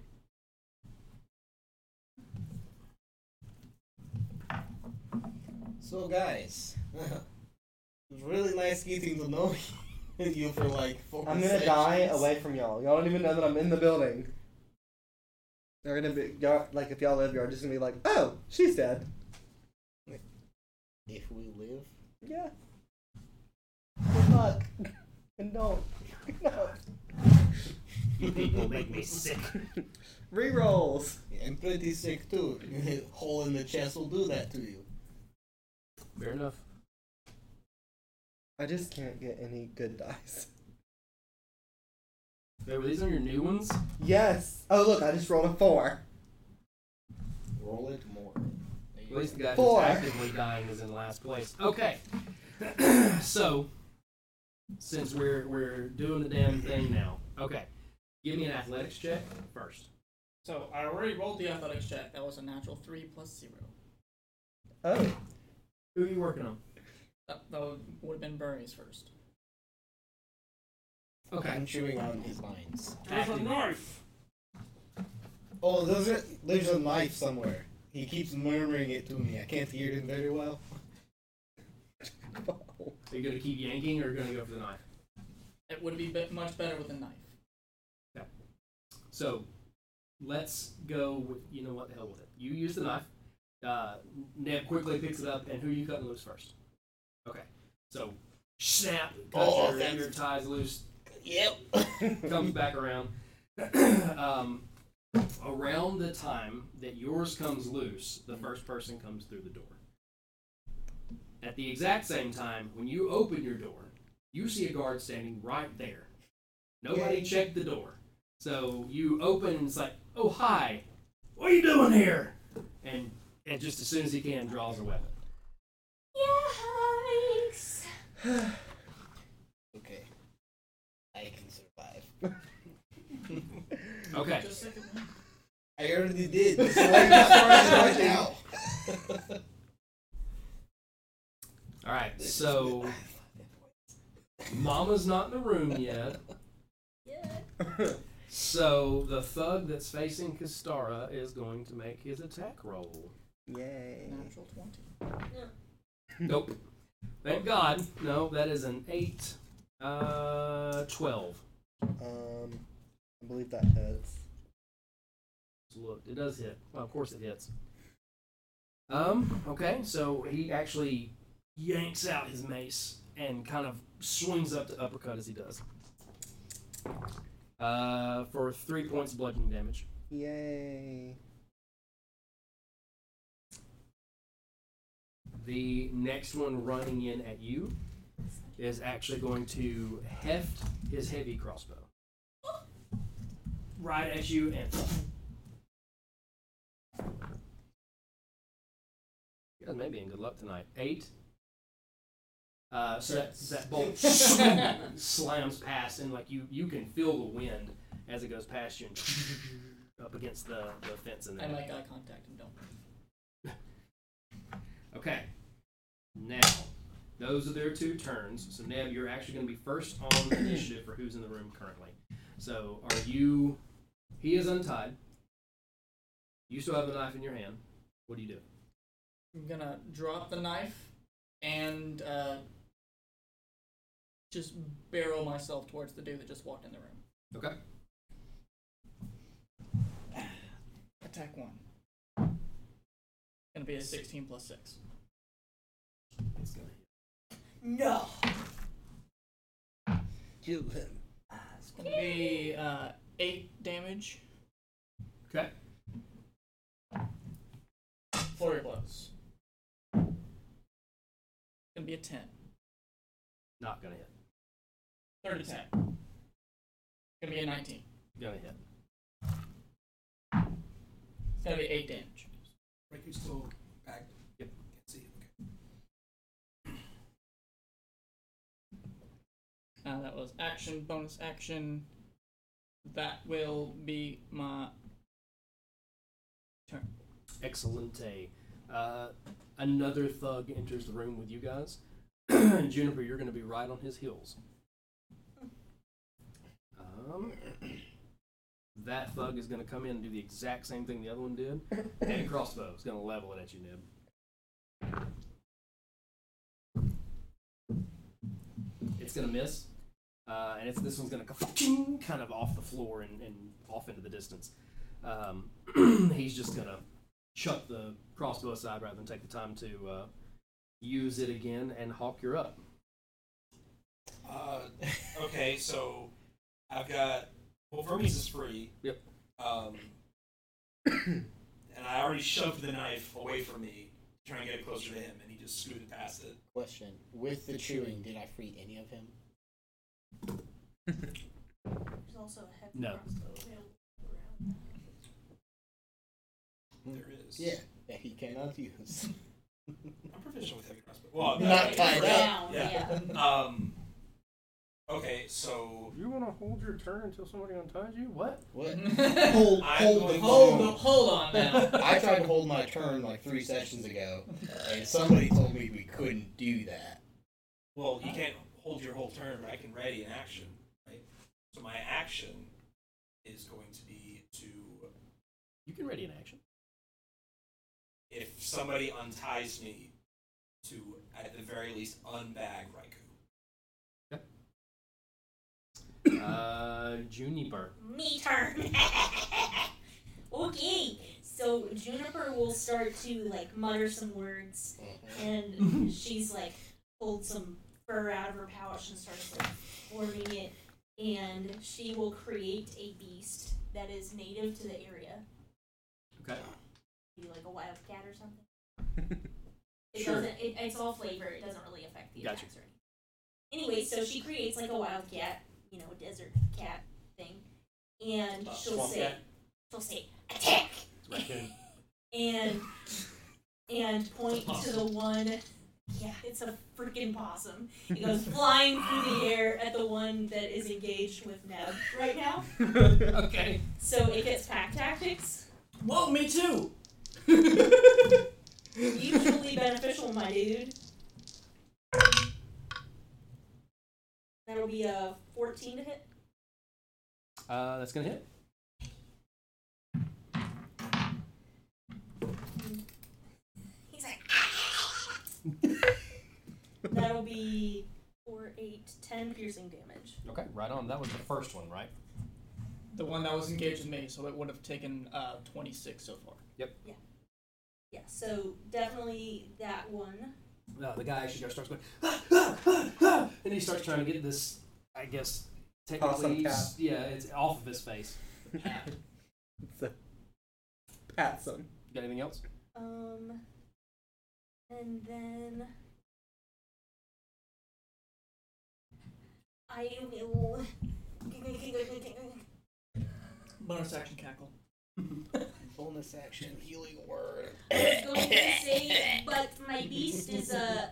Speaker 3: So guys, it was really nice getting to know you for like four.
Speaker 8: I'm gonna
Speaker 3: sessions.
Speaker 8: die away from y'all. Y'all don't even know that I'm in the building. They're gonna be y'all, like if y'all live, y'all are just gonna be like, oh, she's dead.
Speaker 3: If we live,
Speaker 8: Yeah. Good luck. And don't. No.
Speaker 3: you people make me sick.
Speaker 8: Rerolls.
Speaker 3: I'm pretty sick too. Hole in the chest will do that to you.
Speaker 7: Fair enough.
Speaker 8: I just can't get any good dice.
Speaker 7: Were these are your new ones?
Speaker 8: Yes. Oh look, I just rolled a four.
Speaker 3: Roll it more. There you
Speaker 7: At least the guy
Speaker 8: Four.
Speaker 7: who's actively dying is in last place. Okay. so, since we're we're doing the damn thing now, okay, give me an athletics check first.
Speaker 5: So I already rolled the athletics check. That was a natural 3 plus 0.
Speaker 8: Oh.
Speaker 7: Who are you working on?
Speaker 5: That, that would, would have been Bernie's first.
Speaker 3: go.
Speaker 7: Okay.
Speaker 3: I'm chewing on his lines.
Speaker 4: There's a knife.
Speaker 3: Oh, there's a, there's a knife somewhere. He keeps murmuring it to me. I can't hear him very well.
Speaker 7: Are you gonna keep yanking or gonna go for the knife?
Speaker 5: It would be bit much better with a knife.
Speaker 7: So, let's go with you know what the hell with it. You use the knife. Uh, Neb quickly picks it up, and who you cutting loose first? Okay. So, snap, cuts
Speaker 3: Oh,
Speaker 7: your,
Speaker 3: that's-
Speaker 7: your ties loose.
Speaker 3: Yep.
Speaker 7: comes back around. um, around the time that yours comes loose, the first person comes through the door. At the exact same time, when you open your door, you see a guard standing right there. Nobody
Speaker 3: Yay.
Speaker 7: checked the door. So you open and it's like, oh, hi, what are you doing here? And, and just as soon as he can, draws a weapon.
Speaker 6: Yikes!
Speaker 3: Okay. I can survive.
Speaker 7: Okay.
Speaker 5: Just a second.
Speaker 3: I already did. That's why you started right now.
Speaker 7: All right. So Mama's not in the room yet.
Speaker 6: Yeah.
Speaker 7: So the thug that's facing Kastara is going to make his attack roll.
Speaker 8: Yay.
Speaker 5: Natural 20.
Speaker 7: Nope. Thank God. No, that is an eight. Uh, twelve.
Speaker 8: Um, I believe that hits.
Speaker 7: Look, it does hit. Well, of course it hits. Um. Okay. So he actually yanks out his mace and kind of swings up to uppercut as he does. uh, for three points of bludgeoning damage.
Speaker 8: Yay.
Speaker 7: The next one running in at you is actually going to heft his heavy crossbow right at you and you guys may be in good luck tonight. Eight. Uh, so that, that bolt slams past, and like you, you can feel the wind as it goes past you and up against the, the fence. And
Speaker 5: I
Speaker 7: there.
Speaker 5: make eye contact and don't.
Speaker 7: Okay. Now, those are their two turns. So, Neb, you're actually going to be first on the initiative for who's in the room currently. So, are you. He is untied. You still have the knife in your hand. What do you do?
Speaker 5: I'm gonna drop the knife and uh, just barrel myself towards the dude that just walked in the room.
Speaker 7: Okay.
Speaker 5: Attack one. Gonna be a 16 plus 6. No!
Speaker 8: Kill him.
Speaker 5: It's gonna be uh, 8 damage,
Speaker 7: Okay.
Speaker 5: 4 blows. Gonna be a 10.
Speaker 7: Not going to hit.
Speaker 5: Third attack. Gonna be a 19.
Speaker 7: Going to hit.
Speaker 5: It's gonna be 8 damage.
Speaker 4: Ricky's still back.
Speaker 7: Yep.
Speaker 4: Can't see. Okay.
Speaker 5: Uh, that was action, bonus action. That will be my turn.
Speaker 7: Excelente. Uh, another thug enters the room with you guys. Juniper, you're going to be right on his heels. Um, that thug is going to come in and do the exact same thing the other one did. And crossbow is going to level it at you, Nib. It's going to miss. Uh, and it's, this one's going to go kind of off the floor and, and off into the distance. Um, he's just going to chuck the crossbow aside rather than take the time to uh, use it again. And Hawk, you're up.
Speaker 9: Uh, okay, so I've got well, Vermes is free.
Speaker 7: Yep.
Speaker 9: Um, and I already shoved the knife away from me, trying to get it closer to him, and he just scooted past it.
Speaker 3: Question: With the chewing, did I free any of him?
Speaker 6: There's also a heavy
Speaker 7: No.
Speaker 6: crossbow available around.
Speaker 9: There is.
Speaker 3: Mm-hmm. Yeah, that he cannot use.
Speaker 9: I'm proficient with heavy crossbow. Well,
Speaker 3: Not tied up.
Speaker 6: Around,
Speaker 9: Yeah.
Speaker 6: yeah.
Speaker 9: Um. Okay, so
Speaker 7: You want to hold your turn until somebody unties you? What?
Speaker 3: What?
Speaker 5: hold,
Speaker 9: I'm going
Speaker 5: hold,
Speaker 9: to-
Speaker 5: hold on now.
Speaker 3: I tried to hold my turn like three sessions ago, and somebody told me we couldn't do that.
Speaker 9: Well, you can't hold your whole turn, but I can ready an action, right? So my action is going to be to
Speaker 7: You can ready an action.
Speaker 9: if somebody unties me to at the very least unbag Raikou.
Speaker 7: uh, Juniper.
Speaker 6: me turn. okay, so Juniper will start to like mutter some words, and she's like pulls some fur out of her pouch and starts like forming it, and she will create a beast that is native to the area,
Speaker 7: Okay.
Speaker 6: be like a wildcat or something. It
Speaker 7: Sure.
Speaker 6: doesn't. It, it's all flavor. It doesn't really affect the
Speaker 7: Gotcha.
Speaker 6: attacks or anything. Anyway, so she creates like a wildcat, you know, desert cat thing, and
Speaker 9: Uh,
Speaker 6: she'll
Speaker 9: swamp
Speaker 6: say,
Speaker 9: cat?
Speaker 6: she'll say, attack,
Speaker 7: It's raccoon.
Speaker 6: and and point to
Speaker 5: possum.
Speaker 6: the one. Yeah, it's a freaking possum. It goes flying through the air at the one that is engaged with Neb right now.
Speaker 5: okay.
Speaker 6: So it gets pack tactics.
Speaker 5: Whoa, me too!
Speaker 6: Mutually beneficial, my dude. That'll be a 14 to hit.
Speaker 7: Uh, that's gonna hit.
Speaker 6: He's like, "Ah!" That'll be 4, 8, 10 piercing damage.
Speaker 7: Okay, right on. That was the first one, right?
Speaker 5: The one that was engaged with me, so it would have taken uh, 26 so far.
Speaker 6: Yeah, so definitely that one.
Speaker 7: Uh, No, the guy actually starts going, "Ah, ah, ah, ah," and he starts trying to get this, I guess,
Speaker 8: Possum
Speaker 7: technically,
Speaker 8: cat.
Speaker 7: yeah, it's off of his face.
Speaker 8: So, pat some.
Speaker 7: Got anything else?
Speaker 6: Um, and then I will.
Speaker 5: Bonus action cackle.
Speaker 3: Bonus action healing word.
Speaker 6: I was going to say, but my beast is uh,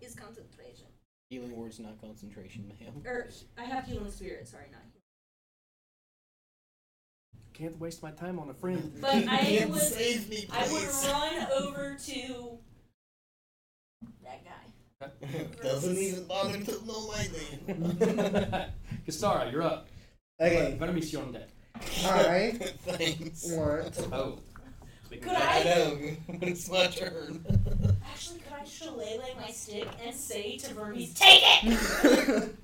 Speaker 6: a is concentration.
Speaker 3: Healing word's not concentration, ma'am.
Speaker 6: Or
Speaker 9: Er,
Speaker 6: I have healing spirit. Sorry, not. healing.
Speaker 7: Can't waste my time on a friend.
Speaker 6: But I
Speaker 3: Ma'am,
Speaker 6: would
Speaker 3: save me,
Speaker 6: I would
Speaker 3: please.
Speaker 6: run over to that guy.
Speaker 3: Doesn't even bother to know my name.
Speaker 7: Kastara, you're up.
Speaker 8: Okay,
Speaker 7: Better meet you on deck.
Speaker 8: I
Speaker 3: Thanks.
Speaker 8: want.
Speaker 7: Oh.
Speaker 6: Could
Speaker 3: I
Speaker 6: I
Speaker 3: know. It's my turn.
Speaker 6: actually? Could I shillelagh my stick and say to Vermes, "Take it"?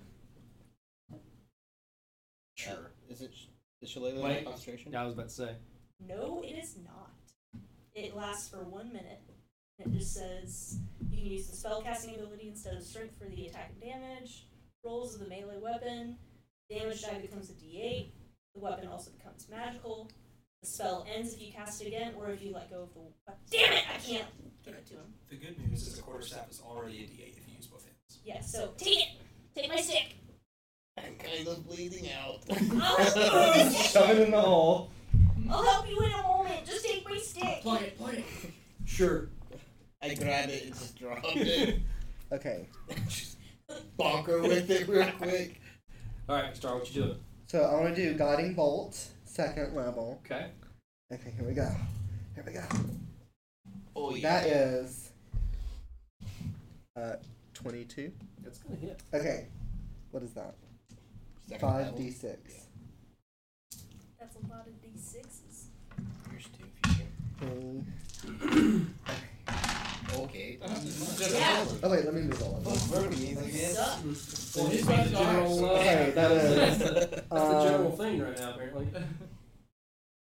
Speaker 3: Sure. Is it the shillelagh
Speaker 7: Wait.
Speaker 3: concentration?
Speaker 7: Yeah, I was about to say.
Speaker 6: No, it is not. It lasts for one minute. It just says you can use the spellcasting ability instead of strength for the attack and damage. Rolls of the melee weapon. Damage die becomes a d8. The weapon also becomes magical. The spell ends if you cast it again or if you let go of the weapon. Damn it! I can't give it to him.
Speaker 4: The good news is the quarterstaff is already a D8 if you use both hands.
Speaker 6: Yeah, so take it! Take my stick!
Speaker 3: I'm kind of bleeding out.
Speaker 6: I'll help you with this
Speaker 8: Shove it in the hole.
Speaker 6: stick! I'll help you in a moment! Just take my stick!
Speaker 5: Plug it, plug it.
Speaker 7: Sure.
Speaker 3: I grabbed it and just dropped it.
Speaker 8: Okay,
Speaker 3: just bonker with it real quick.
Speaker 7: All right, Kastara, what you doing?
Speaker 8: so I want to do guiding bolt, second level.
Speaker 7: Okay.
Speaker 8: Okay, here we go. Here we go.
Speaker 3: Oh yeah.
Speaker 8: That is uh, 22.
Speaker 7: That's going to hit.
Speaker 8: Okay, what is that?
Speaker 3: Second
Speaker 8: Five
Speaker 3: level.
Speaker 8: d six.
Speaker 6: That's a lot of d6s.
Speaker 3: Here's two if you
Speaker 8: Okay. Mm.
Speaker 3: can. Okay.
Speaker 6: Yeah.
Speaker 8: Oh wait, let me move on.
Speaker 6: Suck.
Speaker 3: Well, he's
Speaker 5: got the
Speaker 7: general, uh,
Speaker 8: Okay, that
Speaker 7: that's,
Speaker 8: is
Speaker 7: the,
Speaker 8: Um,
Speaker 7: that's the general thing right now, apparently.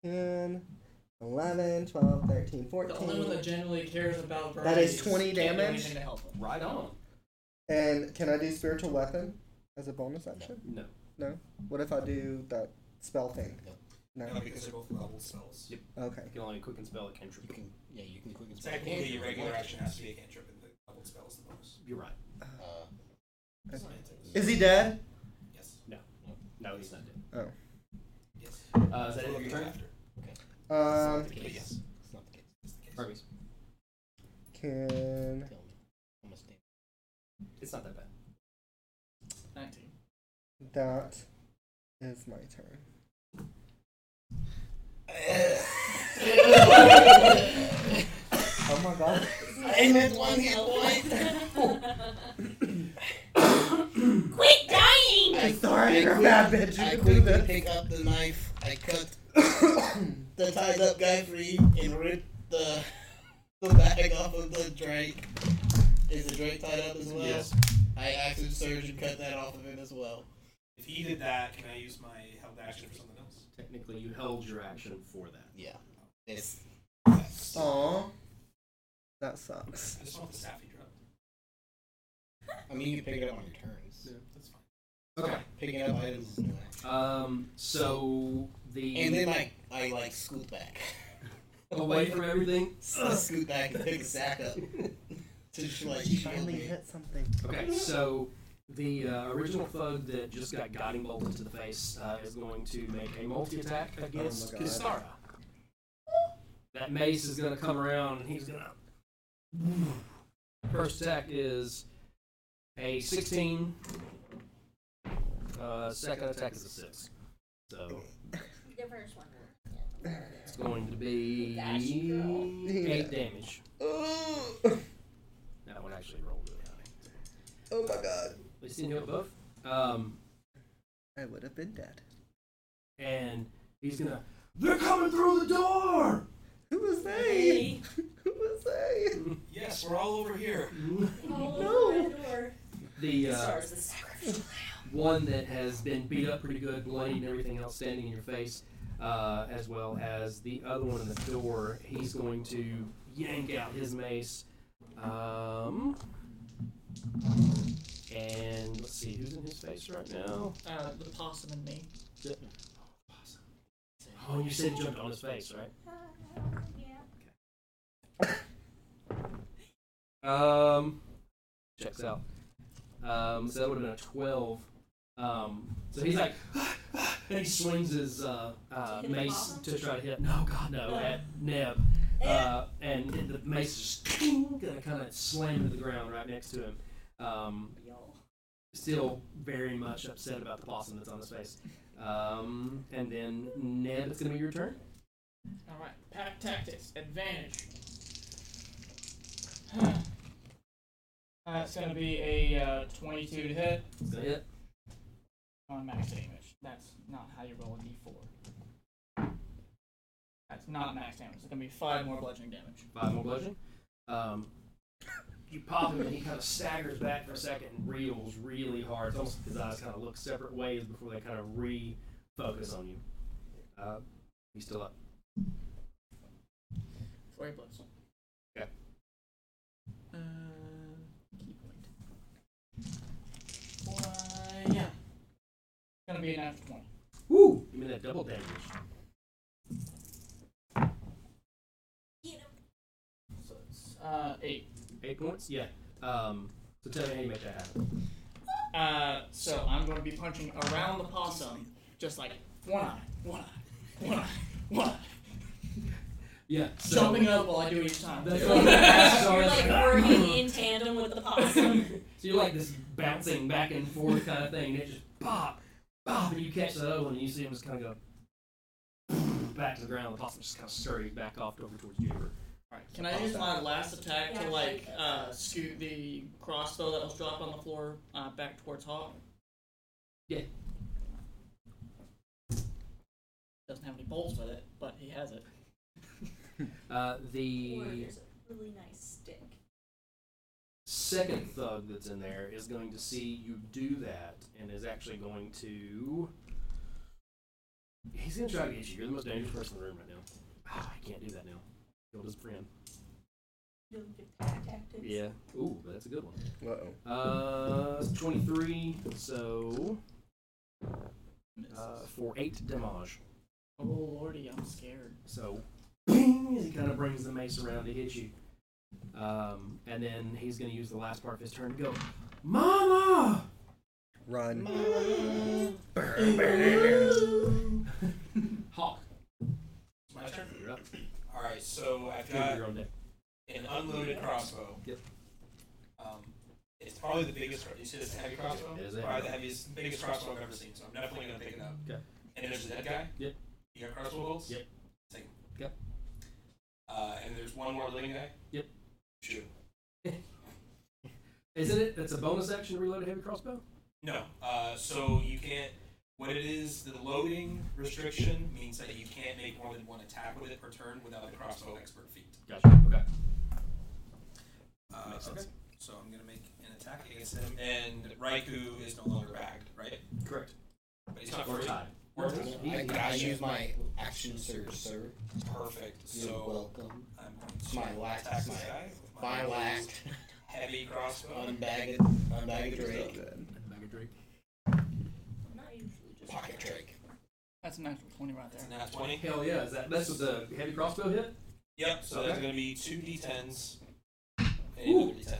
Speaker 8: 10, 11, 12, 13,
Speaker 5: The only one
Speaker 8: 14.
Speaker 5: that genuinely cares about Burns
Speaker 8: That is 20
Speaker 5: can't do
Speaker 8: damage.
Speaker 5: anything to help him.
Speaker 7: Right on.
Speaker 8: And can I do spiritual weapon as a bonus action?
Speaker 7: No.
Speaker 8: What if I do that spell thing? No.
Speaker 4: No, because they're both level spells.
Speaker 8: Okay.
Speaker 7: You can only quick and spell a cantrip.
Speaker 3: You can, yeah, you can quick and spell.
Speaker 4: Technically, your regular action has to be a cantrip, and the level spell is the bonus.
Speaker 7: You're right.
Speaker 3: Uh,
Speaker 8: Is he dead?
Speaker 4: Yes.
Speaker 7: No, he's not dead.
Speaker 4: Yes.
Speaker 7: Uh, is that
Speaker 4: That's
Speaker 7: it
Speaker 4: what
Speaker 7: for
Speaker 4: we're
Speaker 7: your
Speaker 4: going
Speaker 7: turn?
Speaker 4: after.
Speaker 8: Oh. Um.
Speaker 3: it's not the case. It's not the
Speaker 4: But yes,
Speaker 3: case.
Speaker 4: it's the case.
Speaker 7: Hermes.
Speaker 8: Can
Speaker 3: Tell me. How much damage?
Speaker 7: It's not that bad.
Speaker 5: 19.
Speaker 8: that is my turn. Oh my god.
Speaker 3: I'm at one hit point.
Speaker 6: Quit dying!
Speaker 3: I-
Speaker 8: Sorry,
Speaker 3: I
Speaker 8: you're a
Speaker 3: quick-
Speaker 8: bad bitch.
Speaker 3: I
Speaker 8: You can do
Speaker 3: quickly
Speaker 8: this.
Speaker 3: pick up the knife. I cut the tied up guy free and rip the the bag off of the Drake. Is the Drake tied up as well?
Speaker 4: Yes.
Speaker 3: I active surge and cut that off of him as well.
Speaker 4: If he did that, can I use my held action for something else?
Speaker 7: Technically, you held your action for that.
Speaker 3: Yeah. It's
Speaker 8: Aw. That sucks.
Speaker 4: I just want the staff he dropped.
Speaker 3: I mean you can pick it up on your turns.
Speaker 4: That's fine.
Speaker 7: Okay.
Speaker 3: Picking up items is an action.
Speaker 7: Um. So the
Speaker 3: And then I I like scoot back.
Speaker 7: away from everything.
Speaker 3: So I scoot back and pick a sack up. To sh- like
Speaker 8: She
Speaker 3: shield
Speaker 8: finally
Speaker 3: me.
Speaker 8: hit something.
Speaker 7: Okay. So the uh, original thug that just got guiding bolted to the face uh, is going to make a multi attack against
Speaker 8: God.
Speaker 7: Kistara. That mace is going to come around and he's going to. First attack is a 16. Uh, second attack is a 6. So
Speaker 6: The first one.
Speaker 7: it's going to be
Speaker 6: That's girl.
Speaker 7: 8 damage.
Speaker 8: Ooh.
Speaker 7: That one actually rolled really high.
Speaker 8: Oh my god.
Speaker 7: We seen him above. Um,
Speaker 8: I would have been dead.
Speaker 7: and he's gonna. They're coming through the door.
Speaker 8: Who was they? Who was they?
Speaker 4: Yes, we're all over here.
Speaker 6: No.
Speaker 7: The uh,
Speaker 6: Stars the sacrificial lamb.
Speaker 7: one that has been beat up pretty good, bloody and everything else, standing in your face, uh, as well as the other one in the door. He's going to yank out his mace, um, And let's see who's in his face right now.
Speaker 5: Uh, the possum and me.
Speaker 7: Oh, you said jumped on his face, right?
Speaker 14: Um, checks out.
Speaker 7: Um, so that would have been a 12. Um, so he's like, and he swings his uh, uh,
Speaker 6: Hit the Oh.
Speaker 7: mace
Speaker 6: possum?
Speaker 7: to try to hit. No, God, no, at Neb. Uh, and the mace is gonna kind of slam to the ground right next to him. Um, still very much upset about the possum that's on his face. Um, and then Neb, it's gonna be your turn.
Speaker 5: All right, pack tactics advantage. That's gonna be a uh, 22 to hit
Speaker 7: It's gonna hit.
Speaker 5: on max damage. That's not how you roll a d4. That's not max damage. It's gonna be five more bludgeoning damage.
Speaker 7: Five more bludgeoning. Um, you pop him, and he kind of staggers back for a second and reels really hard. It's almost like his eyes kind of look separate ways before they kind of refocus on you. Uh, he's still up.
Speaker 5: Four bloods.
Speaker 7: Okay.
Speaker 5: Uh, key point. Why, yeah. Gonna be an after 20.
Speaker 7: Woo! You mean that double damage?
Speaker 5: So it's uh, eight.
Speaker 7: Eight points? Yeah. Um, so tell me how you make that happen.
Speaker 5: Uh, so I'm going to be punching around the possum, just like one eye, one eye, one eye, one eye,
Speaker 7: Yeah. So,
Speaker 5: jumping up while I do each time.
Speaker 7: That's what- that's what I
Speaker 6: You're
Speaker 7: was-
Speaker 6: like working in tandem with the possum.
Speaker 7: So you're like this bouncing back and forth kind of thing, and it just pop, pop, and you catch the other one, and you see him just kind of go back to the ground. The possum just kind of scurries back off over towards you.
Speaker 5: Alright, can I use my last attack to like uh, scoot the crossbow that was dropped on the floor uh, back towards Hawk?
Speaker 7: Yeah.
Speaker 5: Doesn't have any bolts with it, but he has it.
Speaker 7: Uh, the
Speaker 6: Or there's a really nice stick.
Speaker 7: second thug that's in there is going to see you do that, and is actually going to. He's going to try to get you. You're the most dangerous person in the room right now. Ah, I can't do that now. Killed his friend.
Speaker 6: You don't get pack tactics.
Speaker 7: Yeah. Ooh, that's a good one.
Speaker 8: Uh-oh.
Speaker 7: Uh, 23, so uh, for 8 damage.
Speaker 5: Oh lordy, I'm scared.
Speaker 7: So, ping, he kind of brings the mace around to hit you. Um, and then he's going to use the last part of his turn to go, Mama!
Speaker 8: Run.
Speaker 7: Hawk,
Speaker 4: It's my turn.
Speaker 7: you're up.
Speaker 4: All right, so I've got
Speaker 7: You're on deck.
Speaker 4: an unloaded crossbow.
Speaker 7: Yep.
Speaker 4: Um, it's probably the biggest. You said it's a heavy crossbow.
Speaker 7: It is a
Speaker 4: probably
Speaker 7: heavy-
Speaker 4: the heaviest, biggest crossbow I've ever seen. So I'm definitely gonna pick it up.
Speaker 7: Okay.
Speaker 4: And there's a dead guy.
Speaker 7: Yep.
Speaker 4: You got crossbow bolts.
Speaker 7: Yep.
Speaker 4: Take 'em.
Speaker 7: Yep.
Speaker 4: Uh, and there's one more living guy.
Speaker 7: Yep.
Speaker 4: Shoot.
Speaker 7: Isn't it? That's a bonus action to reload a heavy crossbow?
Speaker 4: No. Uh, so you can't. What it is, the loading restriction means that you can't make more than one attack with it per turn without the crossbow expert feat.
Speaker 7: Gotcha. Okay.
Speaker 4: Uh,
Speaker 7: Makes sense.
Speaker 4: okay. So I'm gonna make an attack against him, and Raikou is no longer bagged, right?
Speaker 7: Correct.
Speaker 4: But he's not
Speaker 7: We're
Speaker 4: free.
Speaker 7: tied.
Speaker 4: We're
Speaker 3: I,
Speaker 7: Easy.
Speaker 3: I use my action surge, sir.
Speaker 4: perfect.
Speaker 3: You're
Speaker 4: So
Speaker 3: welcome.
Speaker 4: I'm
Speaker 3: It's
Speaker 4: going
Speaker 3: my
Speaker 4: to
Speaker 3: last,
Speaker 4: attack
Speaker 3: my
Speaker 4: this guy with my
Speaker 3: final act.
Speaker 4: heavy crossbow.
Speaker 3: Unbagged, unbagged Drake,
Speaker 7: Bag of Drake.
Speaker 6: Not usually just
Speaker 3: pocket Drake.
Speaker 5: That's a natural 20 right
Speaker 4: That's
Speaker 5: there.
Speaker 4: a nat 20.
Speaker 7: Hell yeah, is that, that's with the heavy crossbow hit?
Speaker 4: Yep. So
Speaker 7: Okay.
Speaker 4: there's gonna be two d10s. And another d10.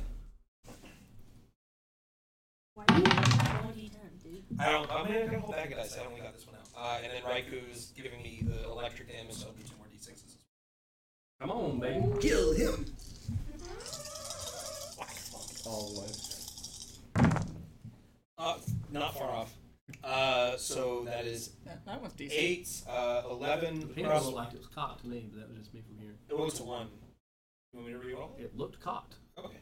Speaker 6: why do you have one D10, dude?
Speaker 4: I don't. I'm gonna have a whole bag of dice. I only got this one out. Uh, and then Raikou is giving me the electric damage, so I'll do two more d6s.
Speaker 7: Come on, baby.
Speaker 8: Kill him. All the way.
Speaker 4: Uh, not far off. Uh, so that is
Speaker 5: That, that one's decent.
Speaker 4: eight, uh, eleven.
Speaker 7: It
Speaker 4: cross-
Speaker 7: looked like it was cocked to me, but that was just me from here.
Speaker 4: It was a one. You want me to reroll?
Speaker 7: It looked cocked.
Speaker 4: Okay.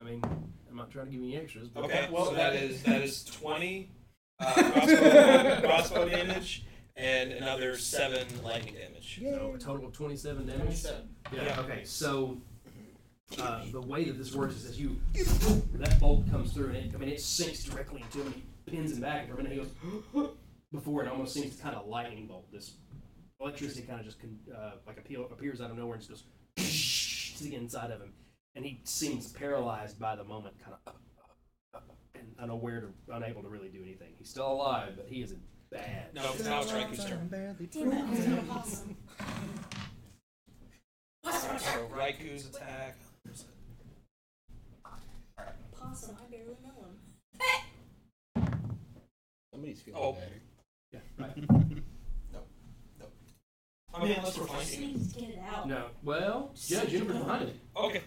Speaker 7: I mean, I'm not trying to give you any extras, but
Speaker 4: Okay. Well, so that is that is twenty uh, crossbow, crossbow damage and another seven lightning damage.
Speaker 7: So a total of 27 damage.
Speaker 5: 27.
Speaker 7: Yeah.
Speaker 4: Yeah.
Speaker 7: Okay. So uh, the way that this works is that you that bolt comes through and it, I mean it sinks directly into him and he pins him back and for a minute he goes before it almost seems kind of lightning bolt. This electricity kind of just con- uh, like appeal, appears out of nowhere and just goes to the inside of him and he seems paralyzed by the moment, kind of and unaware to unable to really do anything. He's still alive, but he is in bad.
Speaker 4: No, it's now it's Reku's turn.
Speaker 6: Damn it, I was gonna possum.
Speaker 4: So Raiku's attack.
Speaker 6: Possum, I barely know him.
Speaker 3: Somebody's feeling
Speaker 4: Oh.
Speaker 3: better.
Speaker 7: Yeah, right.
Speaker 4: I mean, unless we're
Speaker 6: Just
Speaker 4: flanking.
Speaker 6: need to get it out.
Speaker 7: No. Well, yeah, Juniper's behind it.
Speaker 4: Okay.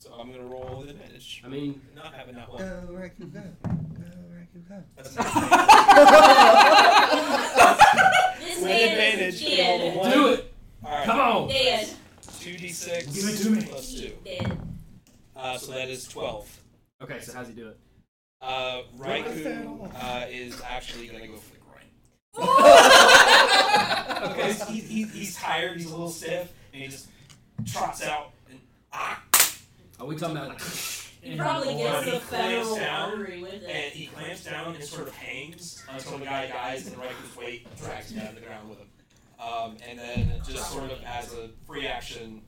Speaker 4: So I'm gonna roll with advantage.
Speaker 7: I mean,
Speaker 4: Not having that
Speaker 8: Go,
Speaker 4: one.
Speaker 8: Reku, go. Go, Reku, go.
Speaker 4: That's not
Speaker 6: This man is a kid.
Speaker 7: do it.
Speaker 4: Alright.
Speaker 7: Come on.
Speaker 6: Dead.
Speaker 4: Two D six
Speaker 7: Give it to me.
Speaker 4: plus
Speaker 6: He
Speaker 4: two.
Speaker 6: dead.
Speaker 4: Uh, so that is twelve.
Speaker 7: Okay, so how's he do it?
Speaker 4: Uh, Raikou uh, is actually gonna go for the groin. okay, he, he, he's tired, he's a little stiff, and he just trots out and ah,
Speaker 7: Are we talking about like?
Speaker 6: He probably
Speaker 4: Well,
Speaker 6: gets
Speaker 4: he
Speaker 6: the
Speaker 4: clamps
Speaker 6: federal
Speaker 4: down
Speaker 6: lottery with
Speaker 4: and
Speaker 6: it.
Speaker 4: he clamps down and sort of hangs until the guy dies, and Raikou's weight drags him down to the ground with him. Um, and then just sort of as a free action,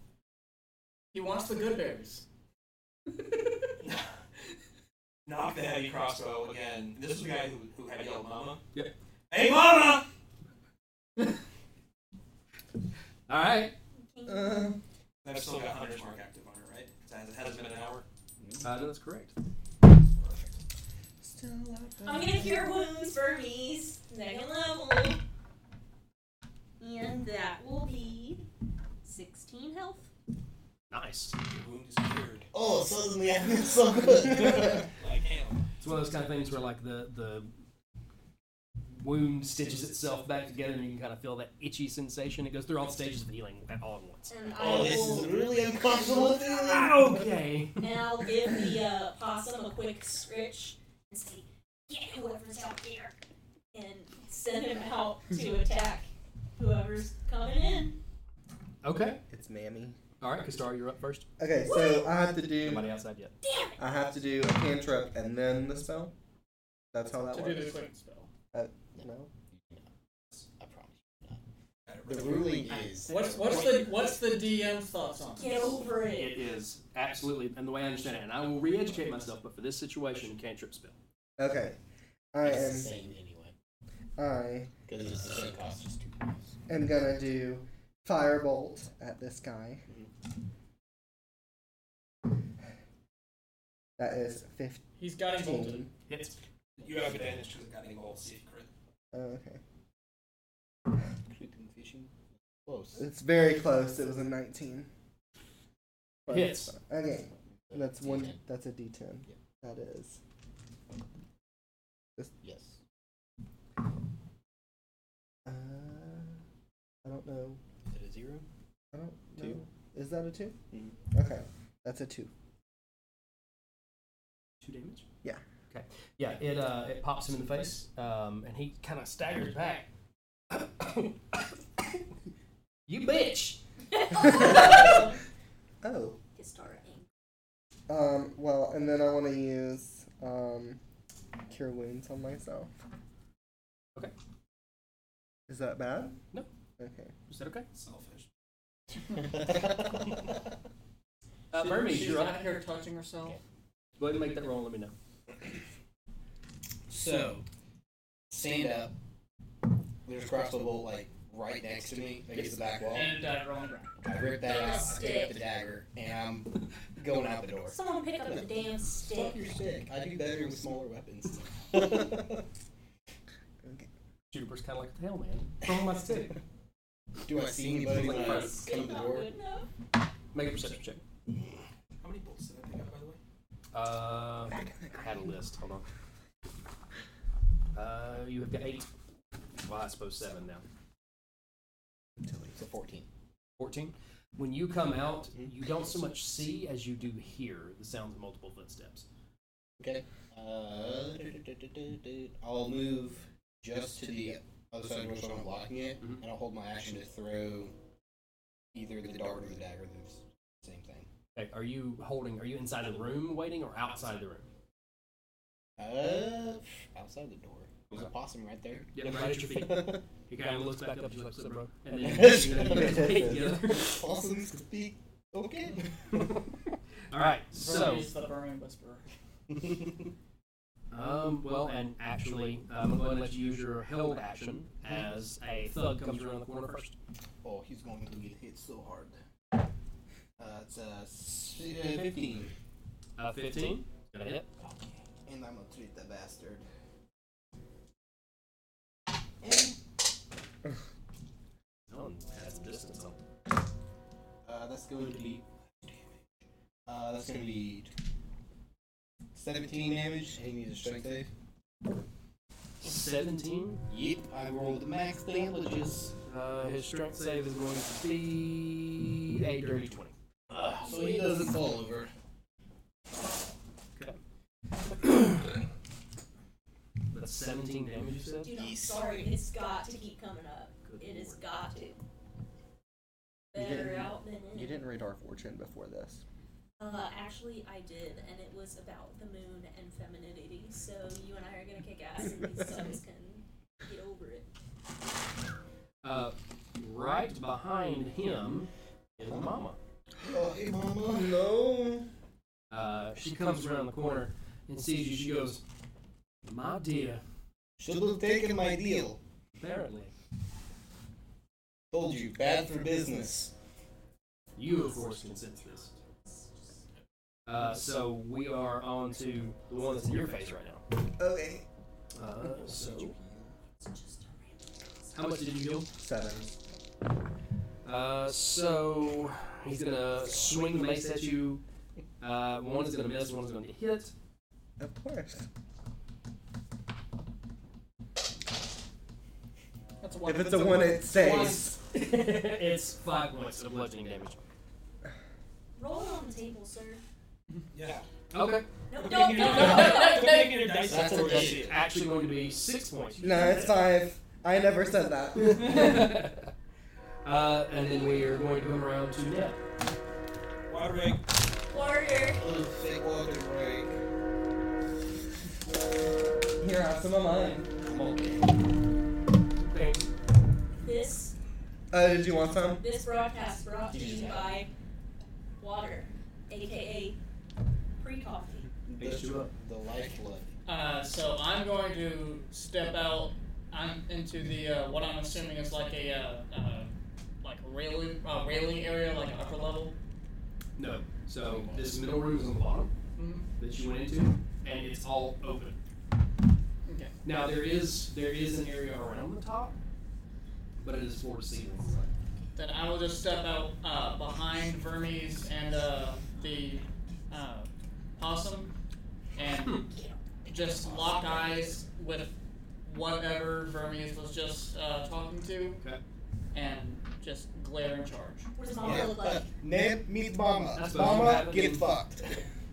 Speaker 5: He wants the good berries.
Speaker 4: knock the heavy crossbow again. This is the guy who, who had yelled "Mama."
Speaker 7: Yep.
Speaker 4: Hey, Mama!
Speaker 7: All right.
Speaker 8: Uh,
Speaker 4: I've still got Hunter's Mark active on her, right? It has been an hour.
Speaker 7: Uh, no, that's correct.
Speaker 6: I'm gonna cure wounds for me's second level. And that will be 16 health.
Speaker 7: Nice.
Speaker 4: The wound is cured.
Speaker 3: Oh, suddenly I feel so good.
Speaker 4: Like hell.
Speaker 7: It's one of those kind of things where like the the wound stitches itself back together, and you can kind of feel that itchy sensation. It goes through all the stages of healing at all at once.
Speaker 6: And I
Speaker 3: oh, this is
Speaker 6: will,
Speaker 3: really uncomfortable feeling.
Speaker 7: Okay.
Speaker 6: and I'll give the uh, possum a quick scritch and say, Get whoever's out there! And send him out to attack whoever's coming in.
Speaker 7: Okay.
Speaker 8: it's Mammy.
Speaker 7: All right, Kastar, you're up first.
Speaker 8: Okay, so I have to do
Speaker 7: Nobody outside yet.
Speaker 6: Damn it!
Speaker 8: I have to do a cantrip and then the spell. That's how that
Speaker 5: To do the
Speaker 8: works.
Speaker 5: clean spell.
Speaker 8: No.
Speaker 3: I promise. you not. The ruling is
Speaker 5: What's what's the what's the DM's thoughts on
Speaker 6: Get
Speaker 5: this?
Speaker 6: over it!
Speaker 7: It is absolutely, and the way I understand it, and I will re-educate myself, but for this situation, cantrip spell.
Speaker 8: Okay. I
Speaker 3: it's the
Speaker 8: am.
Speaker 3: same anyway
Speaker 8: I
Speaker 3: because it's the same cost, just two points.
Speaker 8: am gonna do firebolt at this guy. That is fifteen.
Speaker 5: He's got him bolted.
Speaker 7: Hits.
Speaker 4: You have advantage because it got any gold secret.
Speaker 8: Oh, okay.
Speaker 3: Including fishing. Close.
Speaker 8: It's very close. It was a nineteen.
Speaker 7: Hits.
Speaker 8: Okay. That's one.
Speaker 3: D10.
Speaker 8: That's a D10.
Speaker 3: Yeah.
Speaker 8: That is.
Speaker 3: Yes.
Speaker 8: Uh, I don't know.
Speaker 3: Is it a zero?
Speaker 8: I don't know.
Speaker 3: Two.
Speaker 8: Is that a 2
Speaker 3: Mhm.
Speaker 8: Okay. That's a two.
Speaker 7: Two damage.
Speaker 8: Yeah.
Speaker 7: Okay. Yeah. It uh, it pops him in the face, um, and he kind of staggers back. you bitch.
Speaker 8: Oh.
Speaker 6: Histara Inc.
Speaker 8: Um. Well, and then I want to use um, cure wounds on myself.
Speaker 7: Okay.
Speaker 8: Is that bad?
Speaker 7: No.
Speaker 8: Okay.
Speaker 7: Is that okay?
Speaker 4: Selfish.
Speaker 7: Uh,
Speaker 5: She-
Speaker 7: Burmese,
Speaker 5: she's
Speaker 7: you're up.
Speaker 5: not here touching herself.
Speaker 7: Go ahead and make that roll. And let me know.
Speaker 3: So, stand up. There's a crossbow bolt like right next to me against the back wall.
Speaker 5: And uh, died wrong ground.
Speaker 3: I rip that out, pick up the dagger, and I'm going out the door.
Speaker 6: Someone pick up the damn stick.
Speaker 3: Fuck your stick. I do better with smaller weapons.
Speaker 7: Juniper's kind of like a tail man. Throw my stick.
Speaker 3: do I see anybody when I come to
Speaker 6: Stick
Speaker 3: the
Speaker 6: not
Speaker 3: door?
Speaker 6: good enough.
Speaker 7: Make a perception check.
Speaker 4: How many bolts did I pick up, by the way?
Speaker 7: Uh, I had a list. Hold on. Uh, you have got eight. Well, I suppose seven now.
Speaker 3: So 14.
Speaker 7: 14. When you come out, you don't so much see as you do hear the sounds of multiple footsteps.
Speaker 3: Okay. Uh, du-du-du-du-du-du. I'll move just to the other side of the door so I'm blocking it,
Speaker 7: Mhm.
Speaker 3: and I'll hold my action to throw either the dart or the dagger. They're the same thing.
Speaker 7: Okay, are you holding, are you inside the room waiting or outside the room?
Speaker 3: Uh, outside the door. There's a possum right there.
Speaker 7: Yeah, right at your feet. He kind of looks back up, he's like, "What's up, bro?" And then
Speaker 3: Possums can speak. Okay.
Speaker 7: All right, so
Speaker 5: Burmese the Burmese whisperer.
Speaker 7: Um, well, and actually, um, I'm going to let you use your held action as a thug comes around the corner first.
Speaker 3: Oh, he's going to get hit so hard. Uh, it's a s- uh, 15.
Speaker 7: Uh, 15. Gonna hit.
Speaker 3: And I'm going to treat the bastard. And,
Speaker 7: Oh, that's distance on.
Speaker 3: uh, that's going to be. Uh, that's going to be 17 damage. He needs a strength save.
Speaker 7: 17.
Speaker 3: Yep, I rolled max damages.
Speaker 7: Uh, his strength save is going to be a dirty 20.
Speaker 3: So he doesn't fall over.
Speaker 7: That's 17 damage, you said?
Speaker 6: Dude, I'm sorry. It's got to keep coming up. It has got to. Better
Speaker 8: didn't-
Speaker 6: out than in.
Speaker 8: You didn't read our fortune before this.
Speaker 6: Uh, actually, I did, and it was about the moon and femininity. So you and I are gonna kick ass, and these subs can get over it.
Speaker 7: Uh, right behind him is Mama.
Speaker 3: Oh, hey, mama. No.
Speaker 7: Uh, she comes around the corner and sees you. She goes, My dear,
Speaker 3: Should have taken my deal.
Speaker 7: apparently,
Speaker 3: Told you, bad for business.
Speaker 7: you of course consent to this. Uh, so we are on to the one that's in your face right now.
Speaker 3: Okay.
Speaker 7: Uh, so. How much did you heal?
Speaker 8: Seven.
Speaker 7: Uh, so he's gonna swing the mace at you. Uh, one is gonna miss, one is gonna get hit.
Speaker 8: Of course.
Speaker 5: That's a one.
Speaker 8: if it's a one, it stays.
Speaker 7: Plus, it's five points of bludgeoning damage.
Speaker 6: Roll it on the table, sir.
Speaker 15: Yeah.
Speaker 7: Okay,
Speaker 6: No, don't, no, no, no, no.
Speaker 15: Negative dice
Speaker 3: That's
Speaker 15: for
Speaker 3: a
Speaker 15: shit.
Speaker 3: shit.
Speaker 7: actually going to be six points.
Speaker 8: No, it's five. I never said that.
Speaker 7: Uh, and then we are going to come around to Ned.
Speaker 15: Water break.
Speaker 6: Order.
Speaker 3: Little fake water break.
Speaker 8: Here, have some of mine.
Speaker 7: Bang.
Speaker 6: This
Speaker 8: Uh, did you want some?
Speaker 6: this broadcast brought to you by water, aka pre coffee.
Speaker 7: Fix you up.
Speaker 3: The lifeblood.
Speaker 5: Uh, so I'm going to step out. I'm into the uh, what I'm assuming is like a uh, uh, like railing uh, railing area, like upper level.
Speaker 7: No. So this middle room is on the bottom
Speaker 5: Mm-hmm.
Speaker 7: that you went into, and it's all open.
Speaker 5: Okay.
Speaker 7: Now there is there is an area around the top, but it is floor to ceiling.
Speaker 5: Then I will just step out uh, behind Vermes and uh, the uh, possum
Speaker 7: Hmm.
Speaker 5: and just lock eyes with whatever Vermes was just uh, talking to
Speaker 7: Okay.
Speaker 5: and just glare and charge.
Speaker 6: What does mama look like?
Speaker 3: Ned meets Mama.
Speaker 7: That's what
Speaker 3: mama,
Speaker 7: happened.
Speaker 3: get fucked.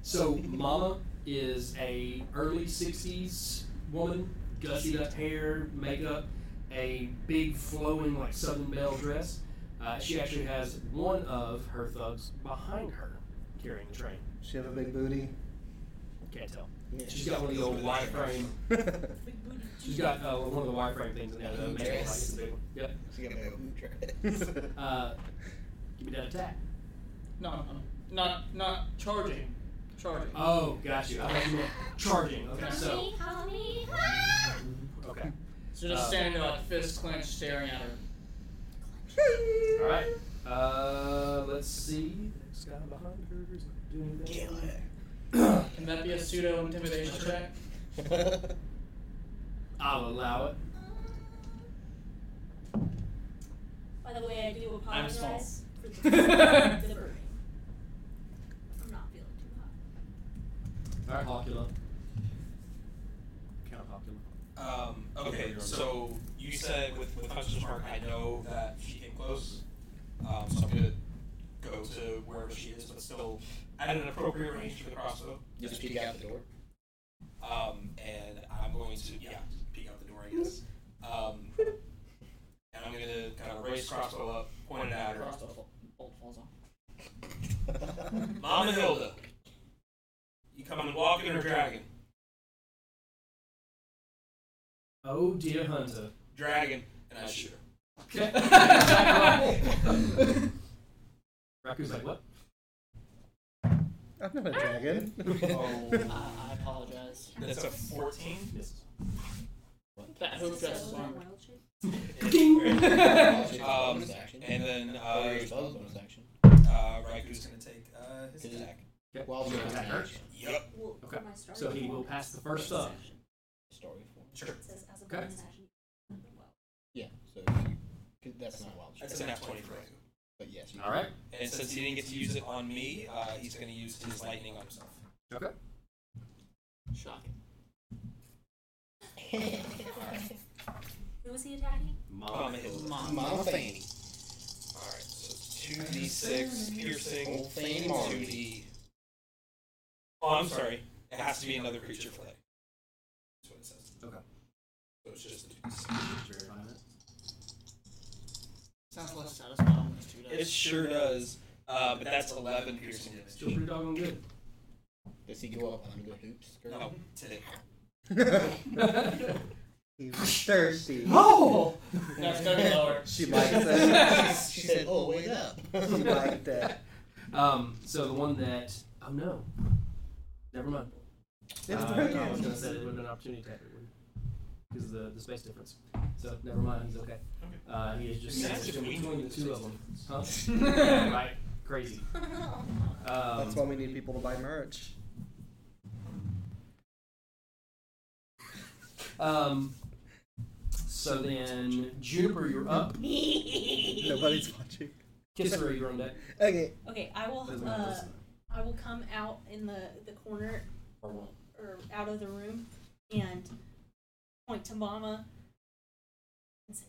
Speaker 7: So Mama is a early '60s woman, gussied up hair, makeup, a big flowing like Southern Belle dress. Uh, she actually has one of her thugs behind her carrying the train.
Speaker 8: She have a big booty.
Speaker 7: Can't tell. She's got one of the old wireframe. She's got uh, one of the wireframe things in there. that make it like it's a big one. Yep.
Speaker 3: She got a hoop
Speaker 7: Uh, give me that attack.
Speaker 5: No, no, no. not not charging, charging.
Speaker 7: Oh, got you. I thought you meant charging. Okay, so
Speaker 6: Honey, honey, ah!
Speaker 7: okay.
Speaker 5: so just
Speaker 7: uh,
Speaker 5: standing there, like fist clenched, staring at her.
Speaker 7: All right. Uh, let's see. This guy behind her is not doing that.
Speaker 5: Can that be a pseudo intimidation check?
Speaker 3: track.
Speaker 7: I'll allow it.
Speaker 6: By the way, I do
Speaker 5: I'm small.
Speaker 6: apologize for the, the burping. I'm not feeling too hot.
Speaker 7: All right, Hawkula. Count Hawkula.
Speaker 4: Um, okay, so you said with with Hunter's Mark, I know that she came close. Um, so I'm gonna go to wherever she is, but still at an appropriate range for the crossbow.
Speaker 3: Just peek out the door.
Speaker 4: Um, and I'm going to yeah peek out the door, I guess. Um, and I'm gonna kind of raise crossbow up, point it at her.
Speaker 5: Crossbow fo- bolt falls off.
Speaker 4: Mama Hilda, you coming walking or dragon?
Speaker 7: Oh dear, Hunter.
Speaker 4: Dragon, and I shoot her.
Speaker 7: Okay. Raku's like, what? Ah.
Speaker 8: I'm not a dragon.
Speaker 5: Uh, I, I apologize.
Speaker 4: That's a 14.
Speaker 5: That hoop dress is armored.
Speaker 4: Um,
Speaker 3: bonus action.
Speaker 4: and then
Speaker 3: Or
Speaker 4: uh,
Speaker 3: your spell's bonus action.
Speaker 4: uh, Raiku's going to take uh, his
Speaker 3: His
Speaker 4: attack.
Speaker 3: attack. While you're
Speaker 7: Attack
Speaker 3: attack.
Speaker 7: hurts?
Speaker 4: Yep.
Speaker 6: Well,
Speaker 7: Okay.
Speaker 6: my starting
Speaker 7: So he
Speaker 6: point
Speaker 7: will pass the first up.
Speaker 3: Story form.
Speaker 4: Sure.
Speaker 6: It says as a
Speaker 7: Okay.
Speaker 6: bonus action.
Speaker 3: Yeah. So if you, 'cause that's not wild
Speaker 4: That's
Speaker 3: shape,
Speaker 4: an F20 for Raikou.
Speaker 3: But yes. you
Speaker 7: All right.
Speaker 4: And since he didn't get to use it on me, uh, he's going to use his lightning on himself.
Speaker 7: Okay.
Speaker 5: Shocking.
Speaker 6: Who was he attacking?
Speaker 4: Mama hits. All
Speaker 3: can. Mama Fanny.
Speaker 4: right. So 2d6 piercing.
Speaker 3: Old Fanny Marley.
Speaker 4: 2d. Oh, I'm sorry. It has to be another creature for that. That's what it says.
Speaker 7: Okay.
Speaker 4: So it's just the 2d6.
Speaker 5: Sounds less satisfying when it's two dice.
Speaker 4: It sure does. Uh, but that's 11 piercing
Speaker 7: Still
Speaker 4: damage.
Speaker 7: pretty doggone good.
Speaker 3: Does he go up under the hoops? girl?
Speaker 4: No, today.
Speaker 8: He was thirsty.
Speaker 7: Oh!
Speaker 5: No, it's gotta be lower.
Speaker 8: She liked it.
Speaker 3: She said, "Oh, wait up."
Speaker 8: She liked it.
Speaker 7: Um, so the one that. Oh no. Never mind.
Speaker 8: It's
Speaker 7: Uh,
Speaker 8: broken.
Speaker 7: I was going to say it would have been an opportunity attack because of the, the space difference. So never mind, he's okay. Uh, he is just
Speaker 4: Imagine
Speaker 7: sandwiched in
Speaker 4: if we
Speaker 7: between
Speaker 4: knew
Speaker 7: the two
Speaker 4: the
Speaker 7: of them. Huh? Yeah, right? Crazy. Um,
Speaker 8: That's why we need people to buy merch.
Speaker 7: um, so then, Juniper, you're up.
Speaker 8: Nobody's watching.
Speaker 7: Kisser, you're on deck.
Speaker 8: Okay.
Speaker 6: Okay, I will.
Speaker 7: Doesn't matter,
Speaker 6: Uh,
Speaker 7: doesn't
Speaker 6: I will come out in the the corner
Speaker 7: matter. Or won't.
Speaker 6: or out of the room and point to Mama and say,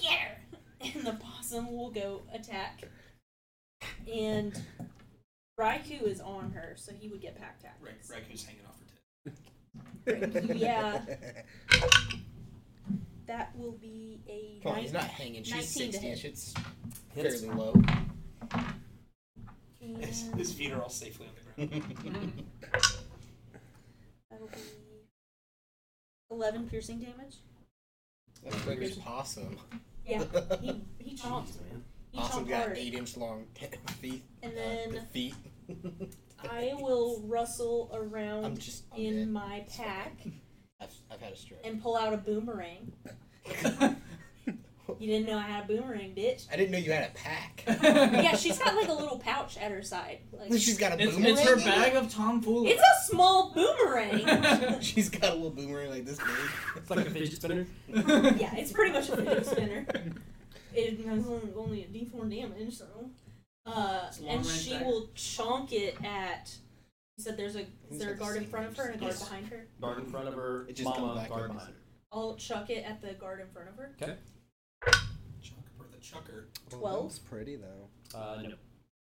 Speaker 6: "Get her!" And the possum will go attack. And Raikou is on her, so he would get pack
Speaker 4: Ra-
Speaker 6: tactics.
Speaker 4: Raiku's hanging off her tip.
Speaker 6: Yeah. That will be a
Speaker 3: Come on, he's
Speaker 6: nine-
Speaker 3: not hanging. She's
Speaker 6: 19 to
Speaker 3: 60.
Speaker 6: hit.
Speaker 3: It's
Speaker 7: Hits.
Speaker 3: fairly low.
Speaker 4: His,
Speaker 6: and
Speaker 4: his feet are all safely on the ground.
Speaker 6: that'll be eleven piercing damage.
Speaker 3: That's big as possum.
Speaker 6: Yeah, he he chomped.
Speaker 7: man.
Speaker 6: He
Speaker 3: Possum
Speaker 6: chomped
Speaker 3: got
Speaker 6: hard.
Speaker 3: eight inch long feet.
Speaker 6: And
Speaker 3: uh,
Speaker 6: then
Speaker 3: feet.
Speaker 6: I will rustle
Speaker 3: I'm
Speaker 6: around
Speaker 3: just I'm
Speaker 6: in
Speaker 3: dead.
Speaker 6: my pack
Speaker 3: I've, I've had a stroke.
Speaker 6: and pull out a boomerang. You didn't know I had a boomerang, bitch.
Speaker 3: I didn't know you had a pack.
Speaker 6: Yeah, she's got like a little pouch at her side. Like,
Speaker 3: She's got a
Speaker 5: It's,
Speaker 3: boomerang.
Speaker 5: it's her bag of tomfoolery.
Speaker 6: it's a small boomerang.
Speaker 3: She's got a little boomerang like this big.
Speaker 7: It's
Speaker 6: uh,
Speaker 7: like a fidget spinner.
Speaker 6: yeah, it's pretty much a fidget spinner. It has only, only a D4 damage, so. Uh,
Speaker 5: It's a long
Speaker 6: and
Speaker 5: range
Speaker 6: she
Speaker 5: dagger.
Speaker 6: will chonk it at. You said there's a is there a guard in front of her and a guard
Speaker 3: Yes.
Speaker 6: behind her?
Speaker 7: Guard in front of her,
Speaker 3: It just comes
Speaker 7: mama,
Speaker 3: back
Speaker 7: guard
Speaker 3: up.
Speaker 7: behind her.
Speaker 6: I'll chuck it at the guard in front of her.
Speaker 4: Chuck for the chucker.
Speaker 6: Twelve.
Speaker 8: It's pretty though.
Speaker 7: Uh, no.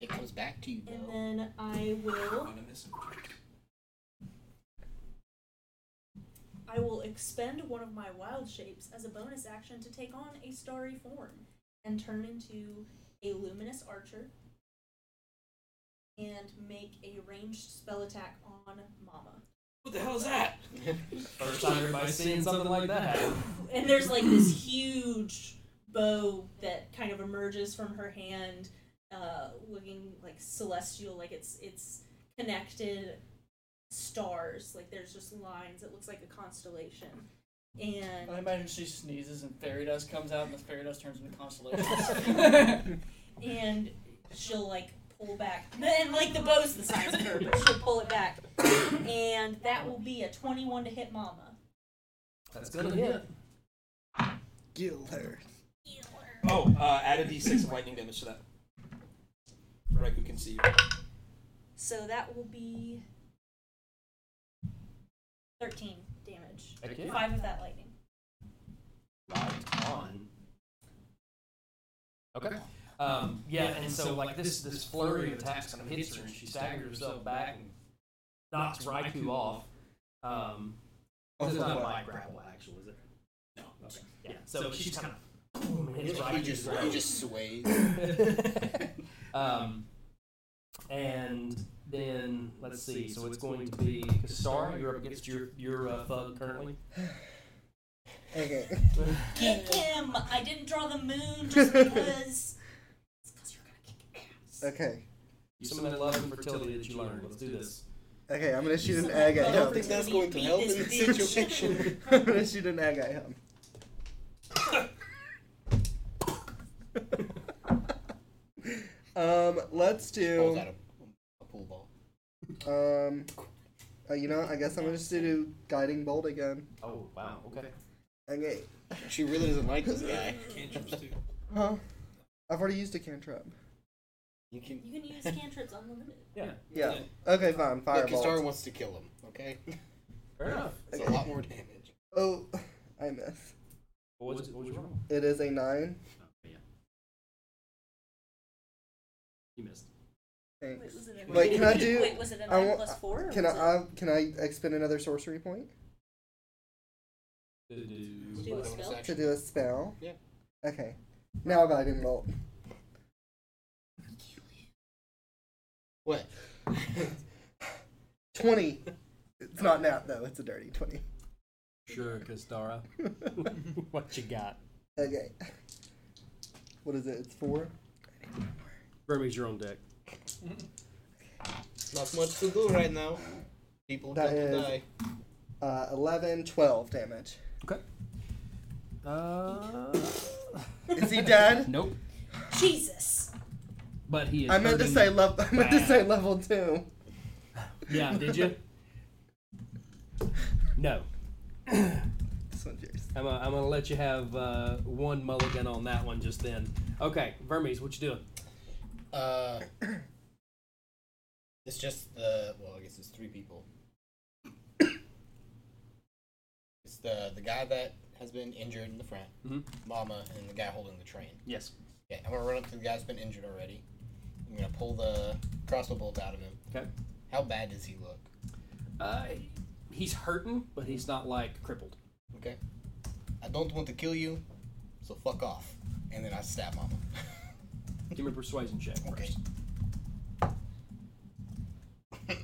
Speaker 3: It comes back to you,
Speaker 6: And
Speaker 3: bro.
Speaker 6: then I will
Speaker 4: On a miss.
Speaker 6: I will expend one of my wild shapes as a bonus action to take on a starry form and turn into a luminous archer and make a ranged spell attack on Mama.
Speaker 4: What the hell is that?
Speaker 7: First time everybody's seen something like that happen.
Speaker 6: And there's like this huge bow that kind of emerges from her hand, uh, looking like celestial, like it's it's connected stars. Like there's just lines. It looks like a constellation. And
Speaker 5: I imagine she sneezes and fairy dust comes out and the fairy dust turns into constellations.
Speaker 6: and she'll like pull back and like the bow's the size of her but she'll pull it back and that will be a 21 to hit mama
Speaker 7: That's gonna hit.
Speaker 8: Kill her.
Speaker 4: Oh, uh, add a d6 of lightning damage to that. Raikou can see you.
Speaker 6: so that will be 13 damage
Speaker 7: Heck yeah.
Speaker 6: five of that lightning
Speaker 7: Right on. Okay. Um, yeah, and so like this this flurry of attacks kind of hits her, and she staggers herself back and knocks Raikou off. Um, this is not a bike grapple, actually, is it? No. Okay. Yeah. So she's kind of boom hits
Speaker 3: He just he
Speaker 7: Raikou.
Speaker 3: just sways.
Speaker 7: um, and then let's see. So it's going to be Star. You're up against your your uh, thug currently.
Speaker 8: Okay.
Speaker 6: kick him i didn't draw the moon just because it's because you're gonna kick ass
Speaker 8: Okay.
Speaker 7: You summon that love and fertility that you learned. Let's do this.
Speaker 8: Okay, I'm gonna shoot an egg at
Speaker 3: I don't think
Speaker 8: him.
Speaker 3: that's going to help in the situation.
Speaker 8: I'm gonna shoot an egg at him. um, let's
Speaker 3: Balls
Speaker 8: do.
Speaker 3: out of a pool ball.
Speaker 8: Um, uh, you know, I guess I'm gonna just do guiding bolt again.
Speaker 16: Oh wow. Okay.
Speaker 8: Okay.
Speaker 3: She really doesn't like this guy.
Speaker 4: Cantrips too.
Speaker 8: Huh? I've already used a cantrip.
Speaker 3: You can.
Speaker 6: You can use cantrips unlimited.
Speaker 8: Yeah. Okay, fine.
Speaker 3: Look, Kastar
Speaker 8: Fireball.
Speaker 3: wants to kill him. Okay,
Speaker 16: Fair enough.
Speaker 3: it's a lot more damage.
Speaker 8: Oh, I miss.
Speaker 16: What was, what was your roll?
Speaker 8: It is a nine.
Speaker 7: Oh, You missed.
Speaker 6: Wait,
Speaker 8: Thanks.
Speaker 6: was it a
Speaker 8: Wait, can I do-
Speaker 6: Wait, was it a
Speaker 8: I
Speaker 6: nine
Speaker 8: want-
Speaker 6: plus four? Or
Speaker 8: Can I,
Speaker 6: was
Speaker 8: I can I expend another sorcery point
Speaker 6: it to do a spell?
Speaker 8: to do a spell?
Speaker 3: Yeah.
Speaker 8: Okay. Now guiding bolt.
Speaker 3: What?
Speaker 8: Twenty. It's not nat though. It's a dirty twenty.
Speaker 16: Sure, Kastara. what you got?
Speaker 8: Okay. What is it? It's four.
Speaker 7: Burmese, your own deck.
Speaker 3: Not much to do right now. People
Speaker 8: That
Speaker 3: tend to
Speaker 8: is-
Speaker 3: die.
Speaker 8: Uh, 11, 12 damage.
Speaker 7: Uh,
Speaker 8: Is he dead?
Speaker 7: nope.
Speaker 6: Jesus.
Speaker 7: But he is.
Speaker 8: I meant to
Speaker 7: hurting.
Speaker 8: say level. I meant to
Speaker 7: Bad.
Speaker 8: say level two.
Speaker 7: Yeah, did you? no.
Speaker 8: This one's yours.
Speaker 7: I'm gonna, I'm gonna let you have uh, one mulligan on that one just then. Okay, Vermes, what you doing?
Speaker 3: Uh, it's just the well, I guess it's three people. it's the the guy that has been injured in the front,
Speaker 7: Mhm.
Speaker 3: Mama, and the guy holding the train.
Speaker 7: Yes.
Speaker 3: Okay, I'm gonna run up to the guy who's been injured already. I'm gonna pull the crossbow bolt out of him.
Speaker 7: Okay.
Speaker 3: How bad does he look?
Speaker 7: Uh, he's hurting, but he's not like crippled.
Speaker 3: Okay. I don't want to kill you, so fuck off. And then I stab Mama.
Speaker 7: Give me a persuasion check first.
Speaker 3: Okay.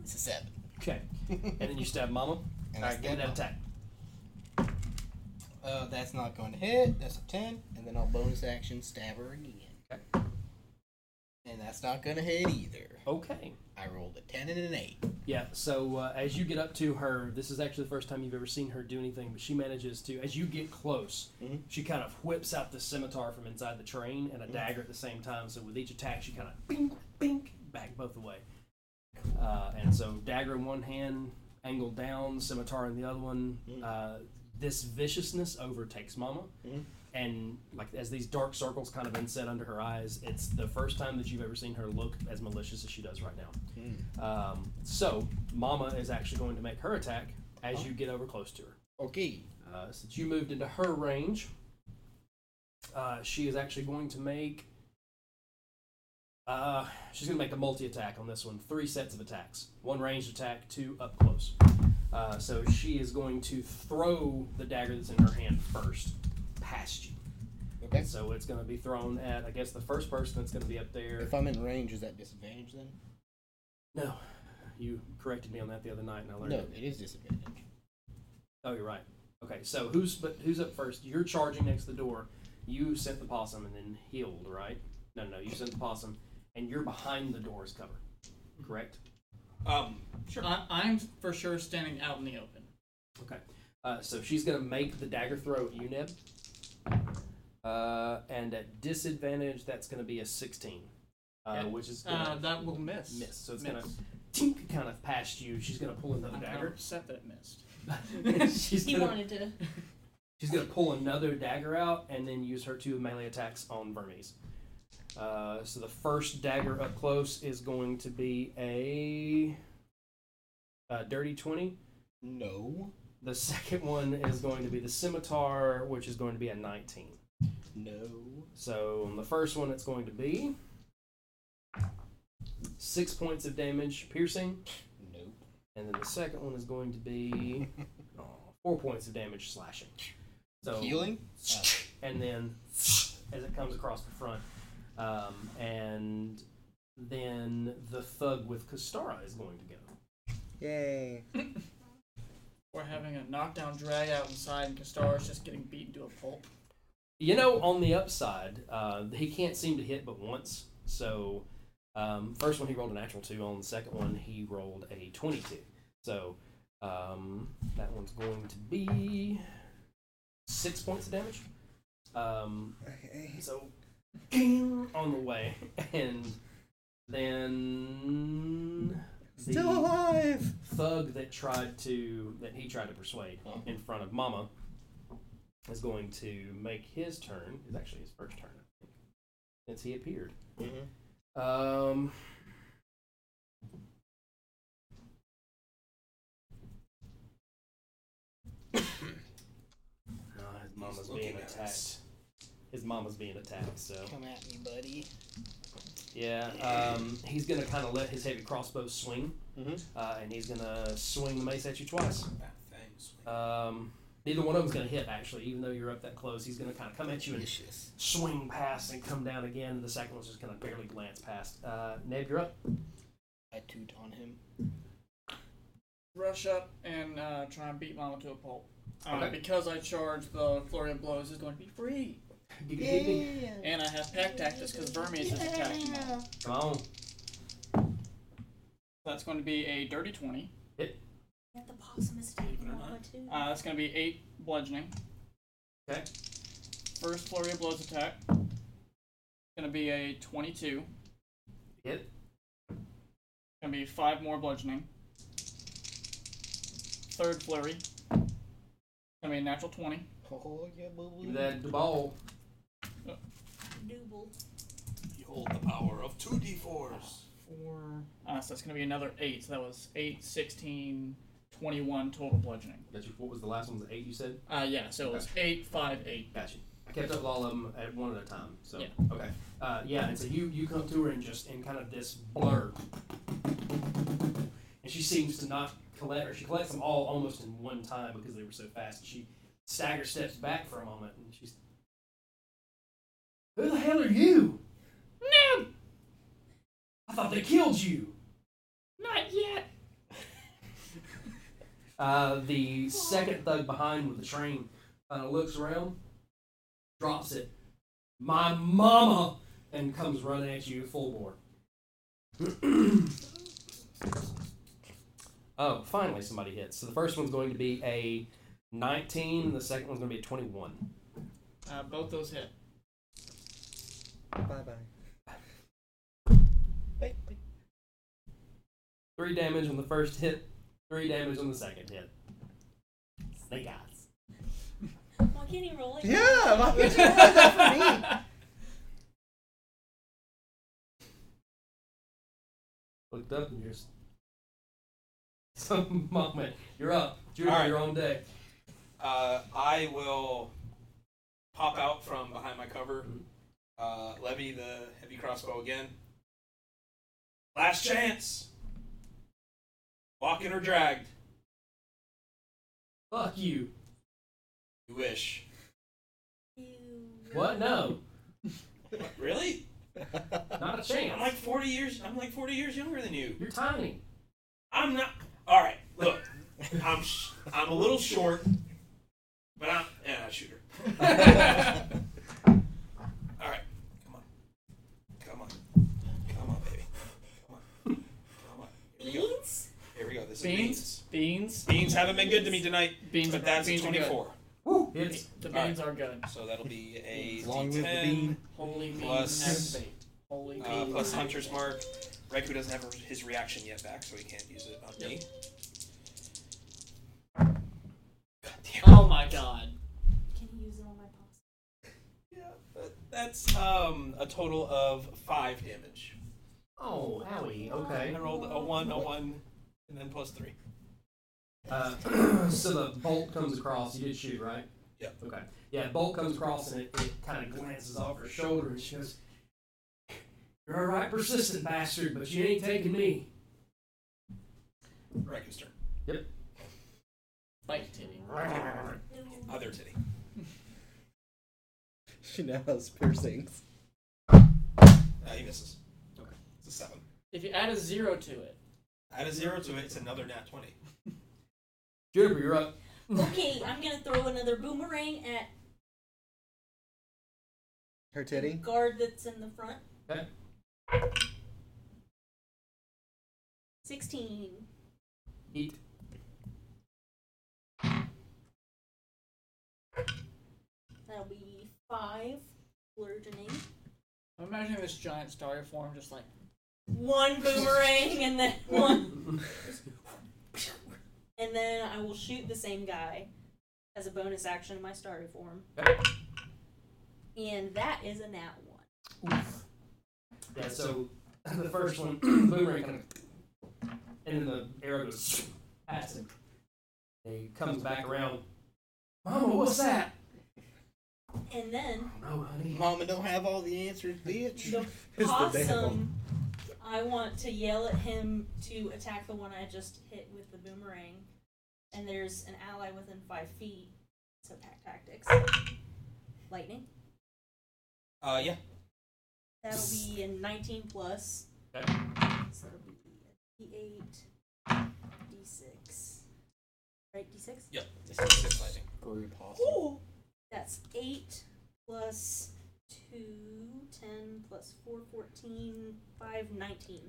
Speaker 3: it's a seven.
Speaker 7: Okay. And then you stab Mama.
Speaker 3: And
Speaker 7: All
Speaker 3: I
Speaker 7: right, give me
Speaker 3: stab Mama.
Speaker 7: that attack.
Speaker 3: Uh, that's not going to hit. That's a 10. And then I'll bonus action stab her again.
Speaker 7: Okay.
Speaker 3: And that's not going to hit either.
Speaker 7: Okay.
Speaker 3: I rolled a 10 and an 8.
Speaker 7: Yeah. So uh, as you get up to her, this is actually the first time you've ever seen her do anything, but she manages to. As you get close,
Speaker 3: Mhm.
Speaker 7: she kind of whips out the scimitar from inside the train and a dagger at the same time. So with each attack, she kind of bink, bink, back both the way. Uh, and so dagger in one hand, angled down, scimitar in the other one. Uh, this viciousness overtakes Mama. And like as these dark circles kind of inset under her eyes, it's the first time that you've ever seen her look as malicious as she does right now. Um, so Mama is actually going to make her attack as you get over close to her.
Speaker 3: Okay.
Speaker 7: Uh, since you moved into her range, uh, she is actually going to make. Uh, she's going to make a multi attack on this one. Three sets of attacks. One ranged attack, two up close. Uh, so she is going to throw the dagger that's in her hand first past you.
Speaker 3: Okay.
Speaker 7: So it's going to be thrown at, I guess, the first person that's going to be up there.
Speaker 3: If I'm in range, is that disadvantage then?
Speaker 7: No, you corrected me on that the other night, and I learned
Speaker 3: No,
Speaker 7: it.
Speaker 3: it is disadvantage.
Speaker 7: Oh, you're right. Okay, so who's but who's up first? You're charging next to the door. You sent the possum and then healed, right? No, no, you sent the possum, and you're behind the door's cover.
Speaker 5: Mm-hmm.
Speaker 7: Correct.
Speaker 4: Um, sure.
Speaker 5: I, I'm for sure standing out in the open.
Speaker 7: Okay. Uh, so she's gonna make the dagger throw at you, Neb. Uh, and at disadvantage, that's gonna be a 16, uh,
Speaker 5: Yeah.
Speaker 7: which is
Speaker 5: Uh,
Speaker 7: gonna
Speaker 5: that will miss.
Speaker 7: miss. So it's
Speaker 5: miss.
Speaker 7: gonna tink kind of past you. She's gonna pull another
Speaker 5: I'm kind of
Speaker 7: dagger.
Speaker 5: upset that it missed.
Speaker 7: she's
Speaker 6: He
Speaker 7: gonna
Speaker 6: wanted to.
Speaker 7: She's gonna pull another dagger out and then use her two melee attacks on Burmese. Uh, so the first dagger up close is going to be a, a dirty twenty.
Speaker 3: No.
Speaker 7: The second one is going to be the scimitar, which is going to be a nineteen.
Speaker 3: No.
Speaker 7: So on the first one, it's going to be six points of damage piercing,
Speaker 3: Nope.
Speaker 7: and then the second one is going to be oh, four points of damage slashing. So
Speaker 3: Healing? Oh.
Speaker 7: and then as it comes across the front. Um, and then the thug with Kastara is going to go.
Speaker 8: Yay.
Speaker 5: We're having a knockdown drag out inside, and Kastar's just getting beaten to a pulp.
Speaker 7: You know, on the upside, uh, he can't seem to hit but once, so Um, first one he rolled a natural two on. The second one he rolled a twenty-two. So um, that one's going to be six points of damage. Um,
Speaker 8: Okay.
Speaker 7: so ging, on the way, and then the
Speaker 8: Still alive!
Speaker 7: thug that tried to that he tried to persuade in front of Mama is going to make his turn. It's actually his first turn, I think, since he appeared.
Speaker 3: Mhm.
Speaker 7: Um. No, his mama's being
Speaker 4: looking at
Speaker 7: attacked.
Speaker 4: us.
Speaker 7: His mama's being attacked, so.
Speaker 3: Come at me, buddy.
Speaker 7: Yeah, um, he's going to kind of let his heavy crossbow swing,
Speaker 3: Mm-hmm.
Speaker 7: uh, and he's going to swing the mace at you twice.
Speaker 3: Ah,
Speaker 4: That thing's
Speaker 7: Um, neither one of them's going to hit, actually, even though you're up that close. He's going to kind of come at you and
Speaker 3: Vicious.
Speaker 7: swing past and come down again. The second one's just going to barely glance past. Uh, Neb, you're up.
Speaker 3: I toot on him.
Speaker 5: rush up and uh, try and beat Mama to a pulp. Uh,
Speaker 7: Okay.
Speaker 5: Because I charge the flurry of blows is going to be free, and I have pack tactics because Vermes is attacking. Mama.
Speaker 7: Come on.
Speaker 5: That's going to be a dirty twenty.
Speaker 6: At the Possum's Day, Mama, too.
Speaker 5: Uh, that's going to be eight bludgeoning.
Speaker 7: Okay.
Speaker 5: First flurry of blows attack. Going to be a twenty-two.
Speaker 7: Hit.
Speaker 5: Going to be five more bludgeoning. Third flurry. Going to be a natural twenty.
Speaker 3: Oh, yeah, boo
Speaker 7: Give me that ball.
Speaker 6: Nooble.
Speaker 4: You hold the power of two d4s.
Speaker 5: Four. Uh, so that's going to be another eight. So that was eight, 16, 21 total bludgeoning.
Speaker 7: That's your, what was the last one? Was it eight you said?
Speaker 5: Uh, yeah, so it was eight, five, eight.
Speaker 7: Gotcha. I kept up all of them at one at a time. So
Speaker 5: Yeah.
Speaker 7: okay. Uh, yeah, and so you you come to her and just in kind of this blur, and she seems to not collect or she collects them all almost in one time because they were so fast. And she stagger steps back for a moment and she's, "Who the hell are you?
Speaker 5: No!
Speaker 7: I thought they killed you."
Speaker 5: Not yet!
Speaker 7: Uh, the second thug behind with the train kind of looks around, drops it, my mama, and comes running at you full bore. oh, finally somebody hits. So the first one's going to be a 19, the second one's going to be a 21.
Speaker 5: Uh, both those hit.
Speaker 8: Bye bye.
Speaker 7: Three damage on the first hit, three damage on the second hit. Snake eyes.
Speaker 6: Why can't he roll it?
Speaker 8: Yeah, why would you want that for me?
Speaker 7: Looked up and you're. s- So, mama, you're up. You're,
Speaker 4: All right.
Speaker 7: you're on deck.
Speaker 4: Uh, I will pop out from behind my cover, uh, levy the heavy crossbow again. Last chance. Walking or dragged.
Speaker 7: Fuck you.
Speaker 4: You wish.
Speaker 6: You-
Speaker 7: What? No.
Speaker 4: Really?
Speaker 7: Not a
Speaker 4: I'm
Speaker 7: chance.
Speaker 4: like 40 years. I'm like 40 years younger than you.
Speaker 7: You're tiny.
Speaker 4: I'm not. All right. Look, I'm sh- I'm a little short, but I'm yeah, I shoot her. all right, come on, come on, come on, baby, come on, come on. Here we go.
Speaker 6: Beans?
Speaker 4: Here we go. This is
Speaker 5: Beans?
Speaker 4: beans.
Speaker 5: Beans?
Speaker 4: Beans haven't been good to me tonight,
Speaker 5: Beans
Speaker 4: but that's
Speaker 5: beans are good.
Speaker 4: 24.
Speaker 7: It's
Speaker 5: The
Speaker 4: All right.
Speaker 5: beans are good.
Speaker 4: So that'll be a
Speaker 3: Long live the
Speaker 4: D10
Speaker 3: bean.
Speaker 5: Holy beans
Speaker 4: Plus-
Speaker 5: activate. Holy
Speaker 4: uh,
Speaker 5: beans.
Speaker 4: plus hunter's mark. Reku doesn't have his reaction yet back, so he can't use it on me. God damn it.
Speaker 5: Oh my god.
Speaker 6: Can he use it on my possum?
Speaker 4: Yeah, but that's um a total of five damage.
Speaker 7: oh, owie.
Speaker 4: I
Speaker 7: Okay.
Speaker 4: rolled a one, a one, and then plus three.
Speaker 7: Uh, so the bolt comes across. You did shoot, right?
Speaker 4: Yep.
Speaker 7: Okay. Yeah, bolt comes across and it, it kind of glances off her shoulder and she goes, "You're a right persistent bastard, but you ain't taking me."
Speaker 4: Reku's turn.
Speaker 5: Bite titty.
Speaker 4: Other titty.
Speaker 8: She now has piercings.
Speaker 4: Uh, he misses. Okay. It's a seven.
Speaker 5: If you add a zero to it,
Speaker 4: Add a zero to it, it's another nat 20.
Speaker 7: Juniper, you're up.
Speaker 6: Okay, I'm gonna throw another boomerang at
Speaker 8: Her titty?
Speaker 6: guard that's in the front.
Speaker 7: Okay.
Speaker 6: Sixteen.
Speaker 7: Eat.
Speaker 6: That'll be five. Bludgeoning.
Speaker 5: I'm imagining this giant styrofoam just like
Speaker 6: One boomerang and then one. and then I will shoot the same guy as a bonus action in my starter form.
Speaker 17: Okay.
Speaker 6: And that is a nat one.
Speaker 7: Yeah, so the first one, boomerang kind of, and then the arrow goes past him. And he comes back around. Mama, what's that?
Speaker 6: And then
Speaker 7: No, honey.
Speaker 3: Mama don't have all the answers, bitch.
Speaker 6: the
Speaker 8: It's the damn
Speaker 6: possum. I want to yell at him to attack the one I just hit with the boomerang. And there's an ally within five feet. So pack tactics. Lightning.
Speaker 4: Uh, yeah.
Speaker 6: That'll be a 19 plus.
Speaker 17: Okay.
Speaker 6: So that'll be a D8, D6. Right, D6?
Speaker 4: Yep. This is six lightning.
Speaker 3: Guru possum.
Speaker 6: Ooh. That's 8 plus 2, 10 plus 4, 14, 5, 19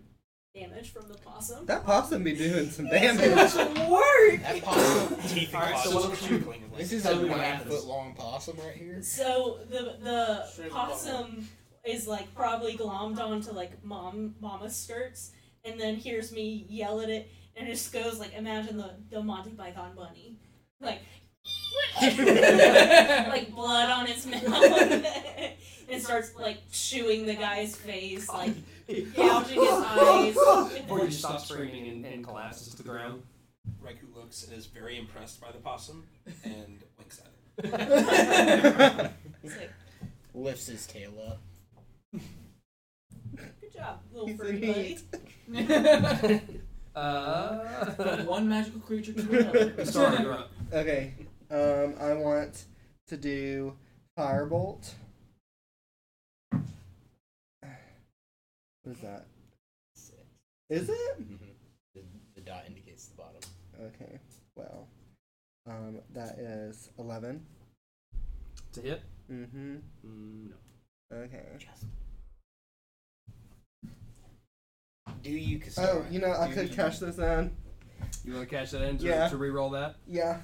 Speaker 6: damage from the possum.
Speaker 8: That possum be doing some damage.
Speaker 6: work!
Speaker 3: That possum.
Speaker 4: Teeth
Speaker 17: All right, so what was you-
Speaker 3: This is a
Speaker 17: Tell me
Speaker 3: one
Speaker 17: what
Speaker 3: and a half
Speaker 17: happens.
Speaker 3: foot long possum right here.
Speaker 6: So the the
Speaker 5: Straight
Speaker 6: possum is like probably glommed onto like mom mama's skirts and then hears me yell at it and it just goes like imagine the, the Monty Python bunny. Like like blood on its mouth and starts like chewing the guy's face, like gouging his eyes.
Speaker 7: Before you stop screaming and, and collapses to the ground.
Speaker 4: Reku looks and is very impressed by the possum and winks at it.
Speaker 6: It's like,
Speaker 3: Lifts his tail up.
Speaker 6: good job, little
Speaker 8: He's
Speaker 6: furry
Speaker 8: an
Speaker 6: buddy.
Speaker 7: Uh,
Speaker 5: one magical creature to another.
Speaker 7: sorry, you're up.
Speaker 8: okay, um, I want to do firebolt. What is that? Is it?
Speaker 3: Mm-hmm. The, the dot indicates the bottom.
Speaker 8: Okay. Well, um, that is eleven.
Speaker 7: To hit?
Speaker 8: Mm-hmm.
Speaker 7: Mm, no.
Speaker 8: Okay.
Speaker 3: Do you, Kasara?
Speaker 8: Oh, you know, I
Speaker 3: Do
Speaker 8: could
Speaker 3: you-
Speaker 8: cash this in.
Speaker 7: You want to catch that in to,
Speaker 8: Yeah.
Speaker 7: to re-roll that?
Speaker 8: Yeah.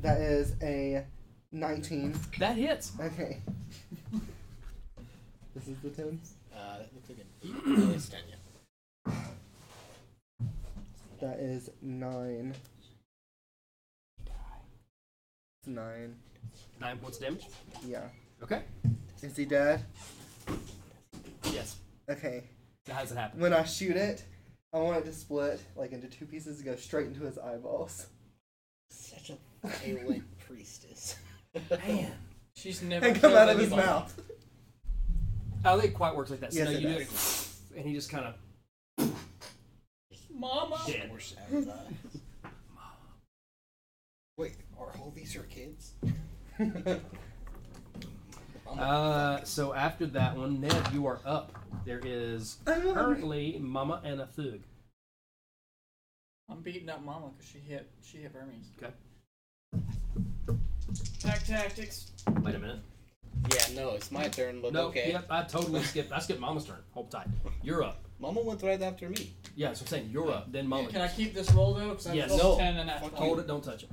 Speaker 8: That is a 19.
Speaker 7: That hits.
Speaker 8: Okay. this is the 10.
Speaker 3: Uh, that looks like an eight. No, it's ten, yeah.
Speaker 8: That is 9. It's 9.
Speaker 7: Nine points of damage.
Speaker 8: Yeah.
Speaker 7: Okay.
Speaker 8: Is he dead?
Speaker 7: Yes.
Speaker 8: Okay.
Speaker 7: That hasn't happened.
Speaker 8: When I shoot it, I want it to split like into two pieces and go straight into his eyeballs.
Speaker 3: Such a violent priestess.
Speaker 5: Man, she's never.
Speaker 8: And come out
Speaker 5: killed
Speaker 8: of his
Speaker 5: anybody.
Speaker 8: mouth.
Speaker 7: I don't think it quite works like that. So
Speaker 8: Yes,
Speaker 7: no,
Speaker 8: it
Speaker 7: you do it, and he just kind of
Speaker 5: Mama.
Speaker 7: dead.
Speaker 3: Force out of the eyes. Wait, are all these her kids?
Speaker 7: Uh, so after that one, Ned, you are up. There is currently Mama and a Thug.
Speaker 5: I'm beating up Mama because she hit she hit Hermes.
Speaker 7: Okay.
Speaker 5: Attack tactics.
Speaker 7: Wait a minute.
Speaker 3: yeah, no, it's my turn, but
Speaker 7: No,
Speaker 3: okay.
Speaker 7: yep, I totally skipped. I skipped Mama's turn. Hold tight. You're up.
Speaker 3: Mama went right after me.
Speaker 7: Yeah, that's what I'm saying. You're up. Then Mama.
Speaker 5: Can I keep this roll though? Because I
Speaker 7: Yes.
Speaker 5: rolled
Speaker 3: No.
Speaker 5: ten and that
Speaker 3: Fuck you.
Speaker 5: rolled
Speaker 7: Hold it. Don't touch it.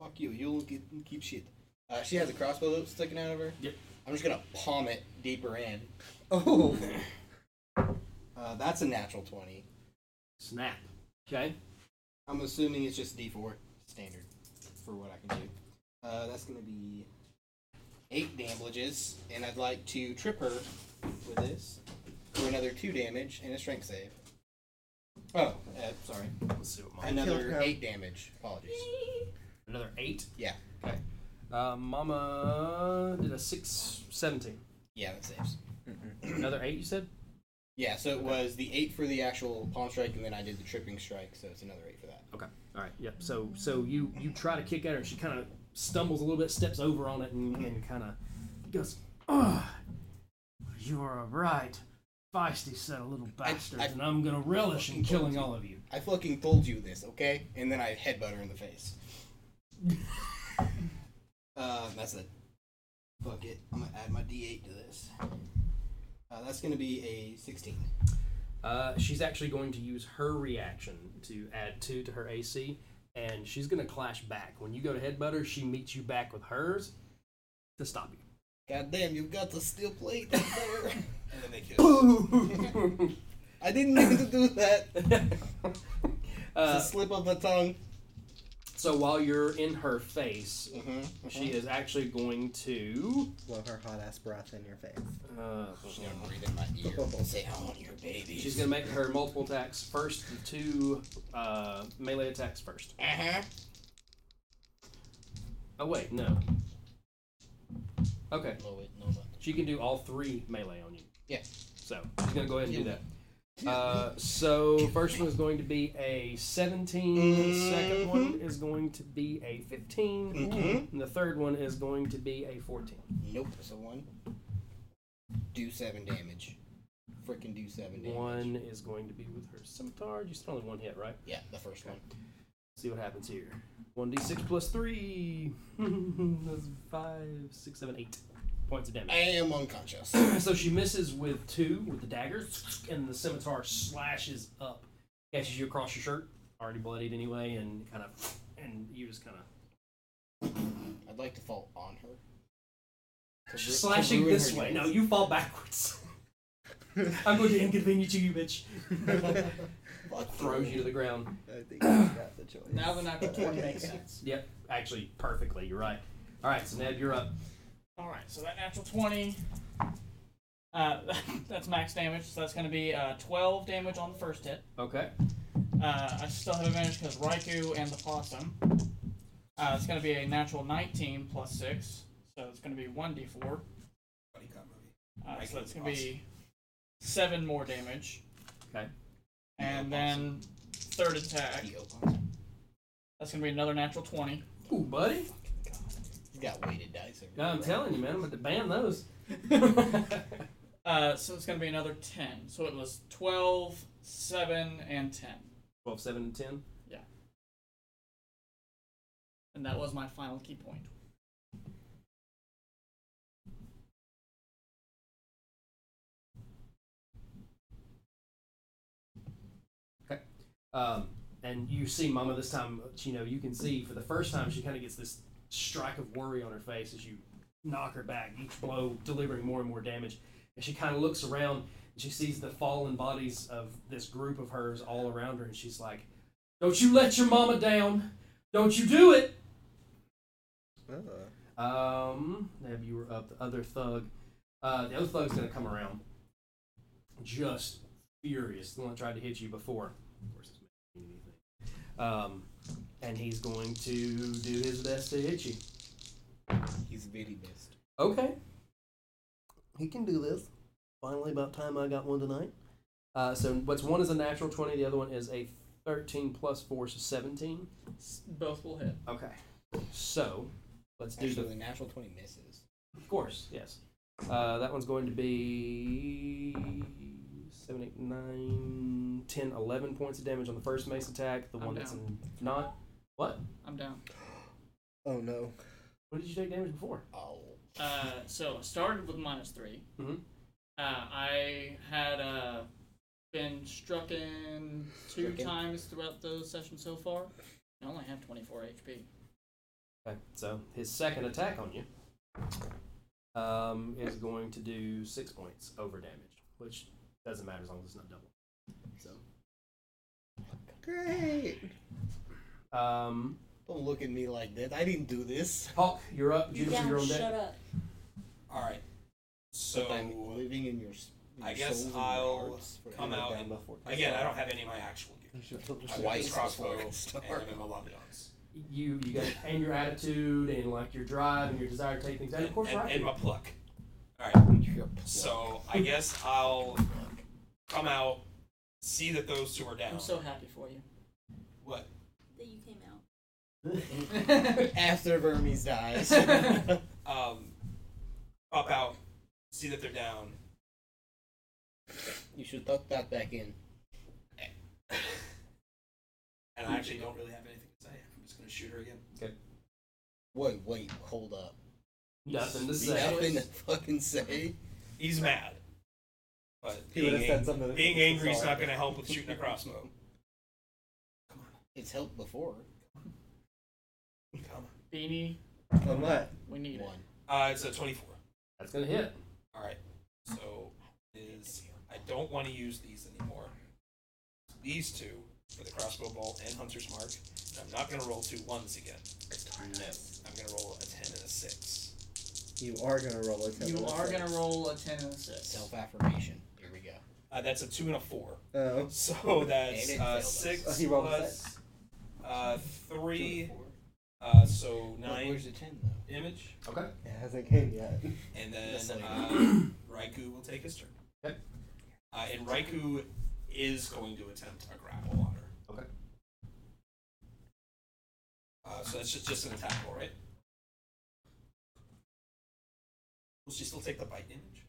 Speaker 3: Fuck you, you'll get, keep shit. Uh, she has a crossbow loop sticking out of her.
Speaker 7: Yep.
Speaker 3: I'm just gonna palm it deeper in.
Speaker 8: Oh.
Speaker 3: Uh, that's a natural 20.
Speaker 7: Snap. Okay.
Speaker 3: I'm assuming it's just D4 standard for what I can do. Uh, that's gonna be eight damages, and I'd like to trip her with this for another two damage and a strength save. Oh, uh, sorry,
Speaker 7: Let's see what Mama.
Speaker 3: another
Speaker 8: him.
Speaker 3: eight damage. Apologies.
Speaker 7: Another eight.
Speaker 3: Yeah,
Speaker 7: Uh, Mama did a six seventeen.
Speaker 3: yeah, that saves.
Speaker 7: Another eight. You said.
Speaker 3: Yeah, so it was the eight for the actual palm strike, and then I did the tripping strike, so it's another eight for that.
Speaker 7: Okay. All right. Yep. So so you you try to kick at her and she kind of stumbles a little bit, steps over on it, and, and kind of goes, "Ugh, you are right, feisty set of little bastards,
Speaker 3: I-
Speaker 7: and I'm gonna relish in killing all of you."
Speaker 3: I fucking told you this, okay? And then I headbutt her in the face. Uh, um, that's it. Fuck it. I'm gonna add my D8 to this. Uh, that's going to be a 16.
Speaker 7: Uh, she's actually going to use her reaction to add two to her AC, and she's going to clash back. When you go to headbutt her, she meets you back with hers to stop you.
Speaker 3: God damn, you've got the steel plate up there.
Speaker 4: And then they kiss.
Speaker 3: I didn't mean to do that. It's a
Speaker 7: Uh,
Speaker 3: slip of the tongue.
Speaker 7: so while you're in her face,
Speaker 3: Mhm.
Speaker 7: she is actually going to.
Speaker 8: Blow her hot ass breath in your face.
Speaker 7: Uh,
Speaker 3: She's going to breathe in my ear and say, I want your baby.
Speaker 7: she's going to make her multiple attacks first, the two uh, melee attacks first.
Speaker 3: Uh-huh.
Speaker 7: Oh, wait, no. Okay,
Speaker 3: Blow it, Nova.
Speaker 7: she can do all three melee on you.
Speaker 3: Yeah.
Speaker 7: So she's going to go ahead and do that. Uh, so first one is going to be a 17 second one is going to be a 15
Speaker 3: Mhm.
Speaker 7: and the third one is going to be a 14
Speaker 3: Nope, it's a one. Do seven damage. Freaking do seven damage.
Speaker 7: one is going to be with her scimitar you still only one hit right
Speaker 3: Yeah, the first one.
Speaker 7: see what happens here 1d6 plus 3 that's 5 6 7 8 points of
Speaker 3: I
Speaker 7: damage
Speaker 3: am unconscious.
Speaker 7: so she misses with two with the dagger and the scimitar slashes up catches you across your shirt already bloodied anyway and kind of and you just kind of
Speaker 3: I'd like to fall on her. To ru- to
Speaker 7: She's slashing
Speaker 3: ruin
Speaker 7: this
Speaker 3: her
Speaker 7: way.
Speaker 3: day.
Speaker 7: No, you fall backwards. I'm going to inconvenience you, you bitch.
Speaker 3: Fuck
Speaker 7: Throws you to the ground.
Speaker 8: I think you got the choice.
Speaker 5: Now the natural 20 makes sense.
Speaker 7: Yep, actually, perfectly. You're right. All right, so Neb, you're up.
Speaker 5: Alright, so that natural 20. Uh, that's max damage, so that's going to be uh, 12 damage on the first hit.
Speaker 7: Okay.
Speaker 5: Uh, I still have advantage because Raikou and the Possum. Uh, it's going to be a natural 19 plus 6, so it's going to be 1d4.
Speaker 4: Buddy cop movie.
Speaker 5: Uh, so
Speaker 4: Raikou
Speaker 5: that's
Speaker 4: and
Speaker 5: going to be 7 more damage.
Speaker 7: Okay.
Speaker 5: And then third attack. That's going to be another natural 20.
Speaker 7: Ooh, buddy.
Speaker 3: He's got weighted dice. everywhere.
Speaker 7: I'm telling you, man, I'm about to ban those.
Speaker 5: Uh, so it's going to be another 10. So it was 12, 7, and 10.
Speaker 7: 12, 7, and 10.
Speaker 5: And that was my final key point.
Speaker 7: Um, and you see Mama this time, you know, you can see for the first time she kind of gets this strike of worry on her face as you knock her back, each blow delivering more and more damage. And she kind of looks around and she sees the fallen bodies of this group of hers all around her, and she's like, Don't you let your mama down! Don't you do it!
Speaker 8: Ugh.
Speaker 7: Um, Neb, you were up. The other thug, uh, the other thug's gonna come around, just furious. The one that tried to hit you before. Of course, it's not doing anything. Um, and he's going to do his best to hit you.
Speaker 3: He's very best.
Speaker 7: Okay. He can do this. Finally, about time I got one tonight. Uh, so what's one is a natural twenty. The other one is a thirteen plus four, so seventeen.
Speaker 5: S- Both will hit.
Speaker 7: Okay. So let's do the
Speaker 3: Actually, the natural 20 misses.
Speaker 7: Of course, yes. Uh, that one's going to be 7, 8, 9, 10, 11 points of damage on the first mace attack. The
Speaker 5: I'm
Speaker 7: one that's not.
Speaker 5: I'm down.
Speaker 8: Oh no.
Speaker 7: What did you take damage before?
Speaker 3: Oh.
Speaker 5: Uh, so I started with minus 3.
Speaker 7: Mhm.
Speaker 5: Uh, I had uh, been struck in two
Speaker 3: Struck in.
Speaker 5: times throughout the session so far. I only have 24 HP.
Speaker 7: Okay, so his second attack on you um, is going to do 6 points over damage, which doesn't matter as long as it's not double. So,
Speaker 8: Great.
Speaker 7: um,
Speaker 3: Don't look at me like that. I didn't do this.
Speaker 7: Hawk, you're up.
Speaker 6: You
Speaker 7: Juniper,
Speaker 6: down,
Speaker 7: you're on deck.
Speaker 6: shut up.
Speaker 9: All right.
Speaker 3: But I'm
Speaker 9: So
Speaker 3: living in your. s-
Speaker 9: I
Speaker 3: your
Speaker 9: guess
Speaker 3: souls and your
Speaker 9: I'll
Speaker 3: hearts forever.
Speaker 9: come out and- again, I don't have any of my actual gear. I've got
Speaker 3: Twice
Speaker 9: this crossbow
Speaker 3: before I
Speaker 9: and
Speaker 3: start.
Speaker 9: I'm a lobby dogs.
Speaker 7: You, you got, and your attitude, and like your drive, and your desire to take things out. Of course,
Speaker 9: and,
Speaker 7: right.
Speaker 9: and my pluck. All
Speaker 7: Oh,
Speaker 9: right.
Speaker 3: You're a pl-
Speaker 9: So I guess I'll come out, see that those two are down.
Speaker 5: I'm
Speaker 4: Oh.
Speaker 5: so happy for you.
Speaker 9: what?
Speaker 6: That you came out.
Speaker 3: After Vermes dies.
Speaker 9: Um, up out, see that they're down.
Speaker 3: you should tuck that back in.
Speaker 9: And I actually don't really have anything to say. I'm just gonna shoot her again.
Speaker 3: Wait, wait, hold up.
Speaker 7: Nothing to
Speaker 3: Is
Speaker 7: say.
Speaker 3: nothing to fucking say?
Speaker 9: He's mad.
Speaker 4: But
Speaker 8: He would
Speaker 4: being,
Speaker 8: have said
Speaker 4: ang-
Speaker 8: something. that-
Speaker 4: being angry is
Speaker 8: Sorry.
Speaker 4: not going to help with shooting a crossbow.
Speaker 3: It's helped before.
Speaker 4: Come
Speaker 5: Beanie,
Speaker 8: On what?
Speaker 5: we need it.
Speaker 3: One.
Speaker 4: on. Uh, it's a 24.
Speaker 18: That's gonna hit.
Speaker 4: All right. So it is I don't want to use these anymore. These two for the crossbow bolt and hunter's mark. And I'm not going to roll two ones again. No. I'm going to roll a 10 and a 6.
Speaker 8: You are gonna roll a ten.
Speaker 5: You
Speaker 8: and a
Speaker 5: are
Speaker 8: six.
Speaker 5: gonna roll a ten and a six.
Speaker 3: Self affirmation. Here we go.
Speaker 4: Uh, that's a 2 and a 4.
Speaker 8: Oh,
Speaker 4: So
Speaker 3: And
Speaker 4: that's
Speaker 3: it
Speaker 4: uh,
Speaker 3: failed us.
Speaker 4: 6
Speaker 8: He rolled a
Speaker 4: plus,
Speaker 8: six.
Speaker 4: uh,
Speaker 3: Two
Speaker 4: 3.
Speaker 3: and four.
Speaker 4: Uh, so
Speaker 3: Look,
Speaker 4: 9
Speaker 3: Where's the ten though?
Speaker 4: image.
Speaker 18: Okay.
Speaker 8: it hasn't came yet.
Speaker 4: And then
Speaker 3: That's later.
Speaker 4: uh, Raikou will take his turn.
Speaker 18: Okay.
Speaker 4: Uh, and Raikou is going to attempt a grapple on her.
Speaker 18: Okay.
Speaker 4: Uh, so that's just, just an attack roll, right? Will she still take the bite damage?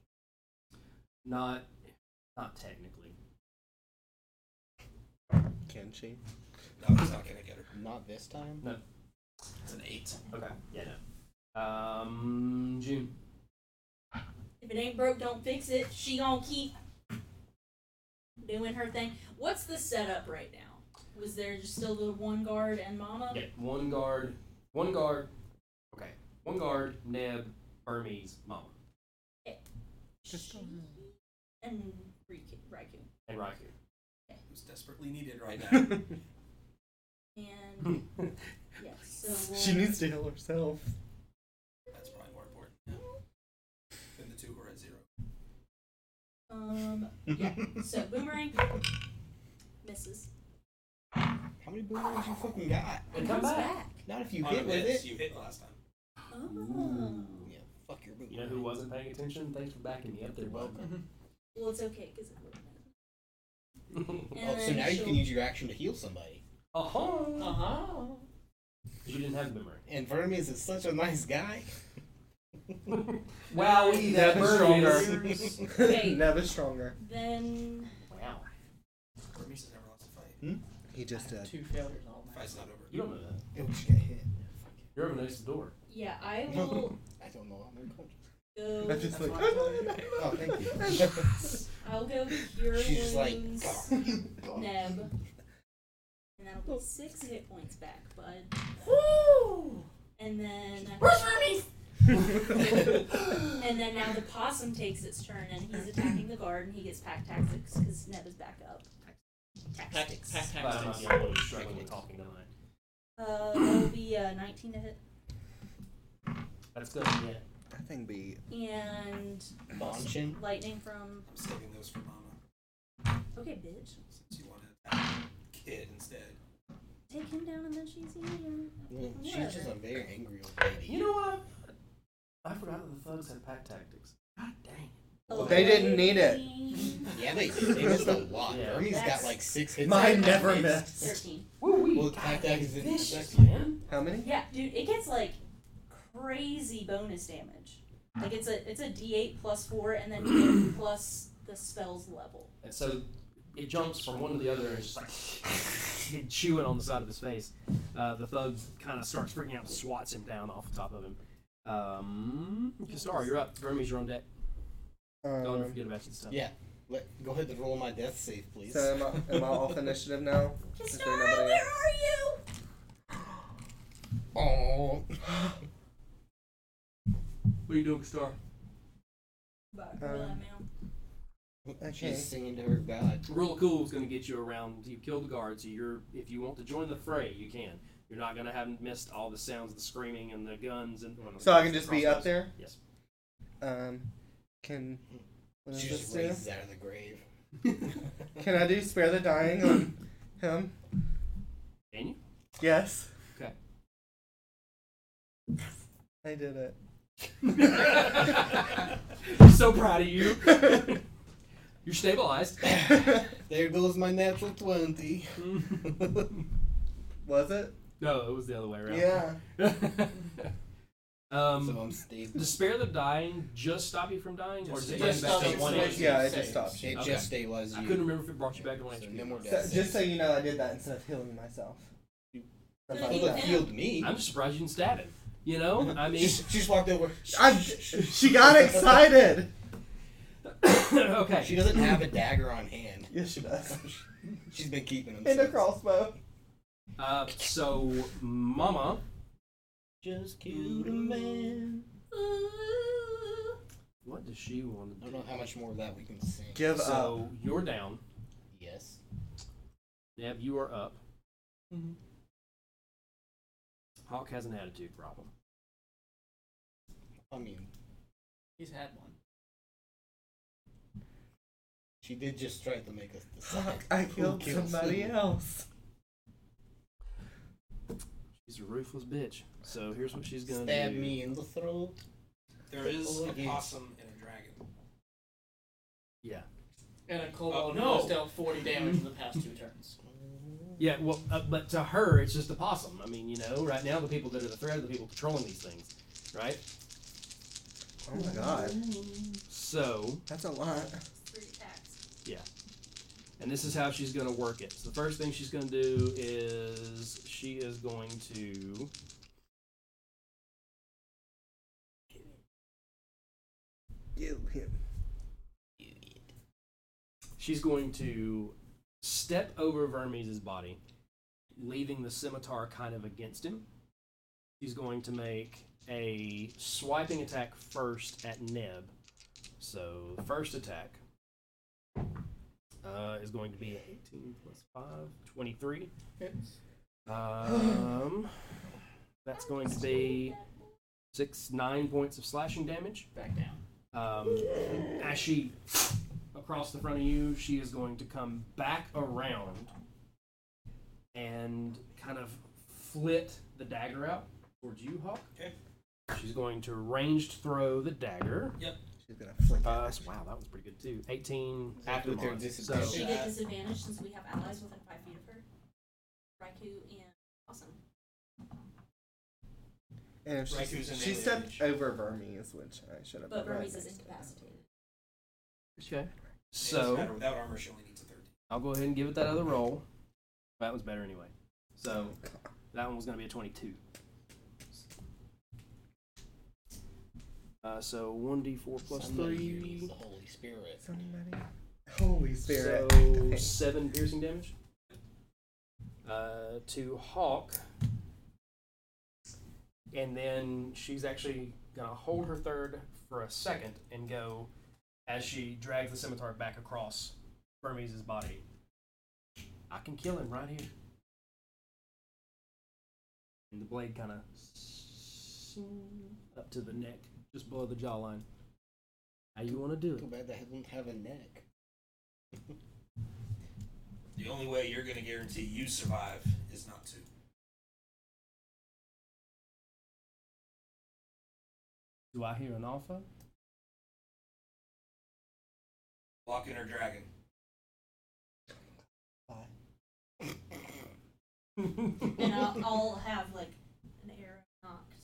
Speaker 7: Not, not technically.
Speaker 8: Can she?
Speaker 4: No, it's not going to get her.
Speaker 3: Not this time.
Speaker 7: No.
Speaker 4: It's an 8.
Speaker 7: Okay. Yeah. No. Um, June.
Speaker 6: If it ain't broke, don't fix it. She gonna keep doing her thing. What's the setup right now? Was there just still the one guard and Mama?
Speaker 7: Yeah. One guard. One guard. Okay. One guard. Neb. Burmese. Mama.
Speaker 6: She and Riku. Riku.
Speaker 7: And Raikou.
Speaker 4: Who's desperately needed right now.
Speaker 6: And
Speaker 3: Hmm.
Speaker 6: yeah, so we'll,
Speaker 8: she needs to heal herself.
Speaker 4: that's probably more important. Yeah. Than the two who are at zero.
Speaker 6: um yeah. So boomerang misses.
Speaker 3: How many boomerangs you fucking got?
Speaker 6: It
Speaker 7: come
Speaker 6: comes
Speaker 7: back.
Speaker 6: back.
Speaker 3: Not if you
Speaker 4: On a
Speaker 3: hit with
Speaker 4: miss,
Speaker 3: it.
Speaker 4: You hit last time.
Speaker 6: Oh.
Speaker 3: Yeah. Fuck your boomerang.
Speaker 7: You know who wasn't paying attention? Thanks for backing me up there,
Speaker 3: You're
Speaker 7: bud.
Speaker 3: welcome.
Speaker 6: Well, it's okay because it worked. And
Speaker 3: Oh, so
Speaker 6: then
Speaker 3: now you
Speaker 6: she'll-
Speaker 3: can use your action to heal somebody.
Speaker 7: Uh-huh.
Speaker 5: Uh huh.
Speaker 7: You didn't have memory.
Speaker 3: And Vermes is such a nice guy.
Speaker 7: Wow,
Speaker 8: that
Speaker 7: Burmese.
Speaker 6: Okay.
Speaker 8: Never stronger.
Speaker 6: Then
Speaker 7: Wow.
Speaker 4: Hermes never lost a fight.
Speaker 8: He just did.
Speaker 5: Two failures all night.
Speaker 4: Fight's not over.
Speaker 7: You don't know that.
Speaker 3: Oh, she got hit.
Speaker 7: You're over next to the door.
Speaker 6: yeah, I will
Speaker 3: I don't know. I'm unconscious.
Speaker 6: go.
Speaker 8: I'm just like.
Speaker 3: Oh, thank you.
Speaker 6: I'll go cure
Speaker 3: She's just like.
Speaker 6: wounds. Neb. And that'll be six hit points back, bud. Woo! And then Where's Remy? and then now the possum takes its turn and he's attacking the guard and he gets pack tactics because Neb is back up. Tactics.
Speaker 5: Pack
Speaker 7: But I'm not
Speaker 5: tactics.
Speaker 7: the only one who's struggling with talking tonight.
Speaker 6: Uh, that'll be uh, 19 to hit.
Speaker 7: That's good. Yeah.
Speaker 8: That thing be.
Speaker 6: And
Speaker 3: Bonchin.
Speaker 6: lightning from.
Speaker 4: I'm saving those for Mama.
Speaker 6: Okay, bitch.
Speaker 4: Since you want to attack Kid instead.
Speaker 6: Take him down and then she's eating.
Speaker 3: Well, she's just a
Speaker 6: Whatever.
Speaker 3: very angry old lady.
Speaker 7: You know what? I forgot that the thugs had pack tactics. God dang.
Speaker 8: They didn't need it.
Speaker 6: Lightning.
Speaker 3: Yeah, they, they missed a lot.
Speaker 7: Yeah.
Speaker 3: Hermes got
Speaker 6: That's-
Speaker 3: like six hits.
Speaker 8: Mine
Speaker 3: Like,
Speaker 8: never
Speaker 3: it's-
Speaker 8: missed.
Speaker 6: 13.
Speaker 7: Woo wee.
Speaker 3: Well, pack tactics didn't
Speaker 7: vicious,
Speaker 3: affect you.
Speaker 7: man.
Speaker 8: How many?
Speaker 6: Yeah, dude, it gets like crazy bonus damage. Like it's a it's a D8 plus four, and then you get plus the spell's level.
Speaker 7: And so it jumps from one to the other and it's just like chewing on the side of his face. Uh, the thug kind of starts freaking out and swats him down off the top of him. Um, Kastar, you're up. Vermes, you're on deck. Don't
Speaker 8: Um,
Speaker 7: forget about your stuff.
Speaker 3: Yeah. Let, go ahead and roll my death save, please.
Speaker 8: so am I, am I off initiative now? Is there
Speaker 6: Kistara,
Speaker 8: nobody
Speaker 6: where
Speaker 8: else?
Speaker 6: are you?
Speaker 3: oh.
Speaker 7: What are you doing, Kastar?
Speaker 6: But
Speaker 8: Um,
Speaker 6: really, man.
Speaker 8: Okay.
Speaker 3: She's singing to her god.
Speaker 7: Real cool is going to get you around. You killed the guard, so you're if you want to join the fray, you can. You're not going to have missed all the sounds of the screaming and the guns and. well,
Speaker 8: So I
Speaker 7: the
Speaker 8: can just be up
Speaker 7: crossbows.
Speaker 8: there.
Speaker 7: Yes.
Speaker 8: Um, can. What
Speaker 3: She
Speaker 8: does this
Speaker 3: just
Speaker 8: do?
Speaker 3: raises out of the grave.
Speaker 8: Can I do spare the dying on him?
Speaker 7: Can you?
Speaker 8: Yes.
Speaker 7: Okay.
Speaker 8: I did it.
Speaker 7: I'm so proud of you. You're stabilized.
Speaker 3: there goes my natural 20.
Speaker 8: Was it?
Speaker 7: No, it was the other way around.
Speaker 8: Yeah.
Speaker 3: so
Speaker 7: um,
Speaker 3: I'm stable.
Speaker 7: despair the dying just stop you from dying, or
Speaker 4: Just-
Speaker 7: does
Speaker 4: just
Speaker 7: it bring you back
Speaker 5: stop
Speaker 7: to
Speaker 5: you
Speaker 7: one
Speaker 5: from
Speaker 7: HP?
Speaker 8: Yeah, it
Speaker 5: save.
Speaker 8: just stopped.
Speaker 3: It
Speaker 7: Okay.
Speaker 3: just stabilizes
Speaker 7: I
Speaker 3: you.
Speaker 7: couldn't remember if it brought you back to one
Speaker 3: So
Speaker 7: HP.
Speaker 3: no more
Speaker 8: So,
Speaker 3: death.
Speaker 8: just so you know, I did that instead of healing myself. That's
Speaker 6: Gonna
Speaker 8: all
Speaker 6: eat
Speaker 3: Well,
Speaker 8: that.
Speaker 3: it healed me.
Speaker 7: I'm just surprised you didn't stab him. You know, I mean,
Speaker 3: she, she just walked over.
Speaker 8: I'm, she got excited.
Speaker 7: okay.
Speaker 3: She doesn't have a dagger on hand.
Speaker 8: Yes, she does.
Speaker 3: She's been keeping them.
Speaker 8: and a
Speaker 3: since.
Speaker 8: crossbow.
Speaker 7: Uh, so, Mama,
Speaker 3: Just killed a man.
Speaker 7: what does she want
Speaker 3: I don't
Speaker 7: to do?
Speaker 3: know how much more of that we can sing.
Speaker 8: Give up.
Speaker 7: So you're down.
Speaker 3: Yes.
Speaker 7: Nev, you are up. Hawk has an attitude problem.
Speaker 3: I mean,
Speaker 5: He's had one.
Speaker 3: she did just try to make us decide.
Speaker 8: Fuck, I
Speaker 3: who
Speaker 8: killed
Speaker 3: kills
Speaker 8: somebody
Speaker 3: who.
Speaker 8: else.
Speaker 7: She's a ruthless bitch. So here's what she's gonna
Speaker 3: Stab
Speaker 7: do.
Speaker 3: me in the throat.
Speaker 4: There is
Speaker 3: Oh,
Speaker 4: a
Speaker 3: yes.
Speaker 4: possum and a dragon.
Speaker 7: Yeah.
Speaker 5: And a kobold
Speaker 4: Oh, no.
Speaker 5: who's dealt 40 damage in the past two turns.
Speaker 7: Yeah. Well, uh, but to her, it's just a possum. I mean, you know, right now the people that are the threat are the people controlling these things, right?
Speaker 8: Oh my god,
Speaker 7: So,
Speaker 8: that's a lot.
Speaker 6: Three attacks.
Speaker 7: and this is how she's gonna work it. So the first thing she's gonna do is she is going to.
Speaker 8: You him.
Speaker 7: She's going to step over Vermes' body, leaving the scimitar kind of against him. She's going to make a swiping attack first at Neb. So, first attack uh, is going to be 18 plus 5, 23. Um, that's going to be 6, 9 points of slashing damage.
Speaker 5: Back down.
Speaker 7: Um, as she across the front of you, she is going to come back around and kind of flit the dagger out towards you, Hawk.
Speaker 4: Okay.
Speaker 7: She's going to ranged throw the dagger.
Speaker 8: She's gonna flick it.
Speaker 7: Uh, wow, that was pretty good too. 18 after
Speaker 3: With her
Speaker 7: mine.
Speaker 6: Does
Speaker 3: disadvantage.
Speaker 7: So,
Speaker 6: she get disadvantage since we have allies within five feet of her? Raikou and Awesome.
Speaker 8: And if
Speaker 4: Right,
Speaker 8: she,
Speaker 4: who's in
Speaker 8: she
Speaker 4: the
Speaker 8: stepped
Speaker 4: image?
Speaker 8: over Vermes, which I should have.
Speaker 6: But
Speaker 8: put right
Speaker 6: Vermes is
Speaker 8: next to that.
Speaker 6: incapacitated.
Speaker 7: okay.
Speaker 4: It doesn't
Speaker 7: So
Speaker 4: matter, without armor, she only needs a 13.
Speaker 7: I'll go ahead and give it that other roll. That one's better anyway. So that one was going to be a 22. Uh, so 1d4 plus
Speaker 3: Somebody here
Speaker 7: 3.
Speaker 3: needs the Holy Spirit.
Speaker 8: Somebody. Holy Spirit.
Speaker 7: So seven piercing damage. Uh, to Hawk. And then she's actually gonna hold her third for a second and go as she drags the scimitar back across Burmese body. I can kill him right here. And the blade kind of up to the neck, just below the jawline. How you want to do it?
Speaker 3: Too bad I don't have a neck.
Speaker 4: The only way you're going to guarantee you survive is not to.
Speaker 7: Do I hear an alpha?
Speaker 4: Lock in her dragon.
Speaker 6: And I'll, I'll have like an arrow knocked.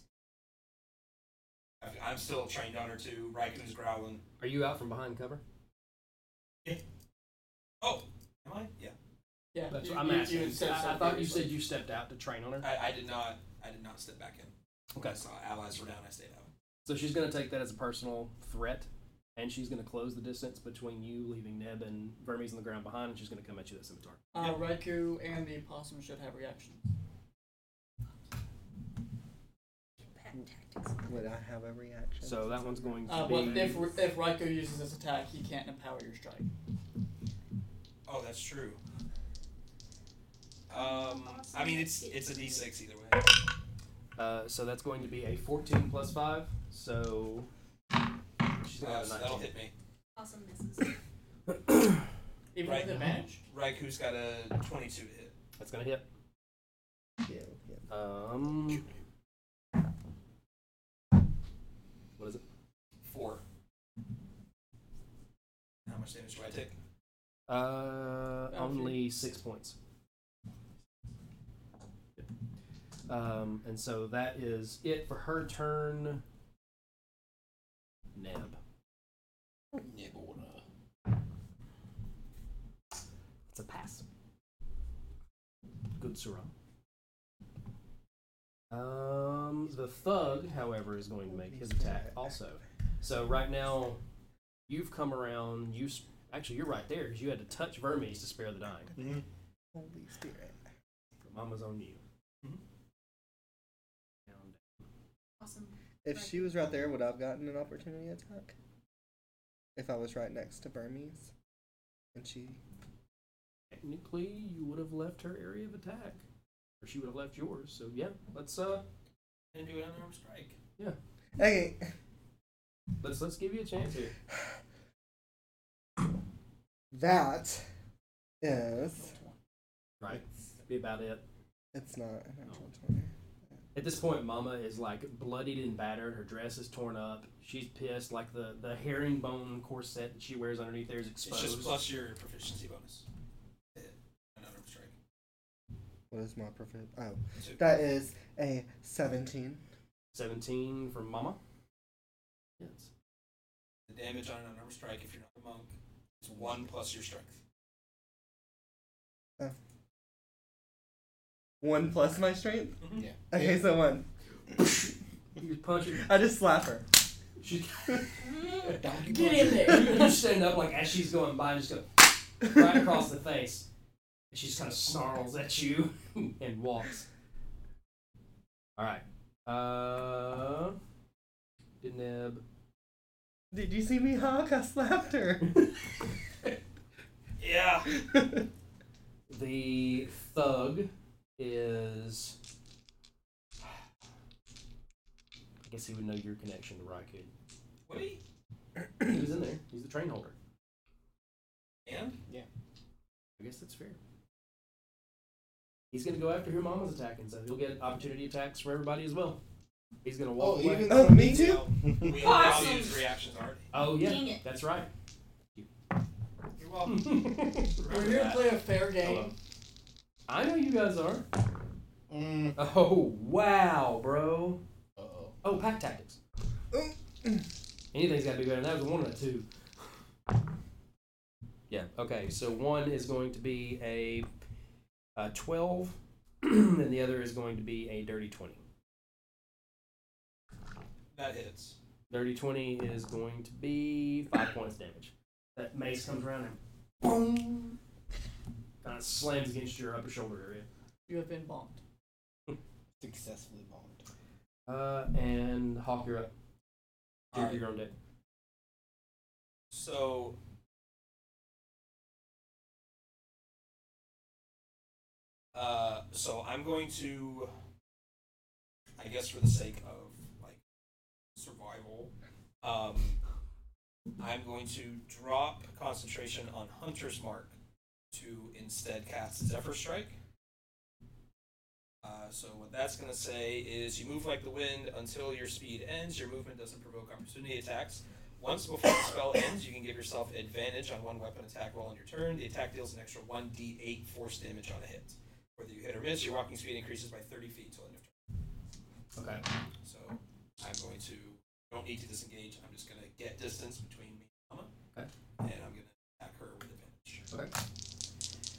Speaker 4: I've- I'm still trained on her too. Raikou's growling.
Speaker 7: Are you out from behind cover?
Speaker 4: Oh, am I? Yeah.
Speaker 5: Yeah,
Speaker 7: That's
Speaker 5: you-
Speaker 7: what I'm
Speaker 5: you- you
Speaker 7: asking.
Speaker 5: had said
Speaker 7: I, I
Speaker 5: so
Speaker 7: thought you said
Speaker 5: previously.
Speaker 7: you stepped out to train on her.
Speaker 4: I, I did not. I did not step back in. When I
Speaker 7: Okay.
Speaker 4: saw allies were down. I stayed out.
Speaker 7: So she's going to take that as a personal threat, and she's going to close the distance between you, leaving Neb and Vermes on the ground behind, and she's going to come at you with that scimitar.
Speaker 5: Uh, Raikou and the possum should have reactions.
Speaker 6: Patent tactics.
Speaker 8: Would I have a reaction?
Speaker 7: So that one's going to
Speaker 5: Uh,
Speaker 7: be.
Speaker 5: but if, if Raikou uses this attack, he can't empower your strike.
Speaker 4: Oh, that's true. Um, I mean, it's it's a D6 either way.
Speaker 7: uh, so that's going to be a 14 plus 5, so. She's going
Speaker 4: Uh,
Speaker 7: to have
Speaker 4: so
Speaker 7: a
Speaker 4: that'll
Speaker 7: 19.
Speaker 4: hit me.
Speaker 6: Awesome misses.
Speaker 5: Even
Speaker 4: Right.
Speaker 5: with advantage?
Speaker 4: Raikou's got a 22 to hit.
Speaker 7: That's going to hit.
Speaker 8: Yeah, yeah.
Speaker 3: Mm.
Speaker 7: Um, what is it?
Speaker 4: Four. How much damage do I take?
Speaker 7: Uh,
Speaker 5: Battlefield.
Speaker 7: only six points. Um, and so that is it for her turn. Neb.
Speaker 3: Yeah, but, uh,
Speaker 7: It's a pass. Good Surah. Um, the thug, however, is going to make his attack also. So right now, You've come around. You s- actually, you're right there because you had to touch Vermes to spare the dying.
Speaker 8: Holy Spirit.
Speaker 7: Mama's on you.
Speaker 4: Mm-hmm.
Speaker 7: Down,
Speaker 6: Awesome.
Speaker 8: If she was right there, would I have gotten an opportunity attack? If I was right next to Burmese? And she.
Speaker 7: Technically, you would have left her area of attack, or she would have left yours. So yeah, let's uh,
Speaker 4: And do an unarmed strike.
Speaker 7: yeah,
Speaker 8: Okay.
Speaker 7: let's let's give you a chance here.
Speaker 8: That is.
Speaker 7: Right, be about it.
Speaker 8: It's not an actual 20.
Speaker 7: At this point, Mama is like bloodied and battered. Her dress is torn up. She's pissed. Like the the herringbone corset that she wears underneath there is
Speaker 4: It's
Speaker 7: exposed.
Speaker 4: just plus your proficiency bonus. Yeah, An unarmed strike.
Speaker 8: What is my profit? Oh.
Speaker 4: Two.
Speaker 8: That is a 17.
Speaker 7: Seventeen from Mama. Yes.
Speaker 4: The damage on an unarmed strike, if you're not a monk, is one plus your strength.
Speaker 8: One plus my strength?
Speaker 7: Mm-hmm.
Speaker 3: Yeah.
Speaker 8: Okay, so one.
Speaker 7: You punch her.
Speaker 8: I just slap her.
Speaker 7: She
Speaker 3: Donkey
Speaker 7: get in there. You, you stand up like as she's going by, and just go right across the face. And she just kind of snarls at you and walks. All right. Uh, Deneb.
Speaker 8: Did you see me hug? I slapped her.
Speaker 4: Yeah.
Speaker 7: The thug is. I guess he would know your connection to Raikou.
Speaker 4: Wait.
Speaker 7: he was in there. He's the train holder.
Speaker 4: And
Speaker 7: I guess that's fair. He's gonna go after who Mama's attacking, so he'll get opportunity attacks from everybody as well. He's gonna walk away.
Speaker 8: Oh, me too?
Speaker 3: too?
Speaker 4: we all use reactions already.
Speaker 7: oh yeah,
Speaker 6: Dang it.
Speaker 7: that's right.
Speaker 4: You're welcome.
Speaker 5: We're here to play a fair
Speaker 7: Hello.
Speaker 5: game.
Speaker 7: I know you guys are.
Speaker 3: Mm.
Speaker 7: Oh wow, bro.
Speaker 3: Uh-oh.
Speaker 7: Oh, pack tactics. Anything's got to be better than that. It was one and a two. Yeah. Okay. So one is going to be a, a twelve, and the other is going to be a dirty twenty.
Speaker 4: That hits.
Speaker 7: Dirty twenty is going to be five points damage. That mace comes around and boom, kind of slams against your upper shoulder area.
Speaker 5: You have been bombed.
Speaker 3: Successfully bombed.
Speaker 7: Uh, and Hawk, you're up. You're,
Speaker 4: Alright.
Speaker 7: you're on deck.
Speaker 4: So. Uh, so I'm going to, I guess, for the sake of like survival, um, I'm going to drop concentration on Hunter's Mark to instead cast Zephyr Strike. Uh, so what that's going to say is you move like the wind until your speed ends. Your movement doesn't provoke opportunity attacks. Once before the spell ends, you can give yourself advantage on one weapon attack roll on your turn. The attack deals an extra 1d8 force damage on a hit. Whether you hit or miss, your walking speed increases by 30 feet till end of
Speaker 7: Okay.
Speaker 4: turn. So I'm going to, don't need to disengage. I'm just going to get distance between me and Mama.
Speaker 7: Okay.
Speaker 4: And I'm going to attack her with advantage.
Speaker 7: Okay.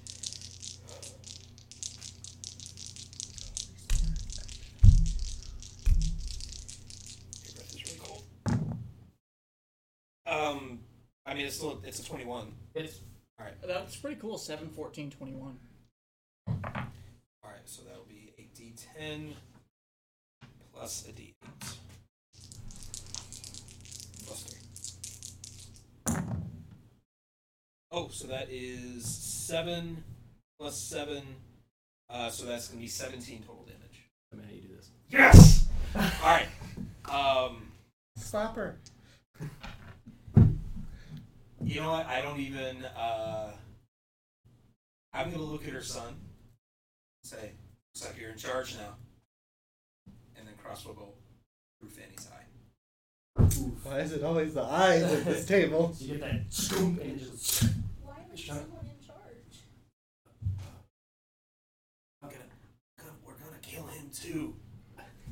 Speaker 4: Your breath is really cold. Um, I mean, it's still, it's a 21.
Speaker 7: It's
Speaker 5: That's pretty cool. 7, 14, 21.
Speaker 4: All right, so that'll be a D10 plus a D8. Plus three. Oh, so that is seven plus seven. Uh, so that's gonna be seventeen total damage.
Speaker 7: I mean, how you do this?
Speaker 4: Yes. All right. Um,
Speaker 8: Slap her.
Speaker 4: you know what? I don't even. Uh, I'm gonna look at her son. Say, looks like you're in charge now. And then crossbow bolt through Fanny's eye.
Speaker 8: Why is it always the eyes at this table?
Speaker 7: You get that scoop and it just.
Speaker 6: Why was
Speaker 7: Shut up.
Speaker 6: someone in charge?
Speaker 4: I'm gonna, gonna- we're gonna kill him too.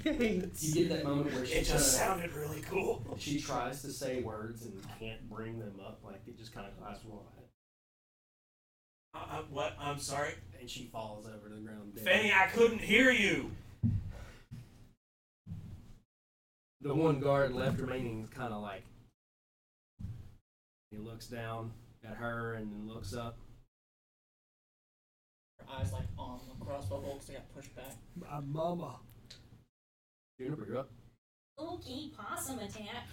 Speaker 7: You
Speaker 8: Thanks.
Speaker 7: get that moment where she
Speaker 4: It just sounded really cool.
Speaker 7: she tries to say words and can't bring them up. Like it just kind of claps wide,
Speaker 4: I, I, Uh, what? I'm sorry,
Speaker 7: and she falls over to the ground. Dead.
Speaker 4: Fanny. I couldn't hear you.
Speaker 7: The one guard left remaining is kind of like He looks down at her and then looks up.
Speaker 5: Her eyes like on the crossbow bolt because they got pushed back.
Speaker 7: My mama. Juniper, you're up.
Speaker 6: Okay, possum attack.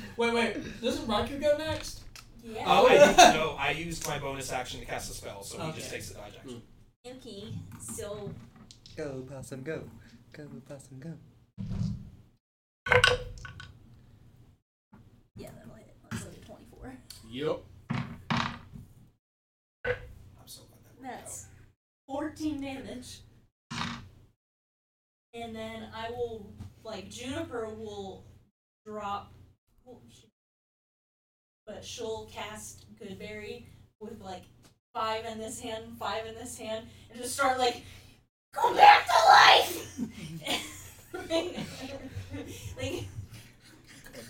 Speaker 6: But
Speaker 5: Wait, wait. Doesn't Raku go next?
Speaker 6: yeah.
Speaker 4: Oh, I used, no, I used my bonus action to cast a spell, so he just
Speaker 5: Okay.
Speaker 4: takes the dodge action.
Speaker 6: Okay, so
Speaker 8: Go, possum, go. Go, possum, go.
Speaker 6: yeah, that'll hit. Let's look at 24.
Speaker 19: Yep.
Speaker 20: I'm so glad that worked
Speaker 6: That's 14 damage. And then I will, like, Juniper will drop. well, she- But she'll cast Goodberry with, like, five in this hand, five in this hand, and just start, like, go back to life! like,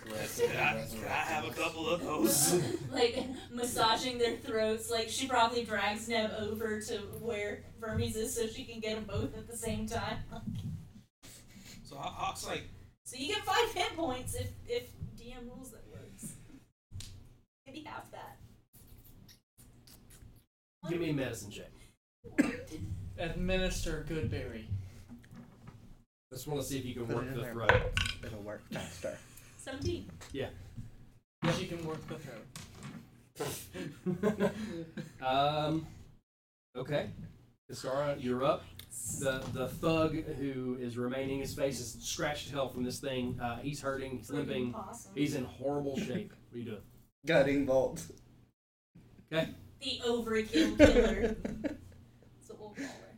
Speaker 3: Aggressive, aggressive.
Speaker 20: out. I have a couple of those.
Speaker 6: like massaging their throats. Like she probably drags Neb over to where Vermes is so she can get them both at the same time.
Speaker 4: So Haw- Hawk's like,
Speaker 6: So you get five hit points if if DM rules that works. Maybe half that.
Speaker 7: Give me a medicine check.
Speaker 5: Administer Goodberry.
Speaker 7: Just want to see if you can
Speaker 8: Put it
Speaker 7: work
Speaker 8: in
Speaker 7: the
Speaker 8: there.
Speaker 7: throat.
Speaker 8: It'll work faster.
Speaker 6: Seventeen.
Speaker 5: She can work the throat.
Speaker 7: um, okay. Iskara, you're up. The the thug who is remaining, his face is scratched to hell from this thing. Uh, he's hurting, he's limping.
Speaker 6: Awesome.
Speaker 7: He's in horrible shape. What are you doing?
Speaker 8: Gutting bolt.
Speaker 6: The overkill killer. so we'll call her.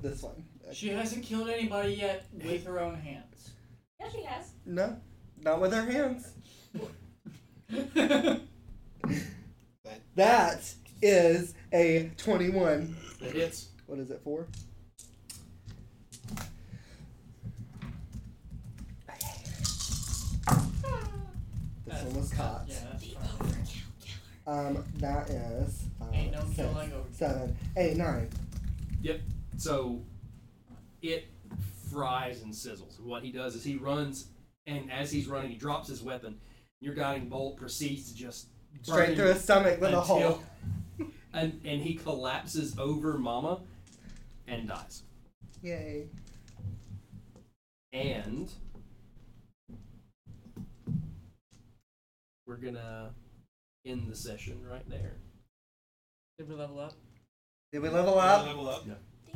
Speaker 8: This one.
Speaker 5: She hasn't killed anybody yet with her own hands.
Speaker 6: Yeah, she has.
Speaker 8: No, not with her hands. That is a 21.
Speaker 7: That hits.
Speaker 8: What is it for? This one was caught.
Speaker 5: Yeah, that's
Speaker 6: The
Speaker 5: right.
Speaker 6: overkill killer.
Speaker 8: Um, that is five,
Speaker 5: Ain't no
Speaker 8: six,
Speaker 5: killing over.
Speaker 8: seven, eight, nine.
Speaker 7: So it fries and sizzles. What he does is he runs, and as he's running, he drops his weapon. Your guiding bolt proceeds to just burn
Speaker 8: Straight
Speaker 7: him
Speaker 8: through his stomach with a
Speaker 7: until-
Speaker 8: hole.
Speaker 7: and and he collapses over Mama and dies.
Speaker 8: Yay.
Speaker 7: And we're gonna end the session right there.
Speaker 5: Did we level up?
Speaker 8: Did we level up?
Speaker 4: level up.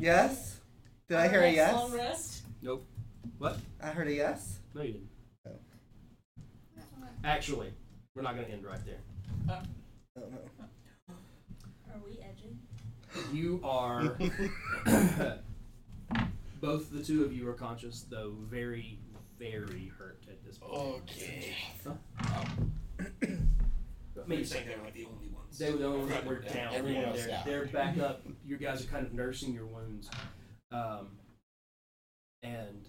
Speaker 8: Yes? Did I hear a
Speaker 6: Next
Speaker 8: yes?
Speaker 6: Long rest.
Speaker 8: I heard a yes.
Speaker 7: No, you didn't.
Speaker 8: Oh.
Speaker 7: Actually, we're not gonna end right there.
Speaker 8: I don't know.
Speaker 6: Are we edging?
Speaker 7: You are. both the two of you are conscious, though very, very hurt at this point.
Speaker 3: Okay.
Speaker 4: Oh,
Speaker 7: I
Speaker 20: You
Speaker 7: mean,
Speaker 20: think they were like the only ones?
Speaker 7: They were the only ones that were down.
Speaker 3: Everyone
Speaker 7: Yeah,
Speaker 3: else
Speaker 7: they're,
Speaker 3: down.
Speaker 7: they're back up. You guys are kind of nursing your wounds, um, and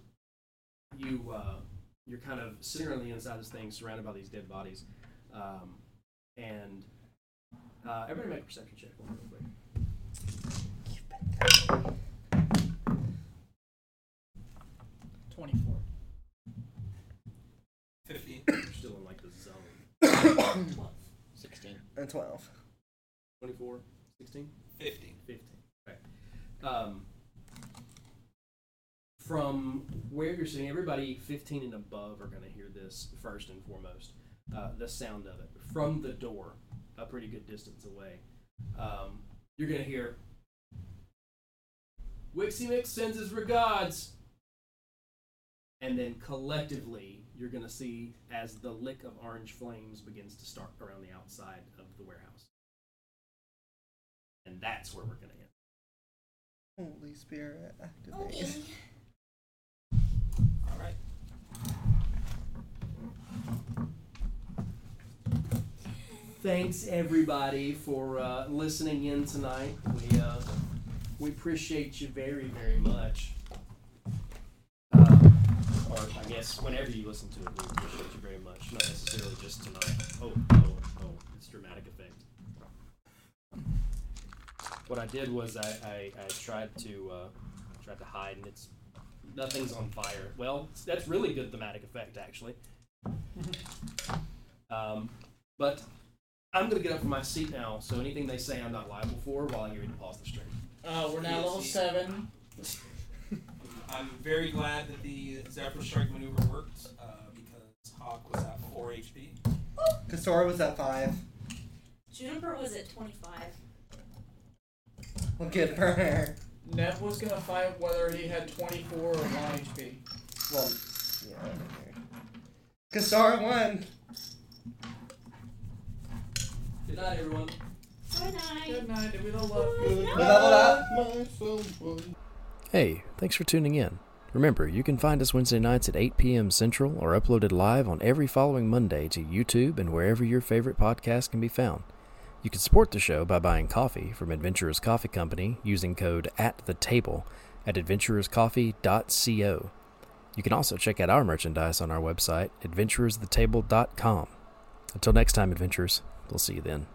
Speaker 7: you uh, you're kind of sitting on the inside of this thing, surrounded by these dead bodies, um, and uh, everybody make a perception check real quick.
Speaker 5: Twenty-four.
Speaker 4: 15.
Speaker 7: You're still in like the zone.
Speaker 6: Twelve.
Speaker 3: 16.
Speaker 8: And 12.
Speaker 7: 24, 16?
Speaker 4: 15.
Speaker 7: 15. Right. Um, from where you're sitting, everybody 15 and above are going to hear this first and foremost uh, the sound of it. From the door, a pretty good distance away, um, you're going to hear Wixie Mix sends his regards. And then collectively, you're going to see as the lick of orange flames begins to start around the outside of the warehouse. And that's where we're going to end.
Speaker 8: Holy Spirit, activate.
Speaker 6: Okay.
Speaker 4: Alright.
Speaker 7: Thanks everybody for uh, listening in tonight. We uh, we appreciate you very very much. Uh, or I guess whenever you listen to it, we appreciate you very much. Not necessarily just tonight. Oh oh oh! It's dramatic effect. What I did was I, I, I tried to uh, tried to hide, and it's nothing's on fire. Well, that's really good thematic effect actually. Um, but I'm going to get up from my seat now, so anything they say I'm not liable for while I get ready to pause the stream.
Speaker 5: Uh, we're now level seven.
Speaker 4: I'm very glad that the Zephyr Strike maneuver worked uh, because Hawk was at 4 HP.
Speaker 8: Kasora was at five.
Speaker 6: Juniper was at 25.
Speaker 8: We'll get her.
Speaker 5: Nev was gonna fight whether he had 24 or 1 HP.
Speaker 8: Well, yeah. I don't care. Kasara won.
Speaker 7: Good night, everyone.
Speaker 6: Good night.
Speaker 5: Good night, and we don't love you.
Speaker 8: We leveled up.
Speaker 1: Hey, thanks for tuning in. Remember, you can find us Wednesday nights at 8 p.m. Central or uploaded live on every following Monday to YouTube and wherever your favorite podcast can be found. You can support the show by buying coffee from Adventurers Coffee Company using code at the table at adventurerscoffee.co. You can also check out our merchandise on our website, adventurersthetable.com. Until next time, adventurers, we'll see you then.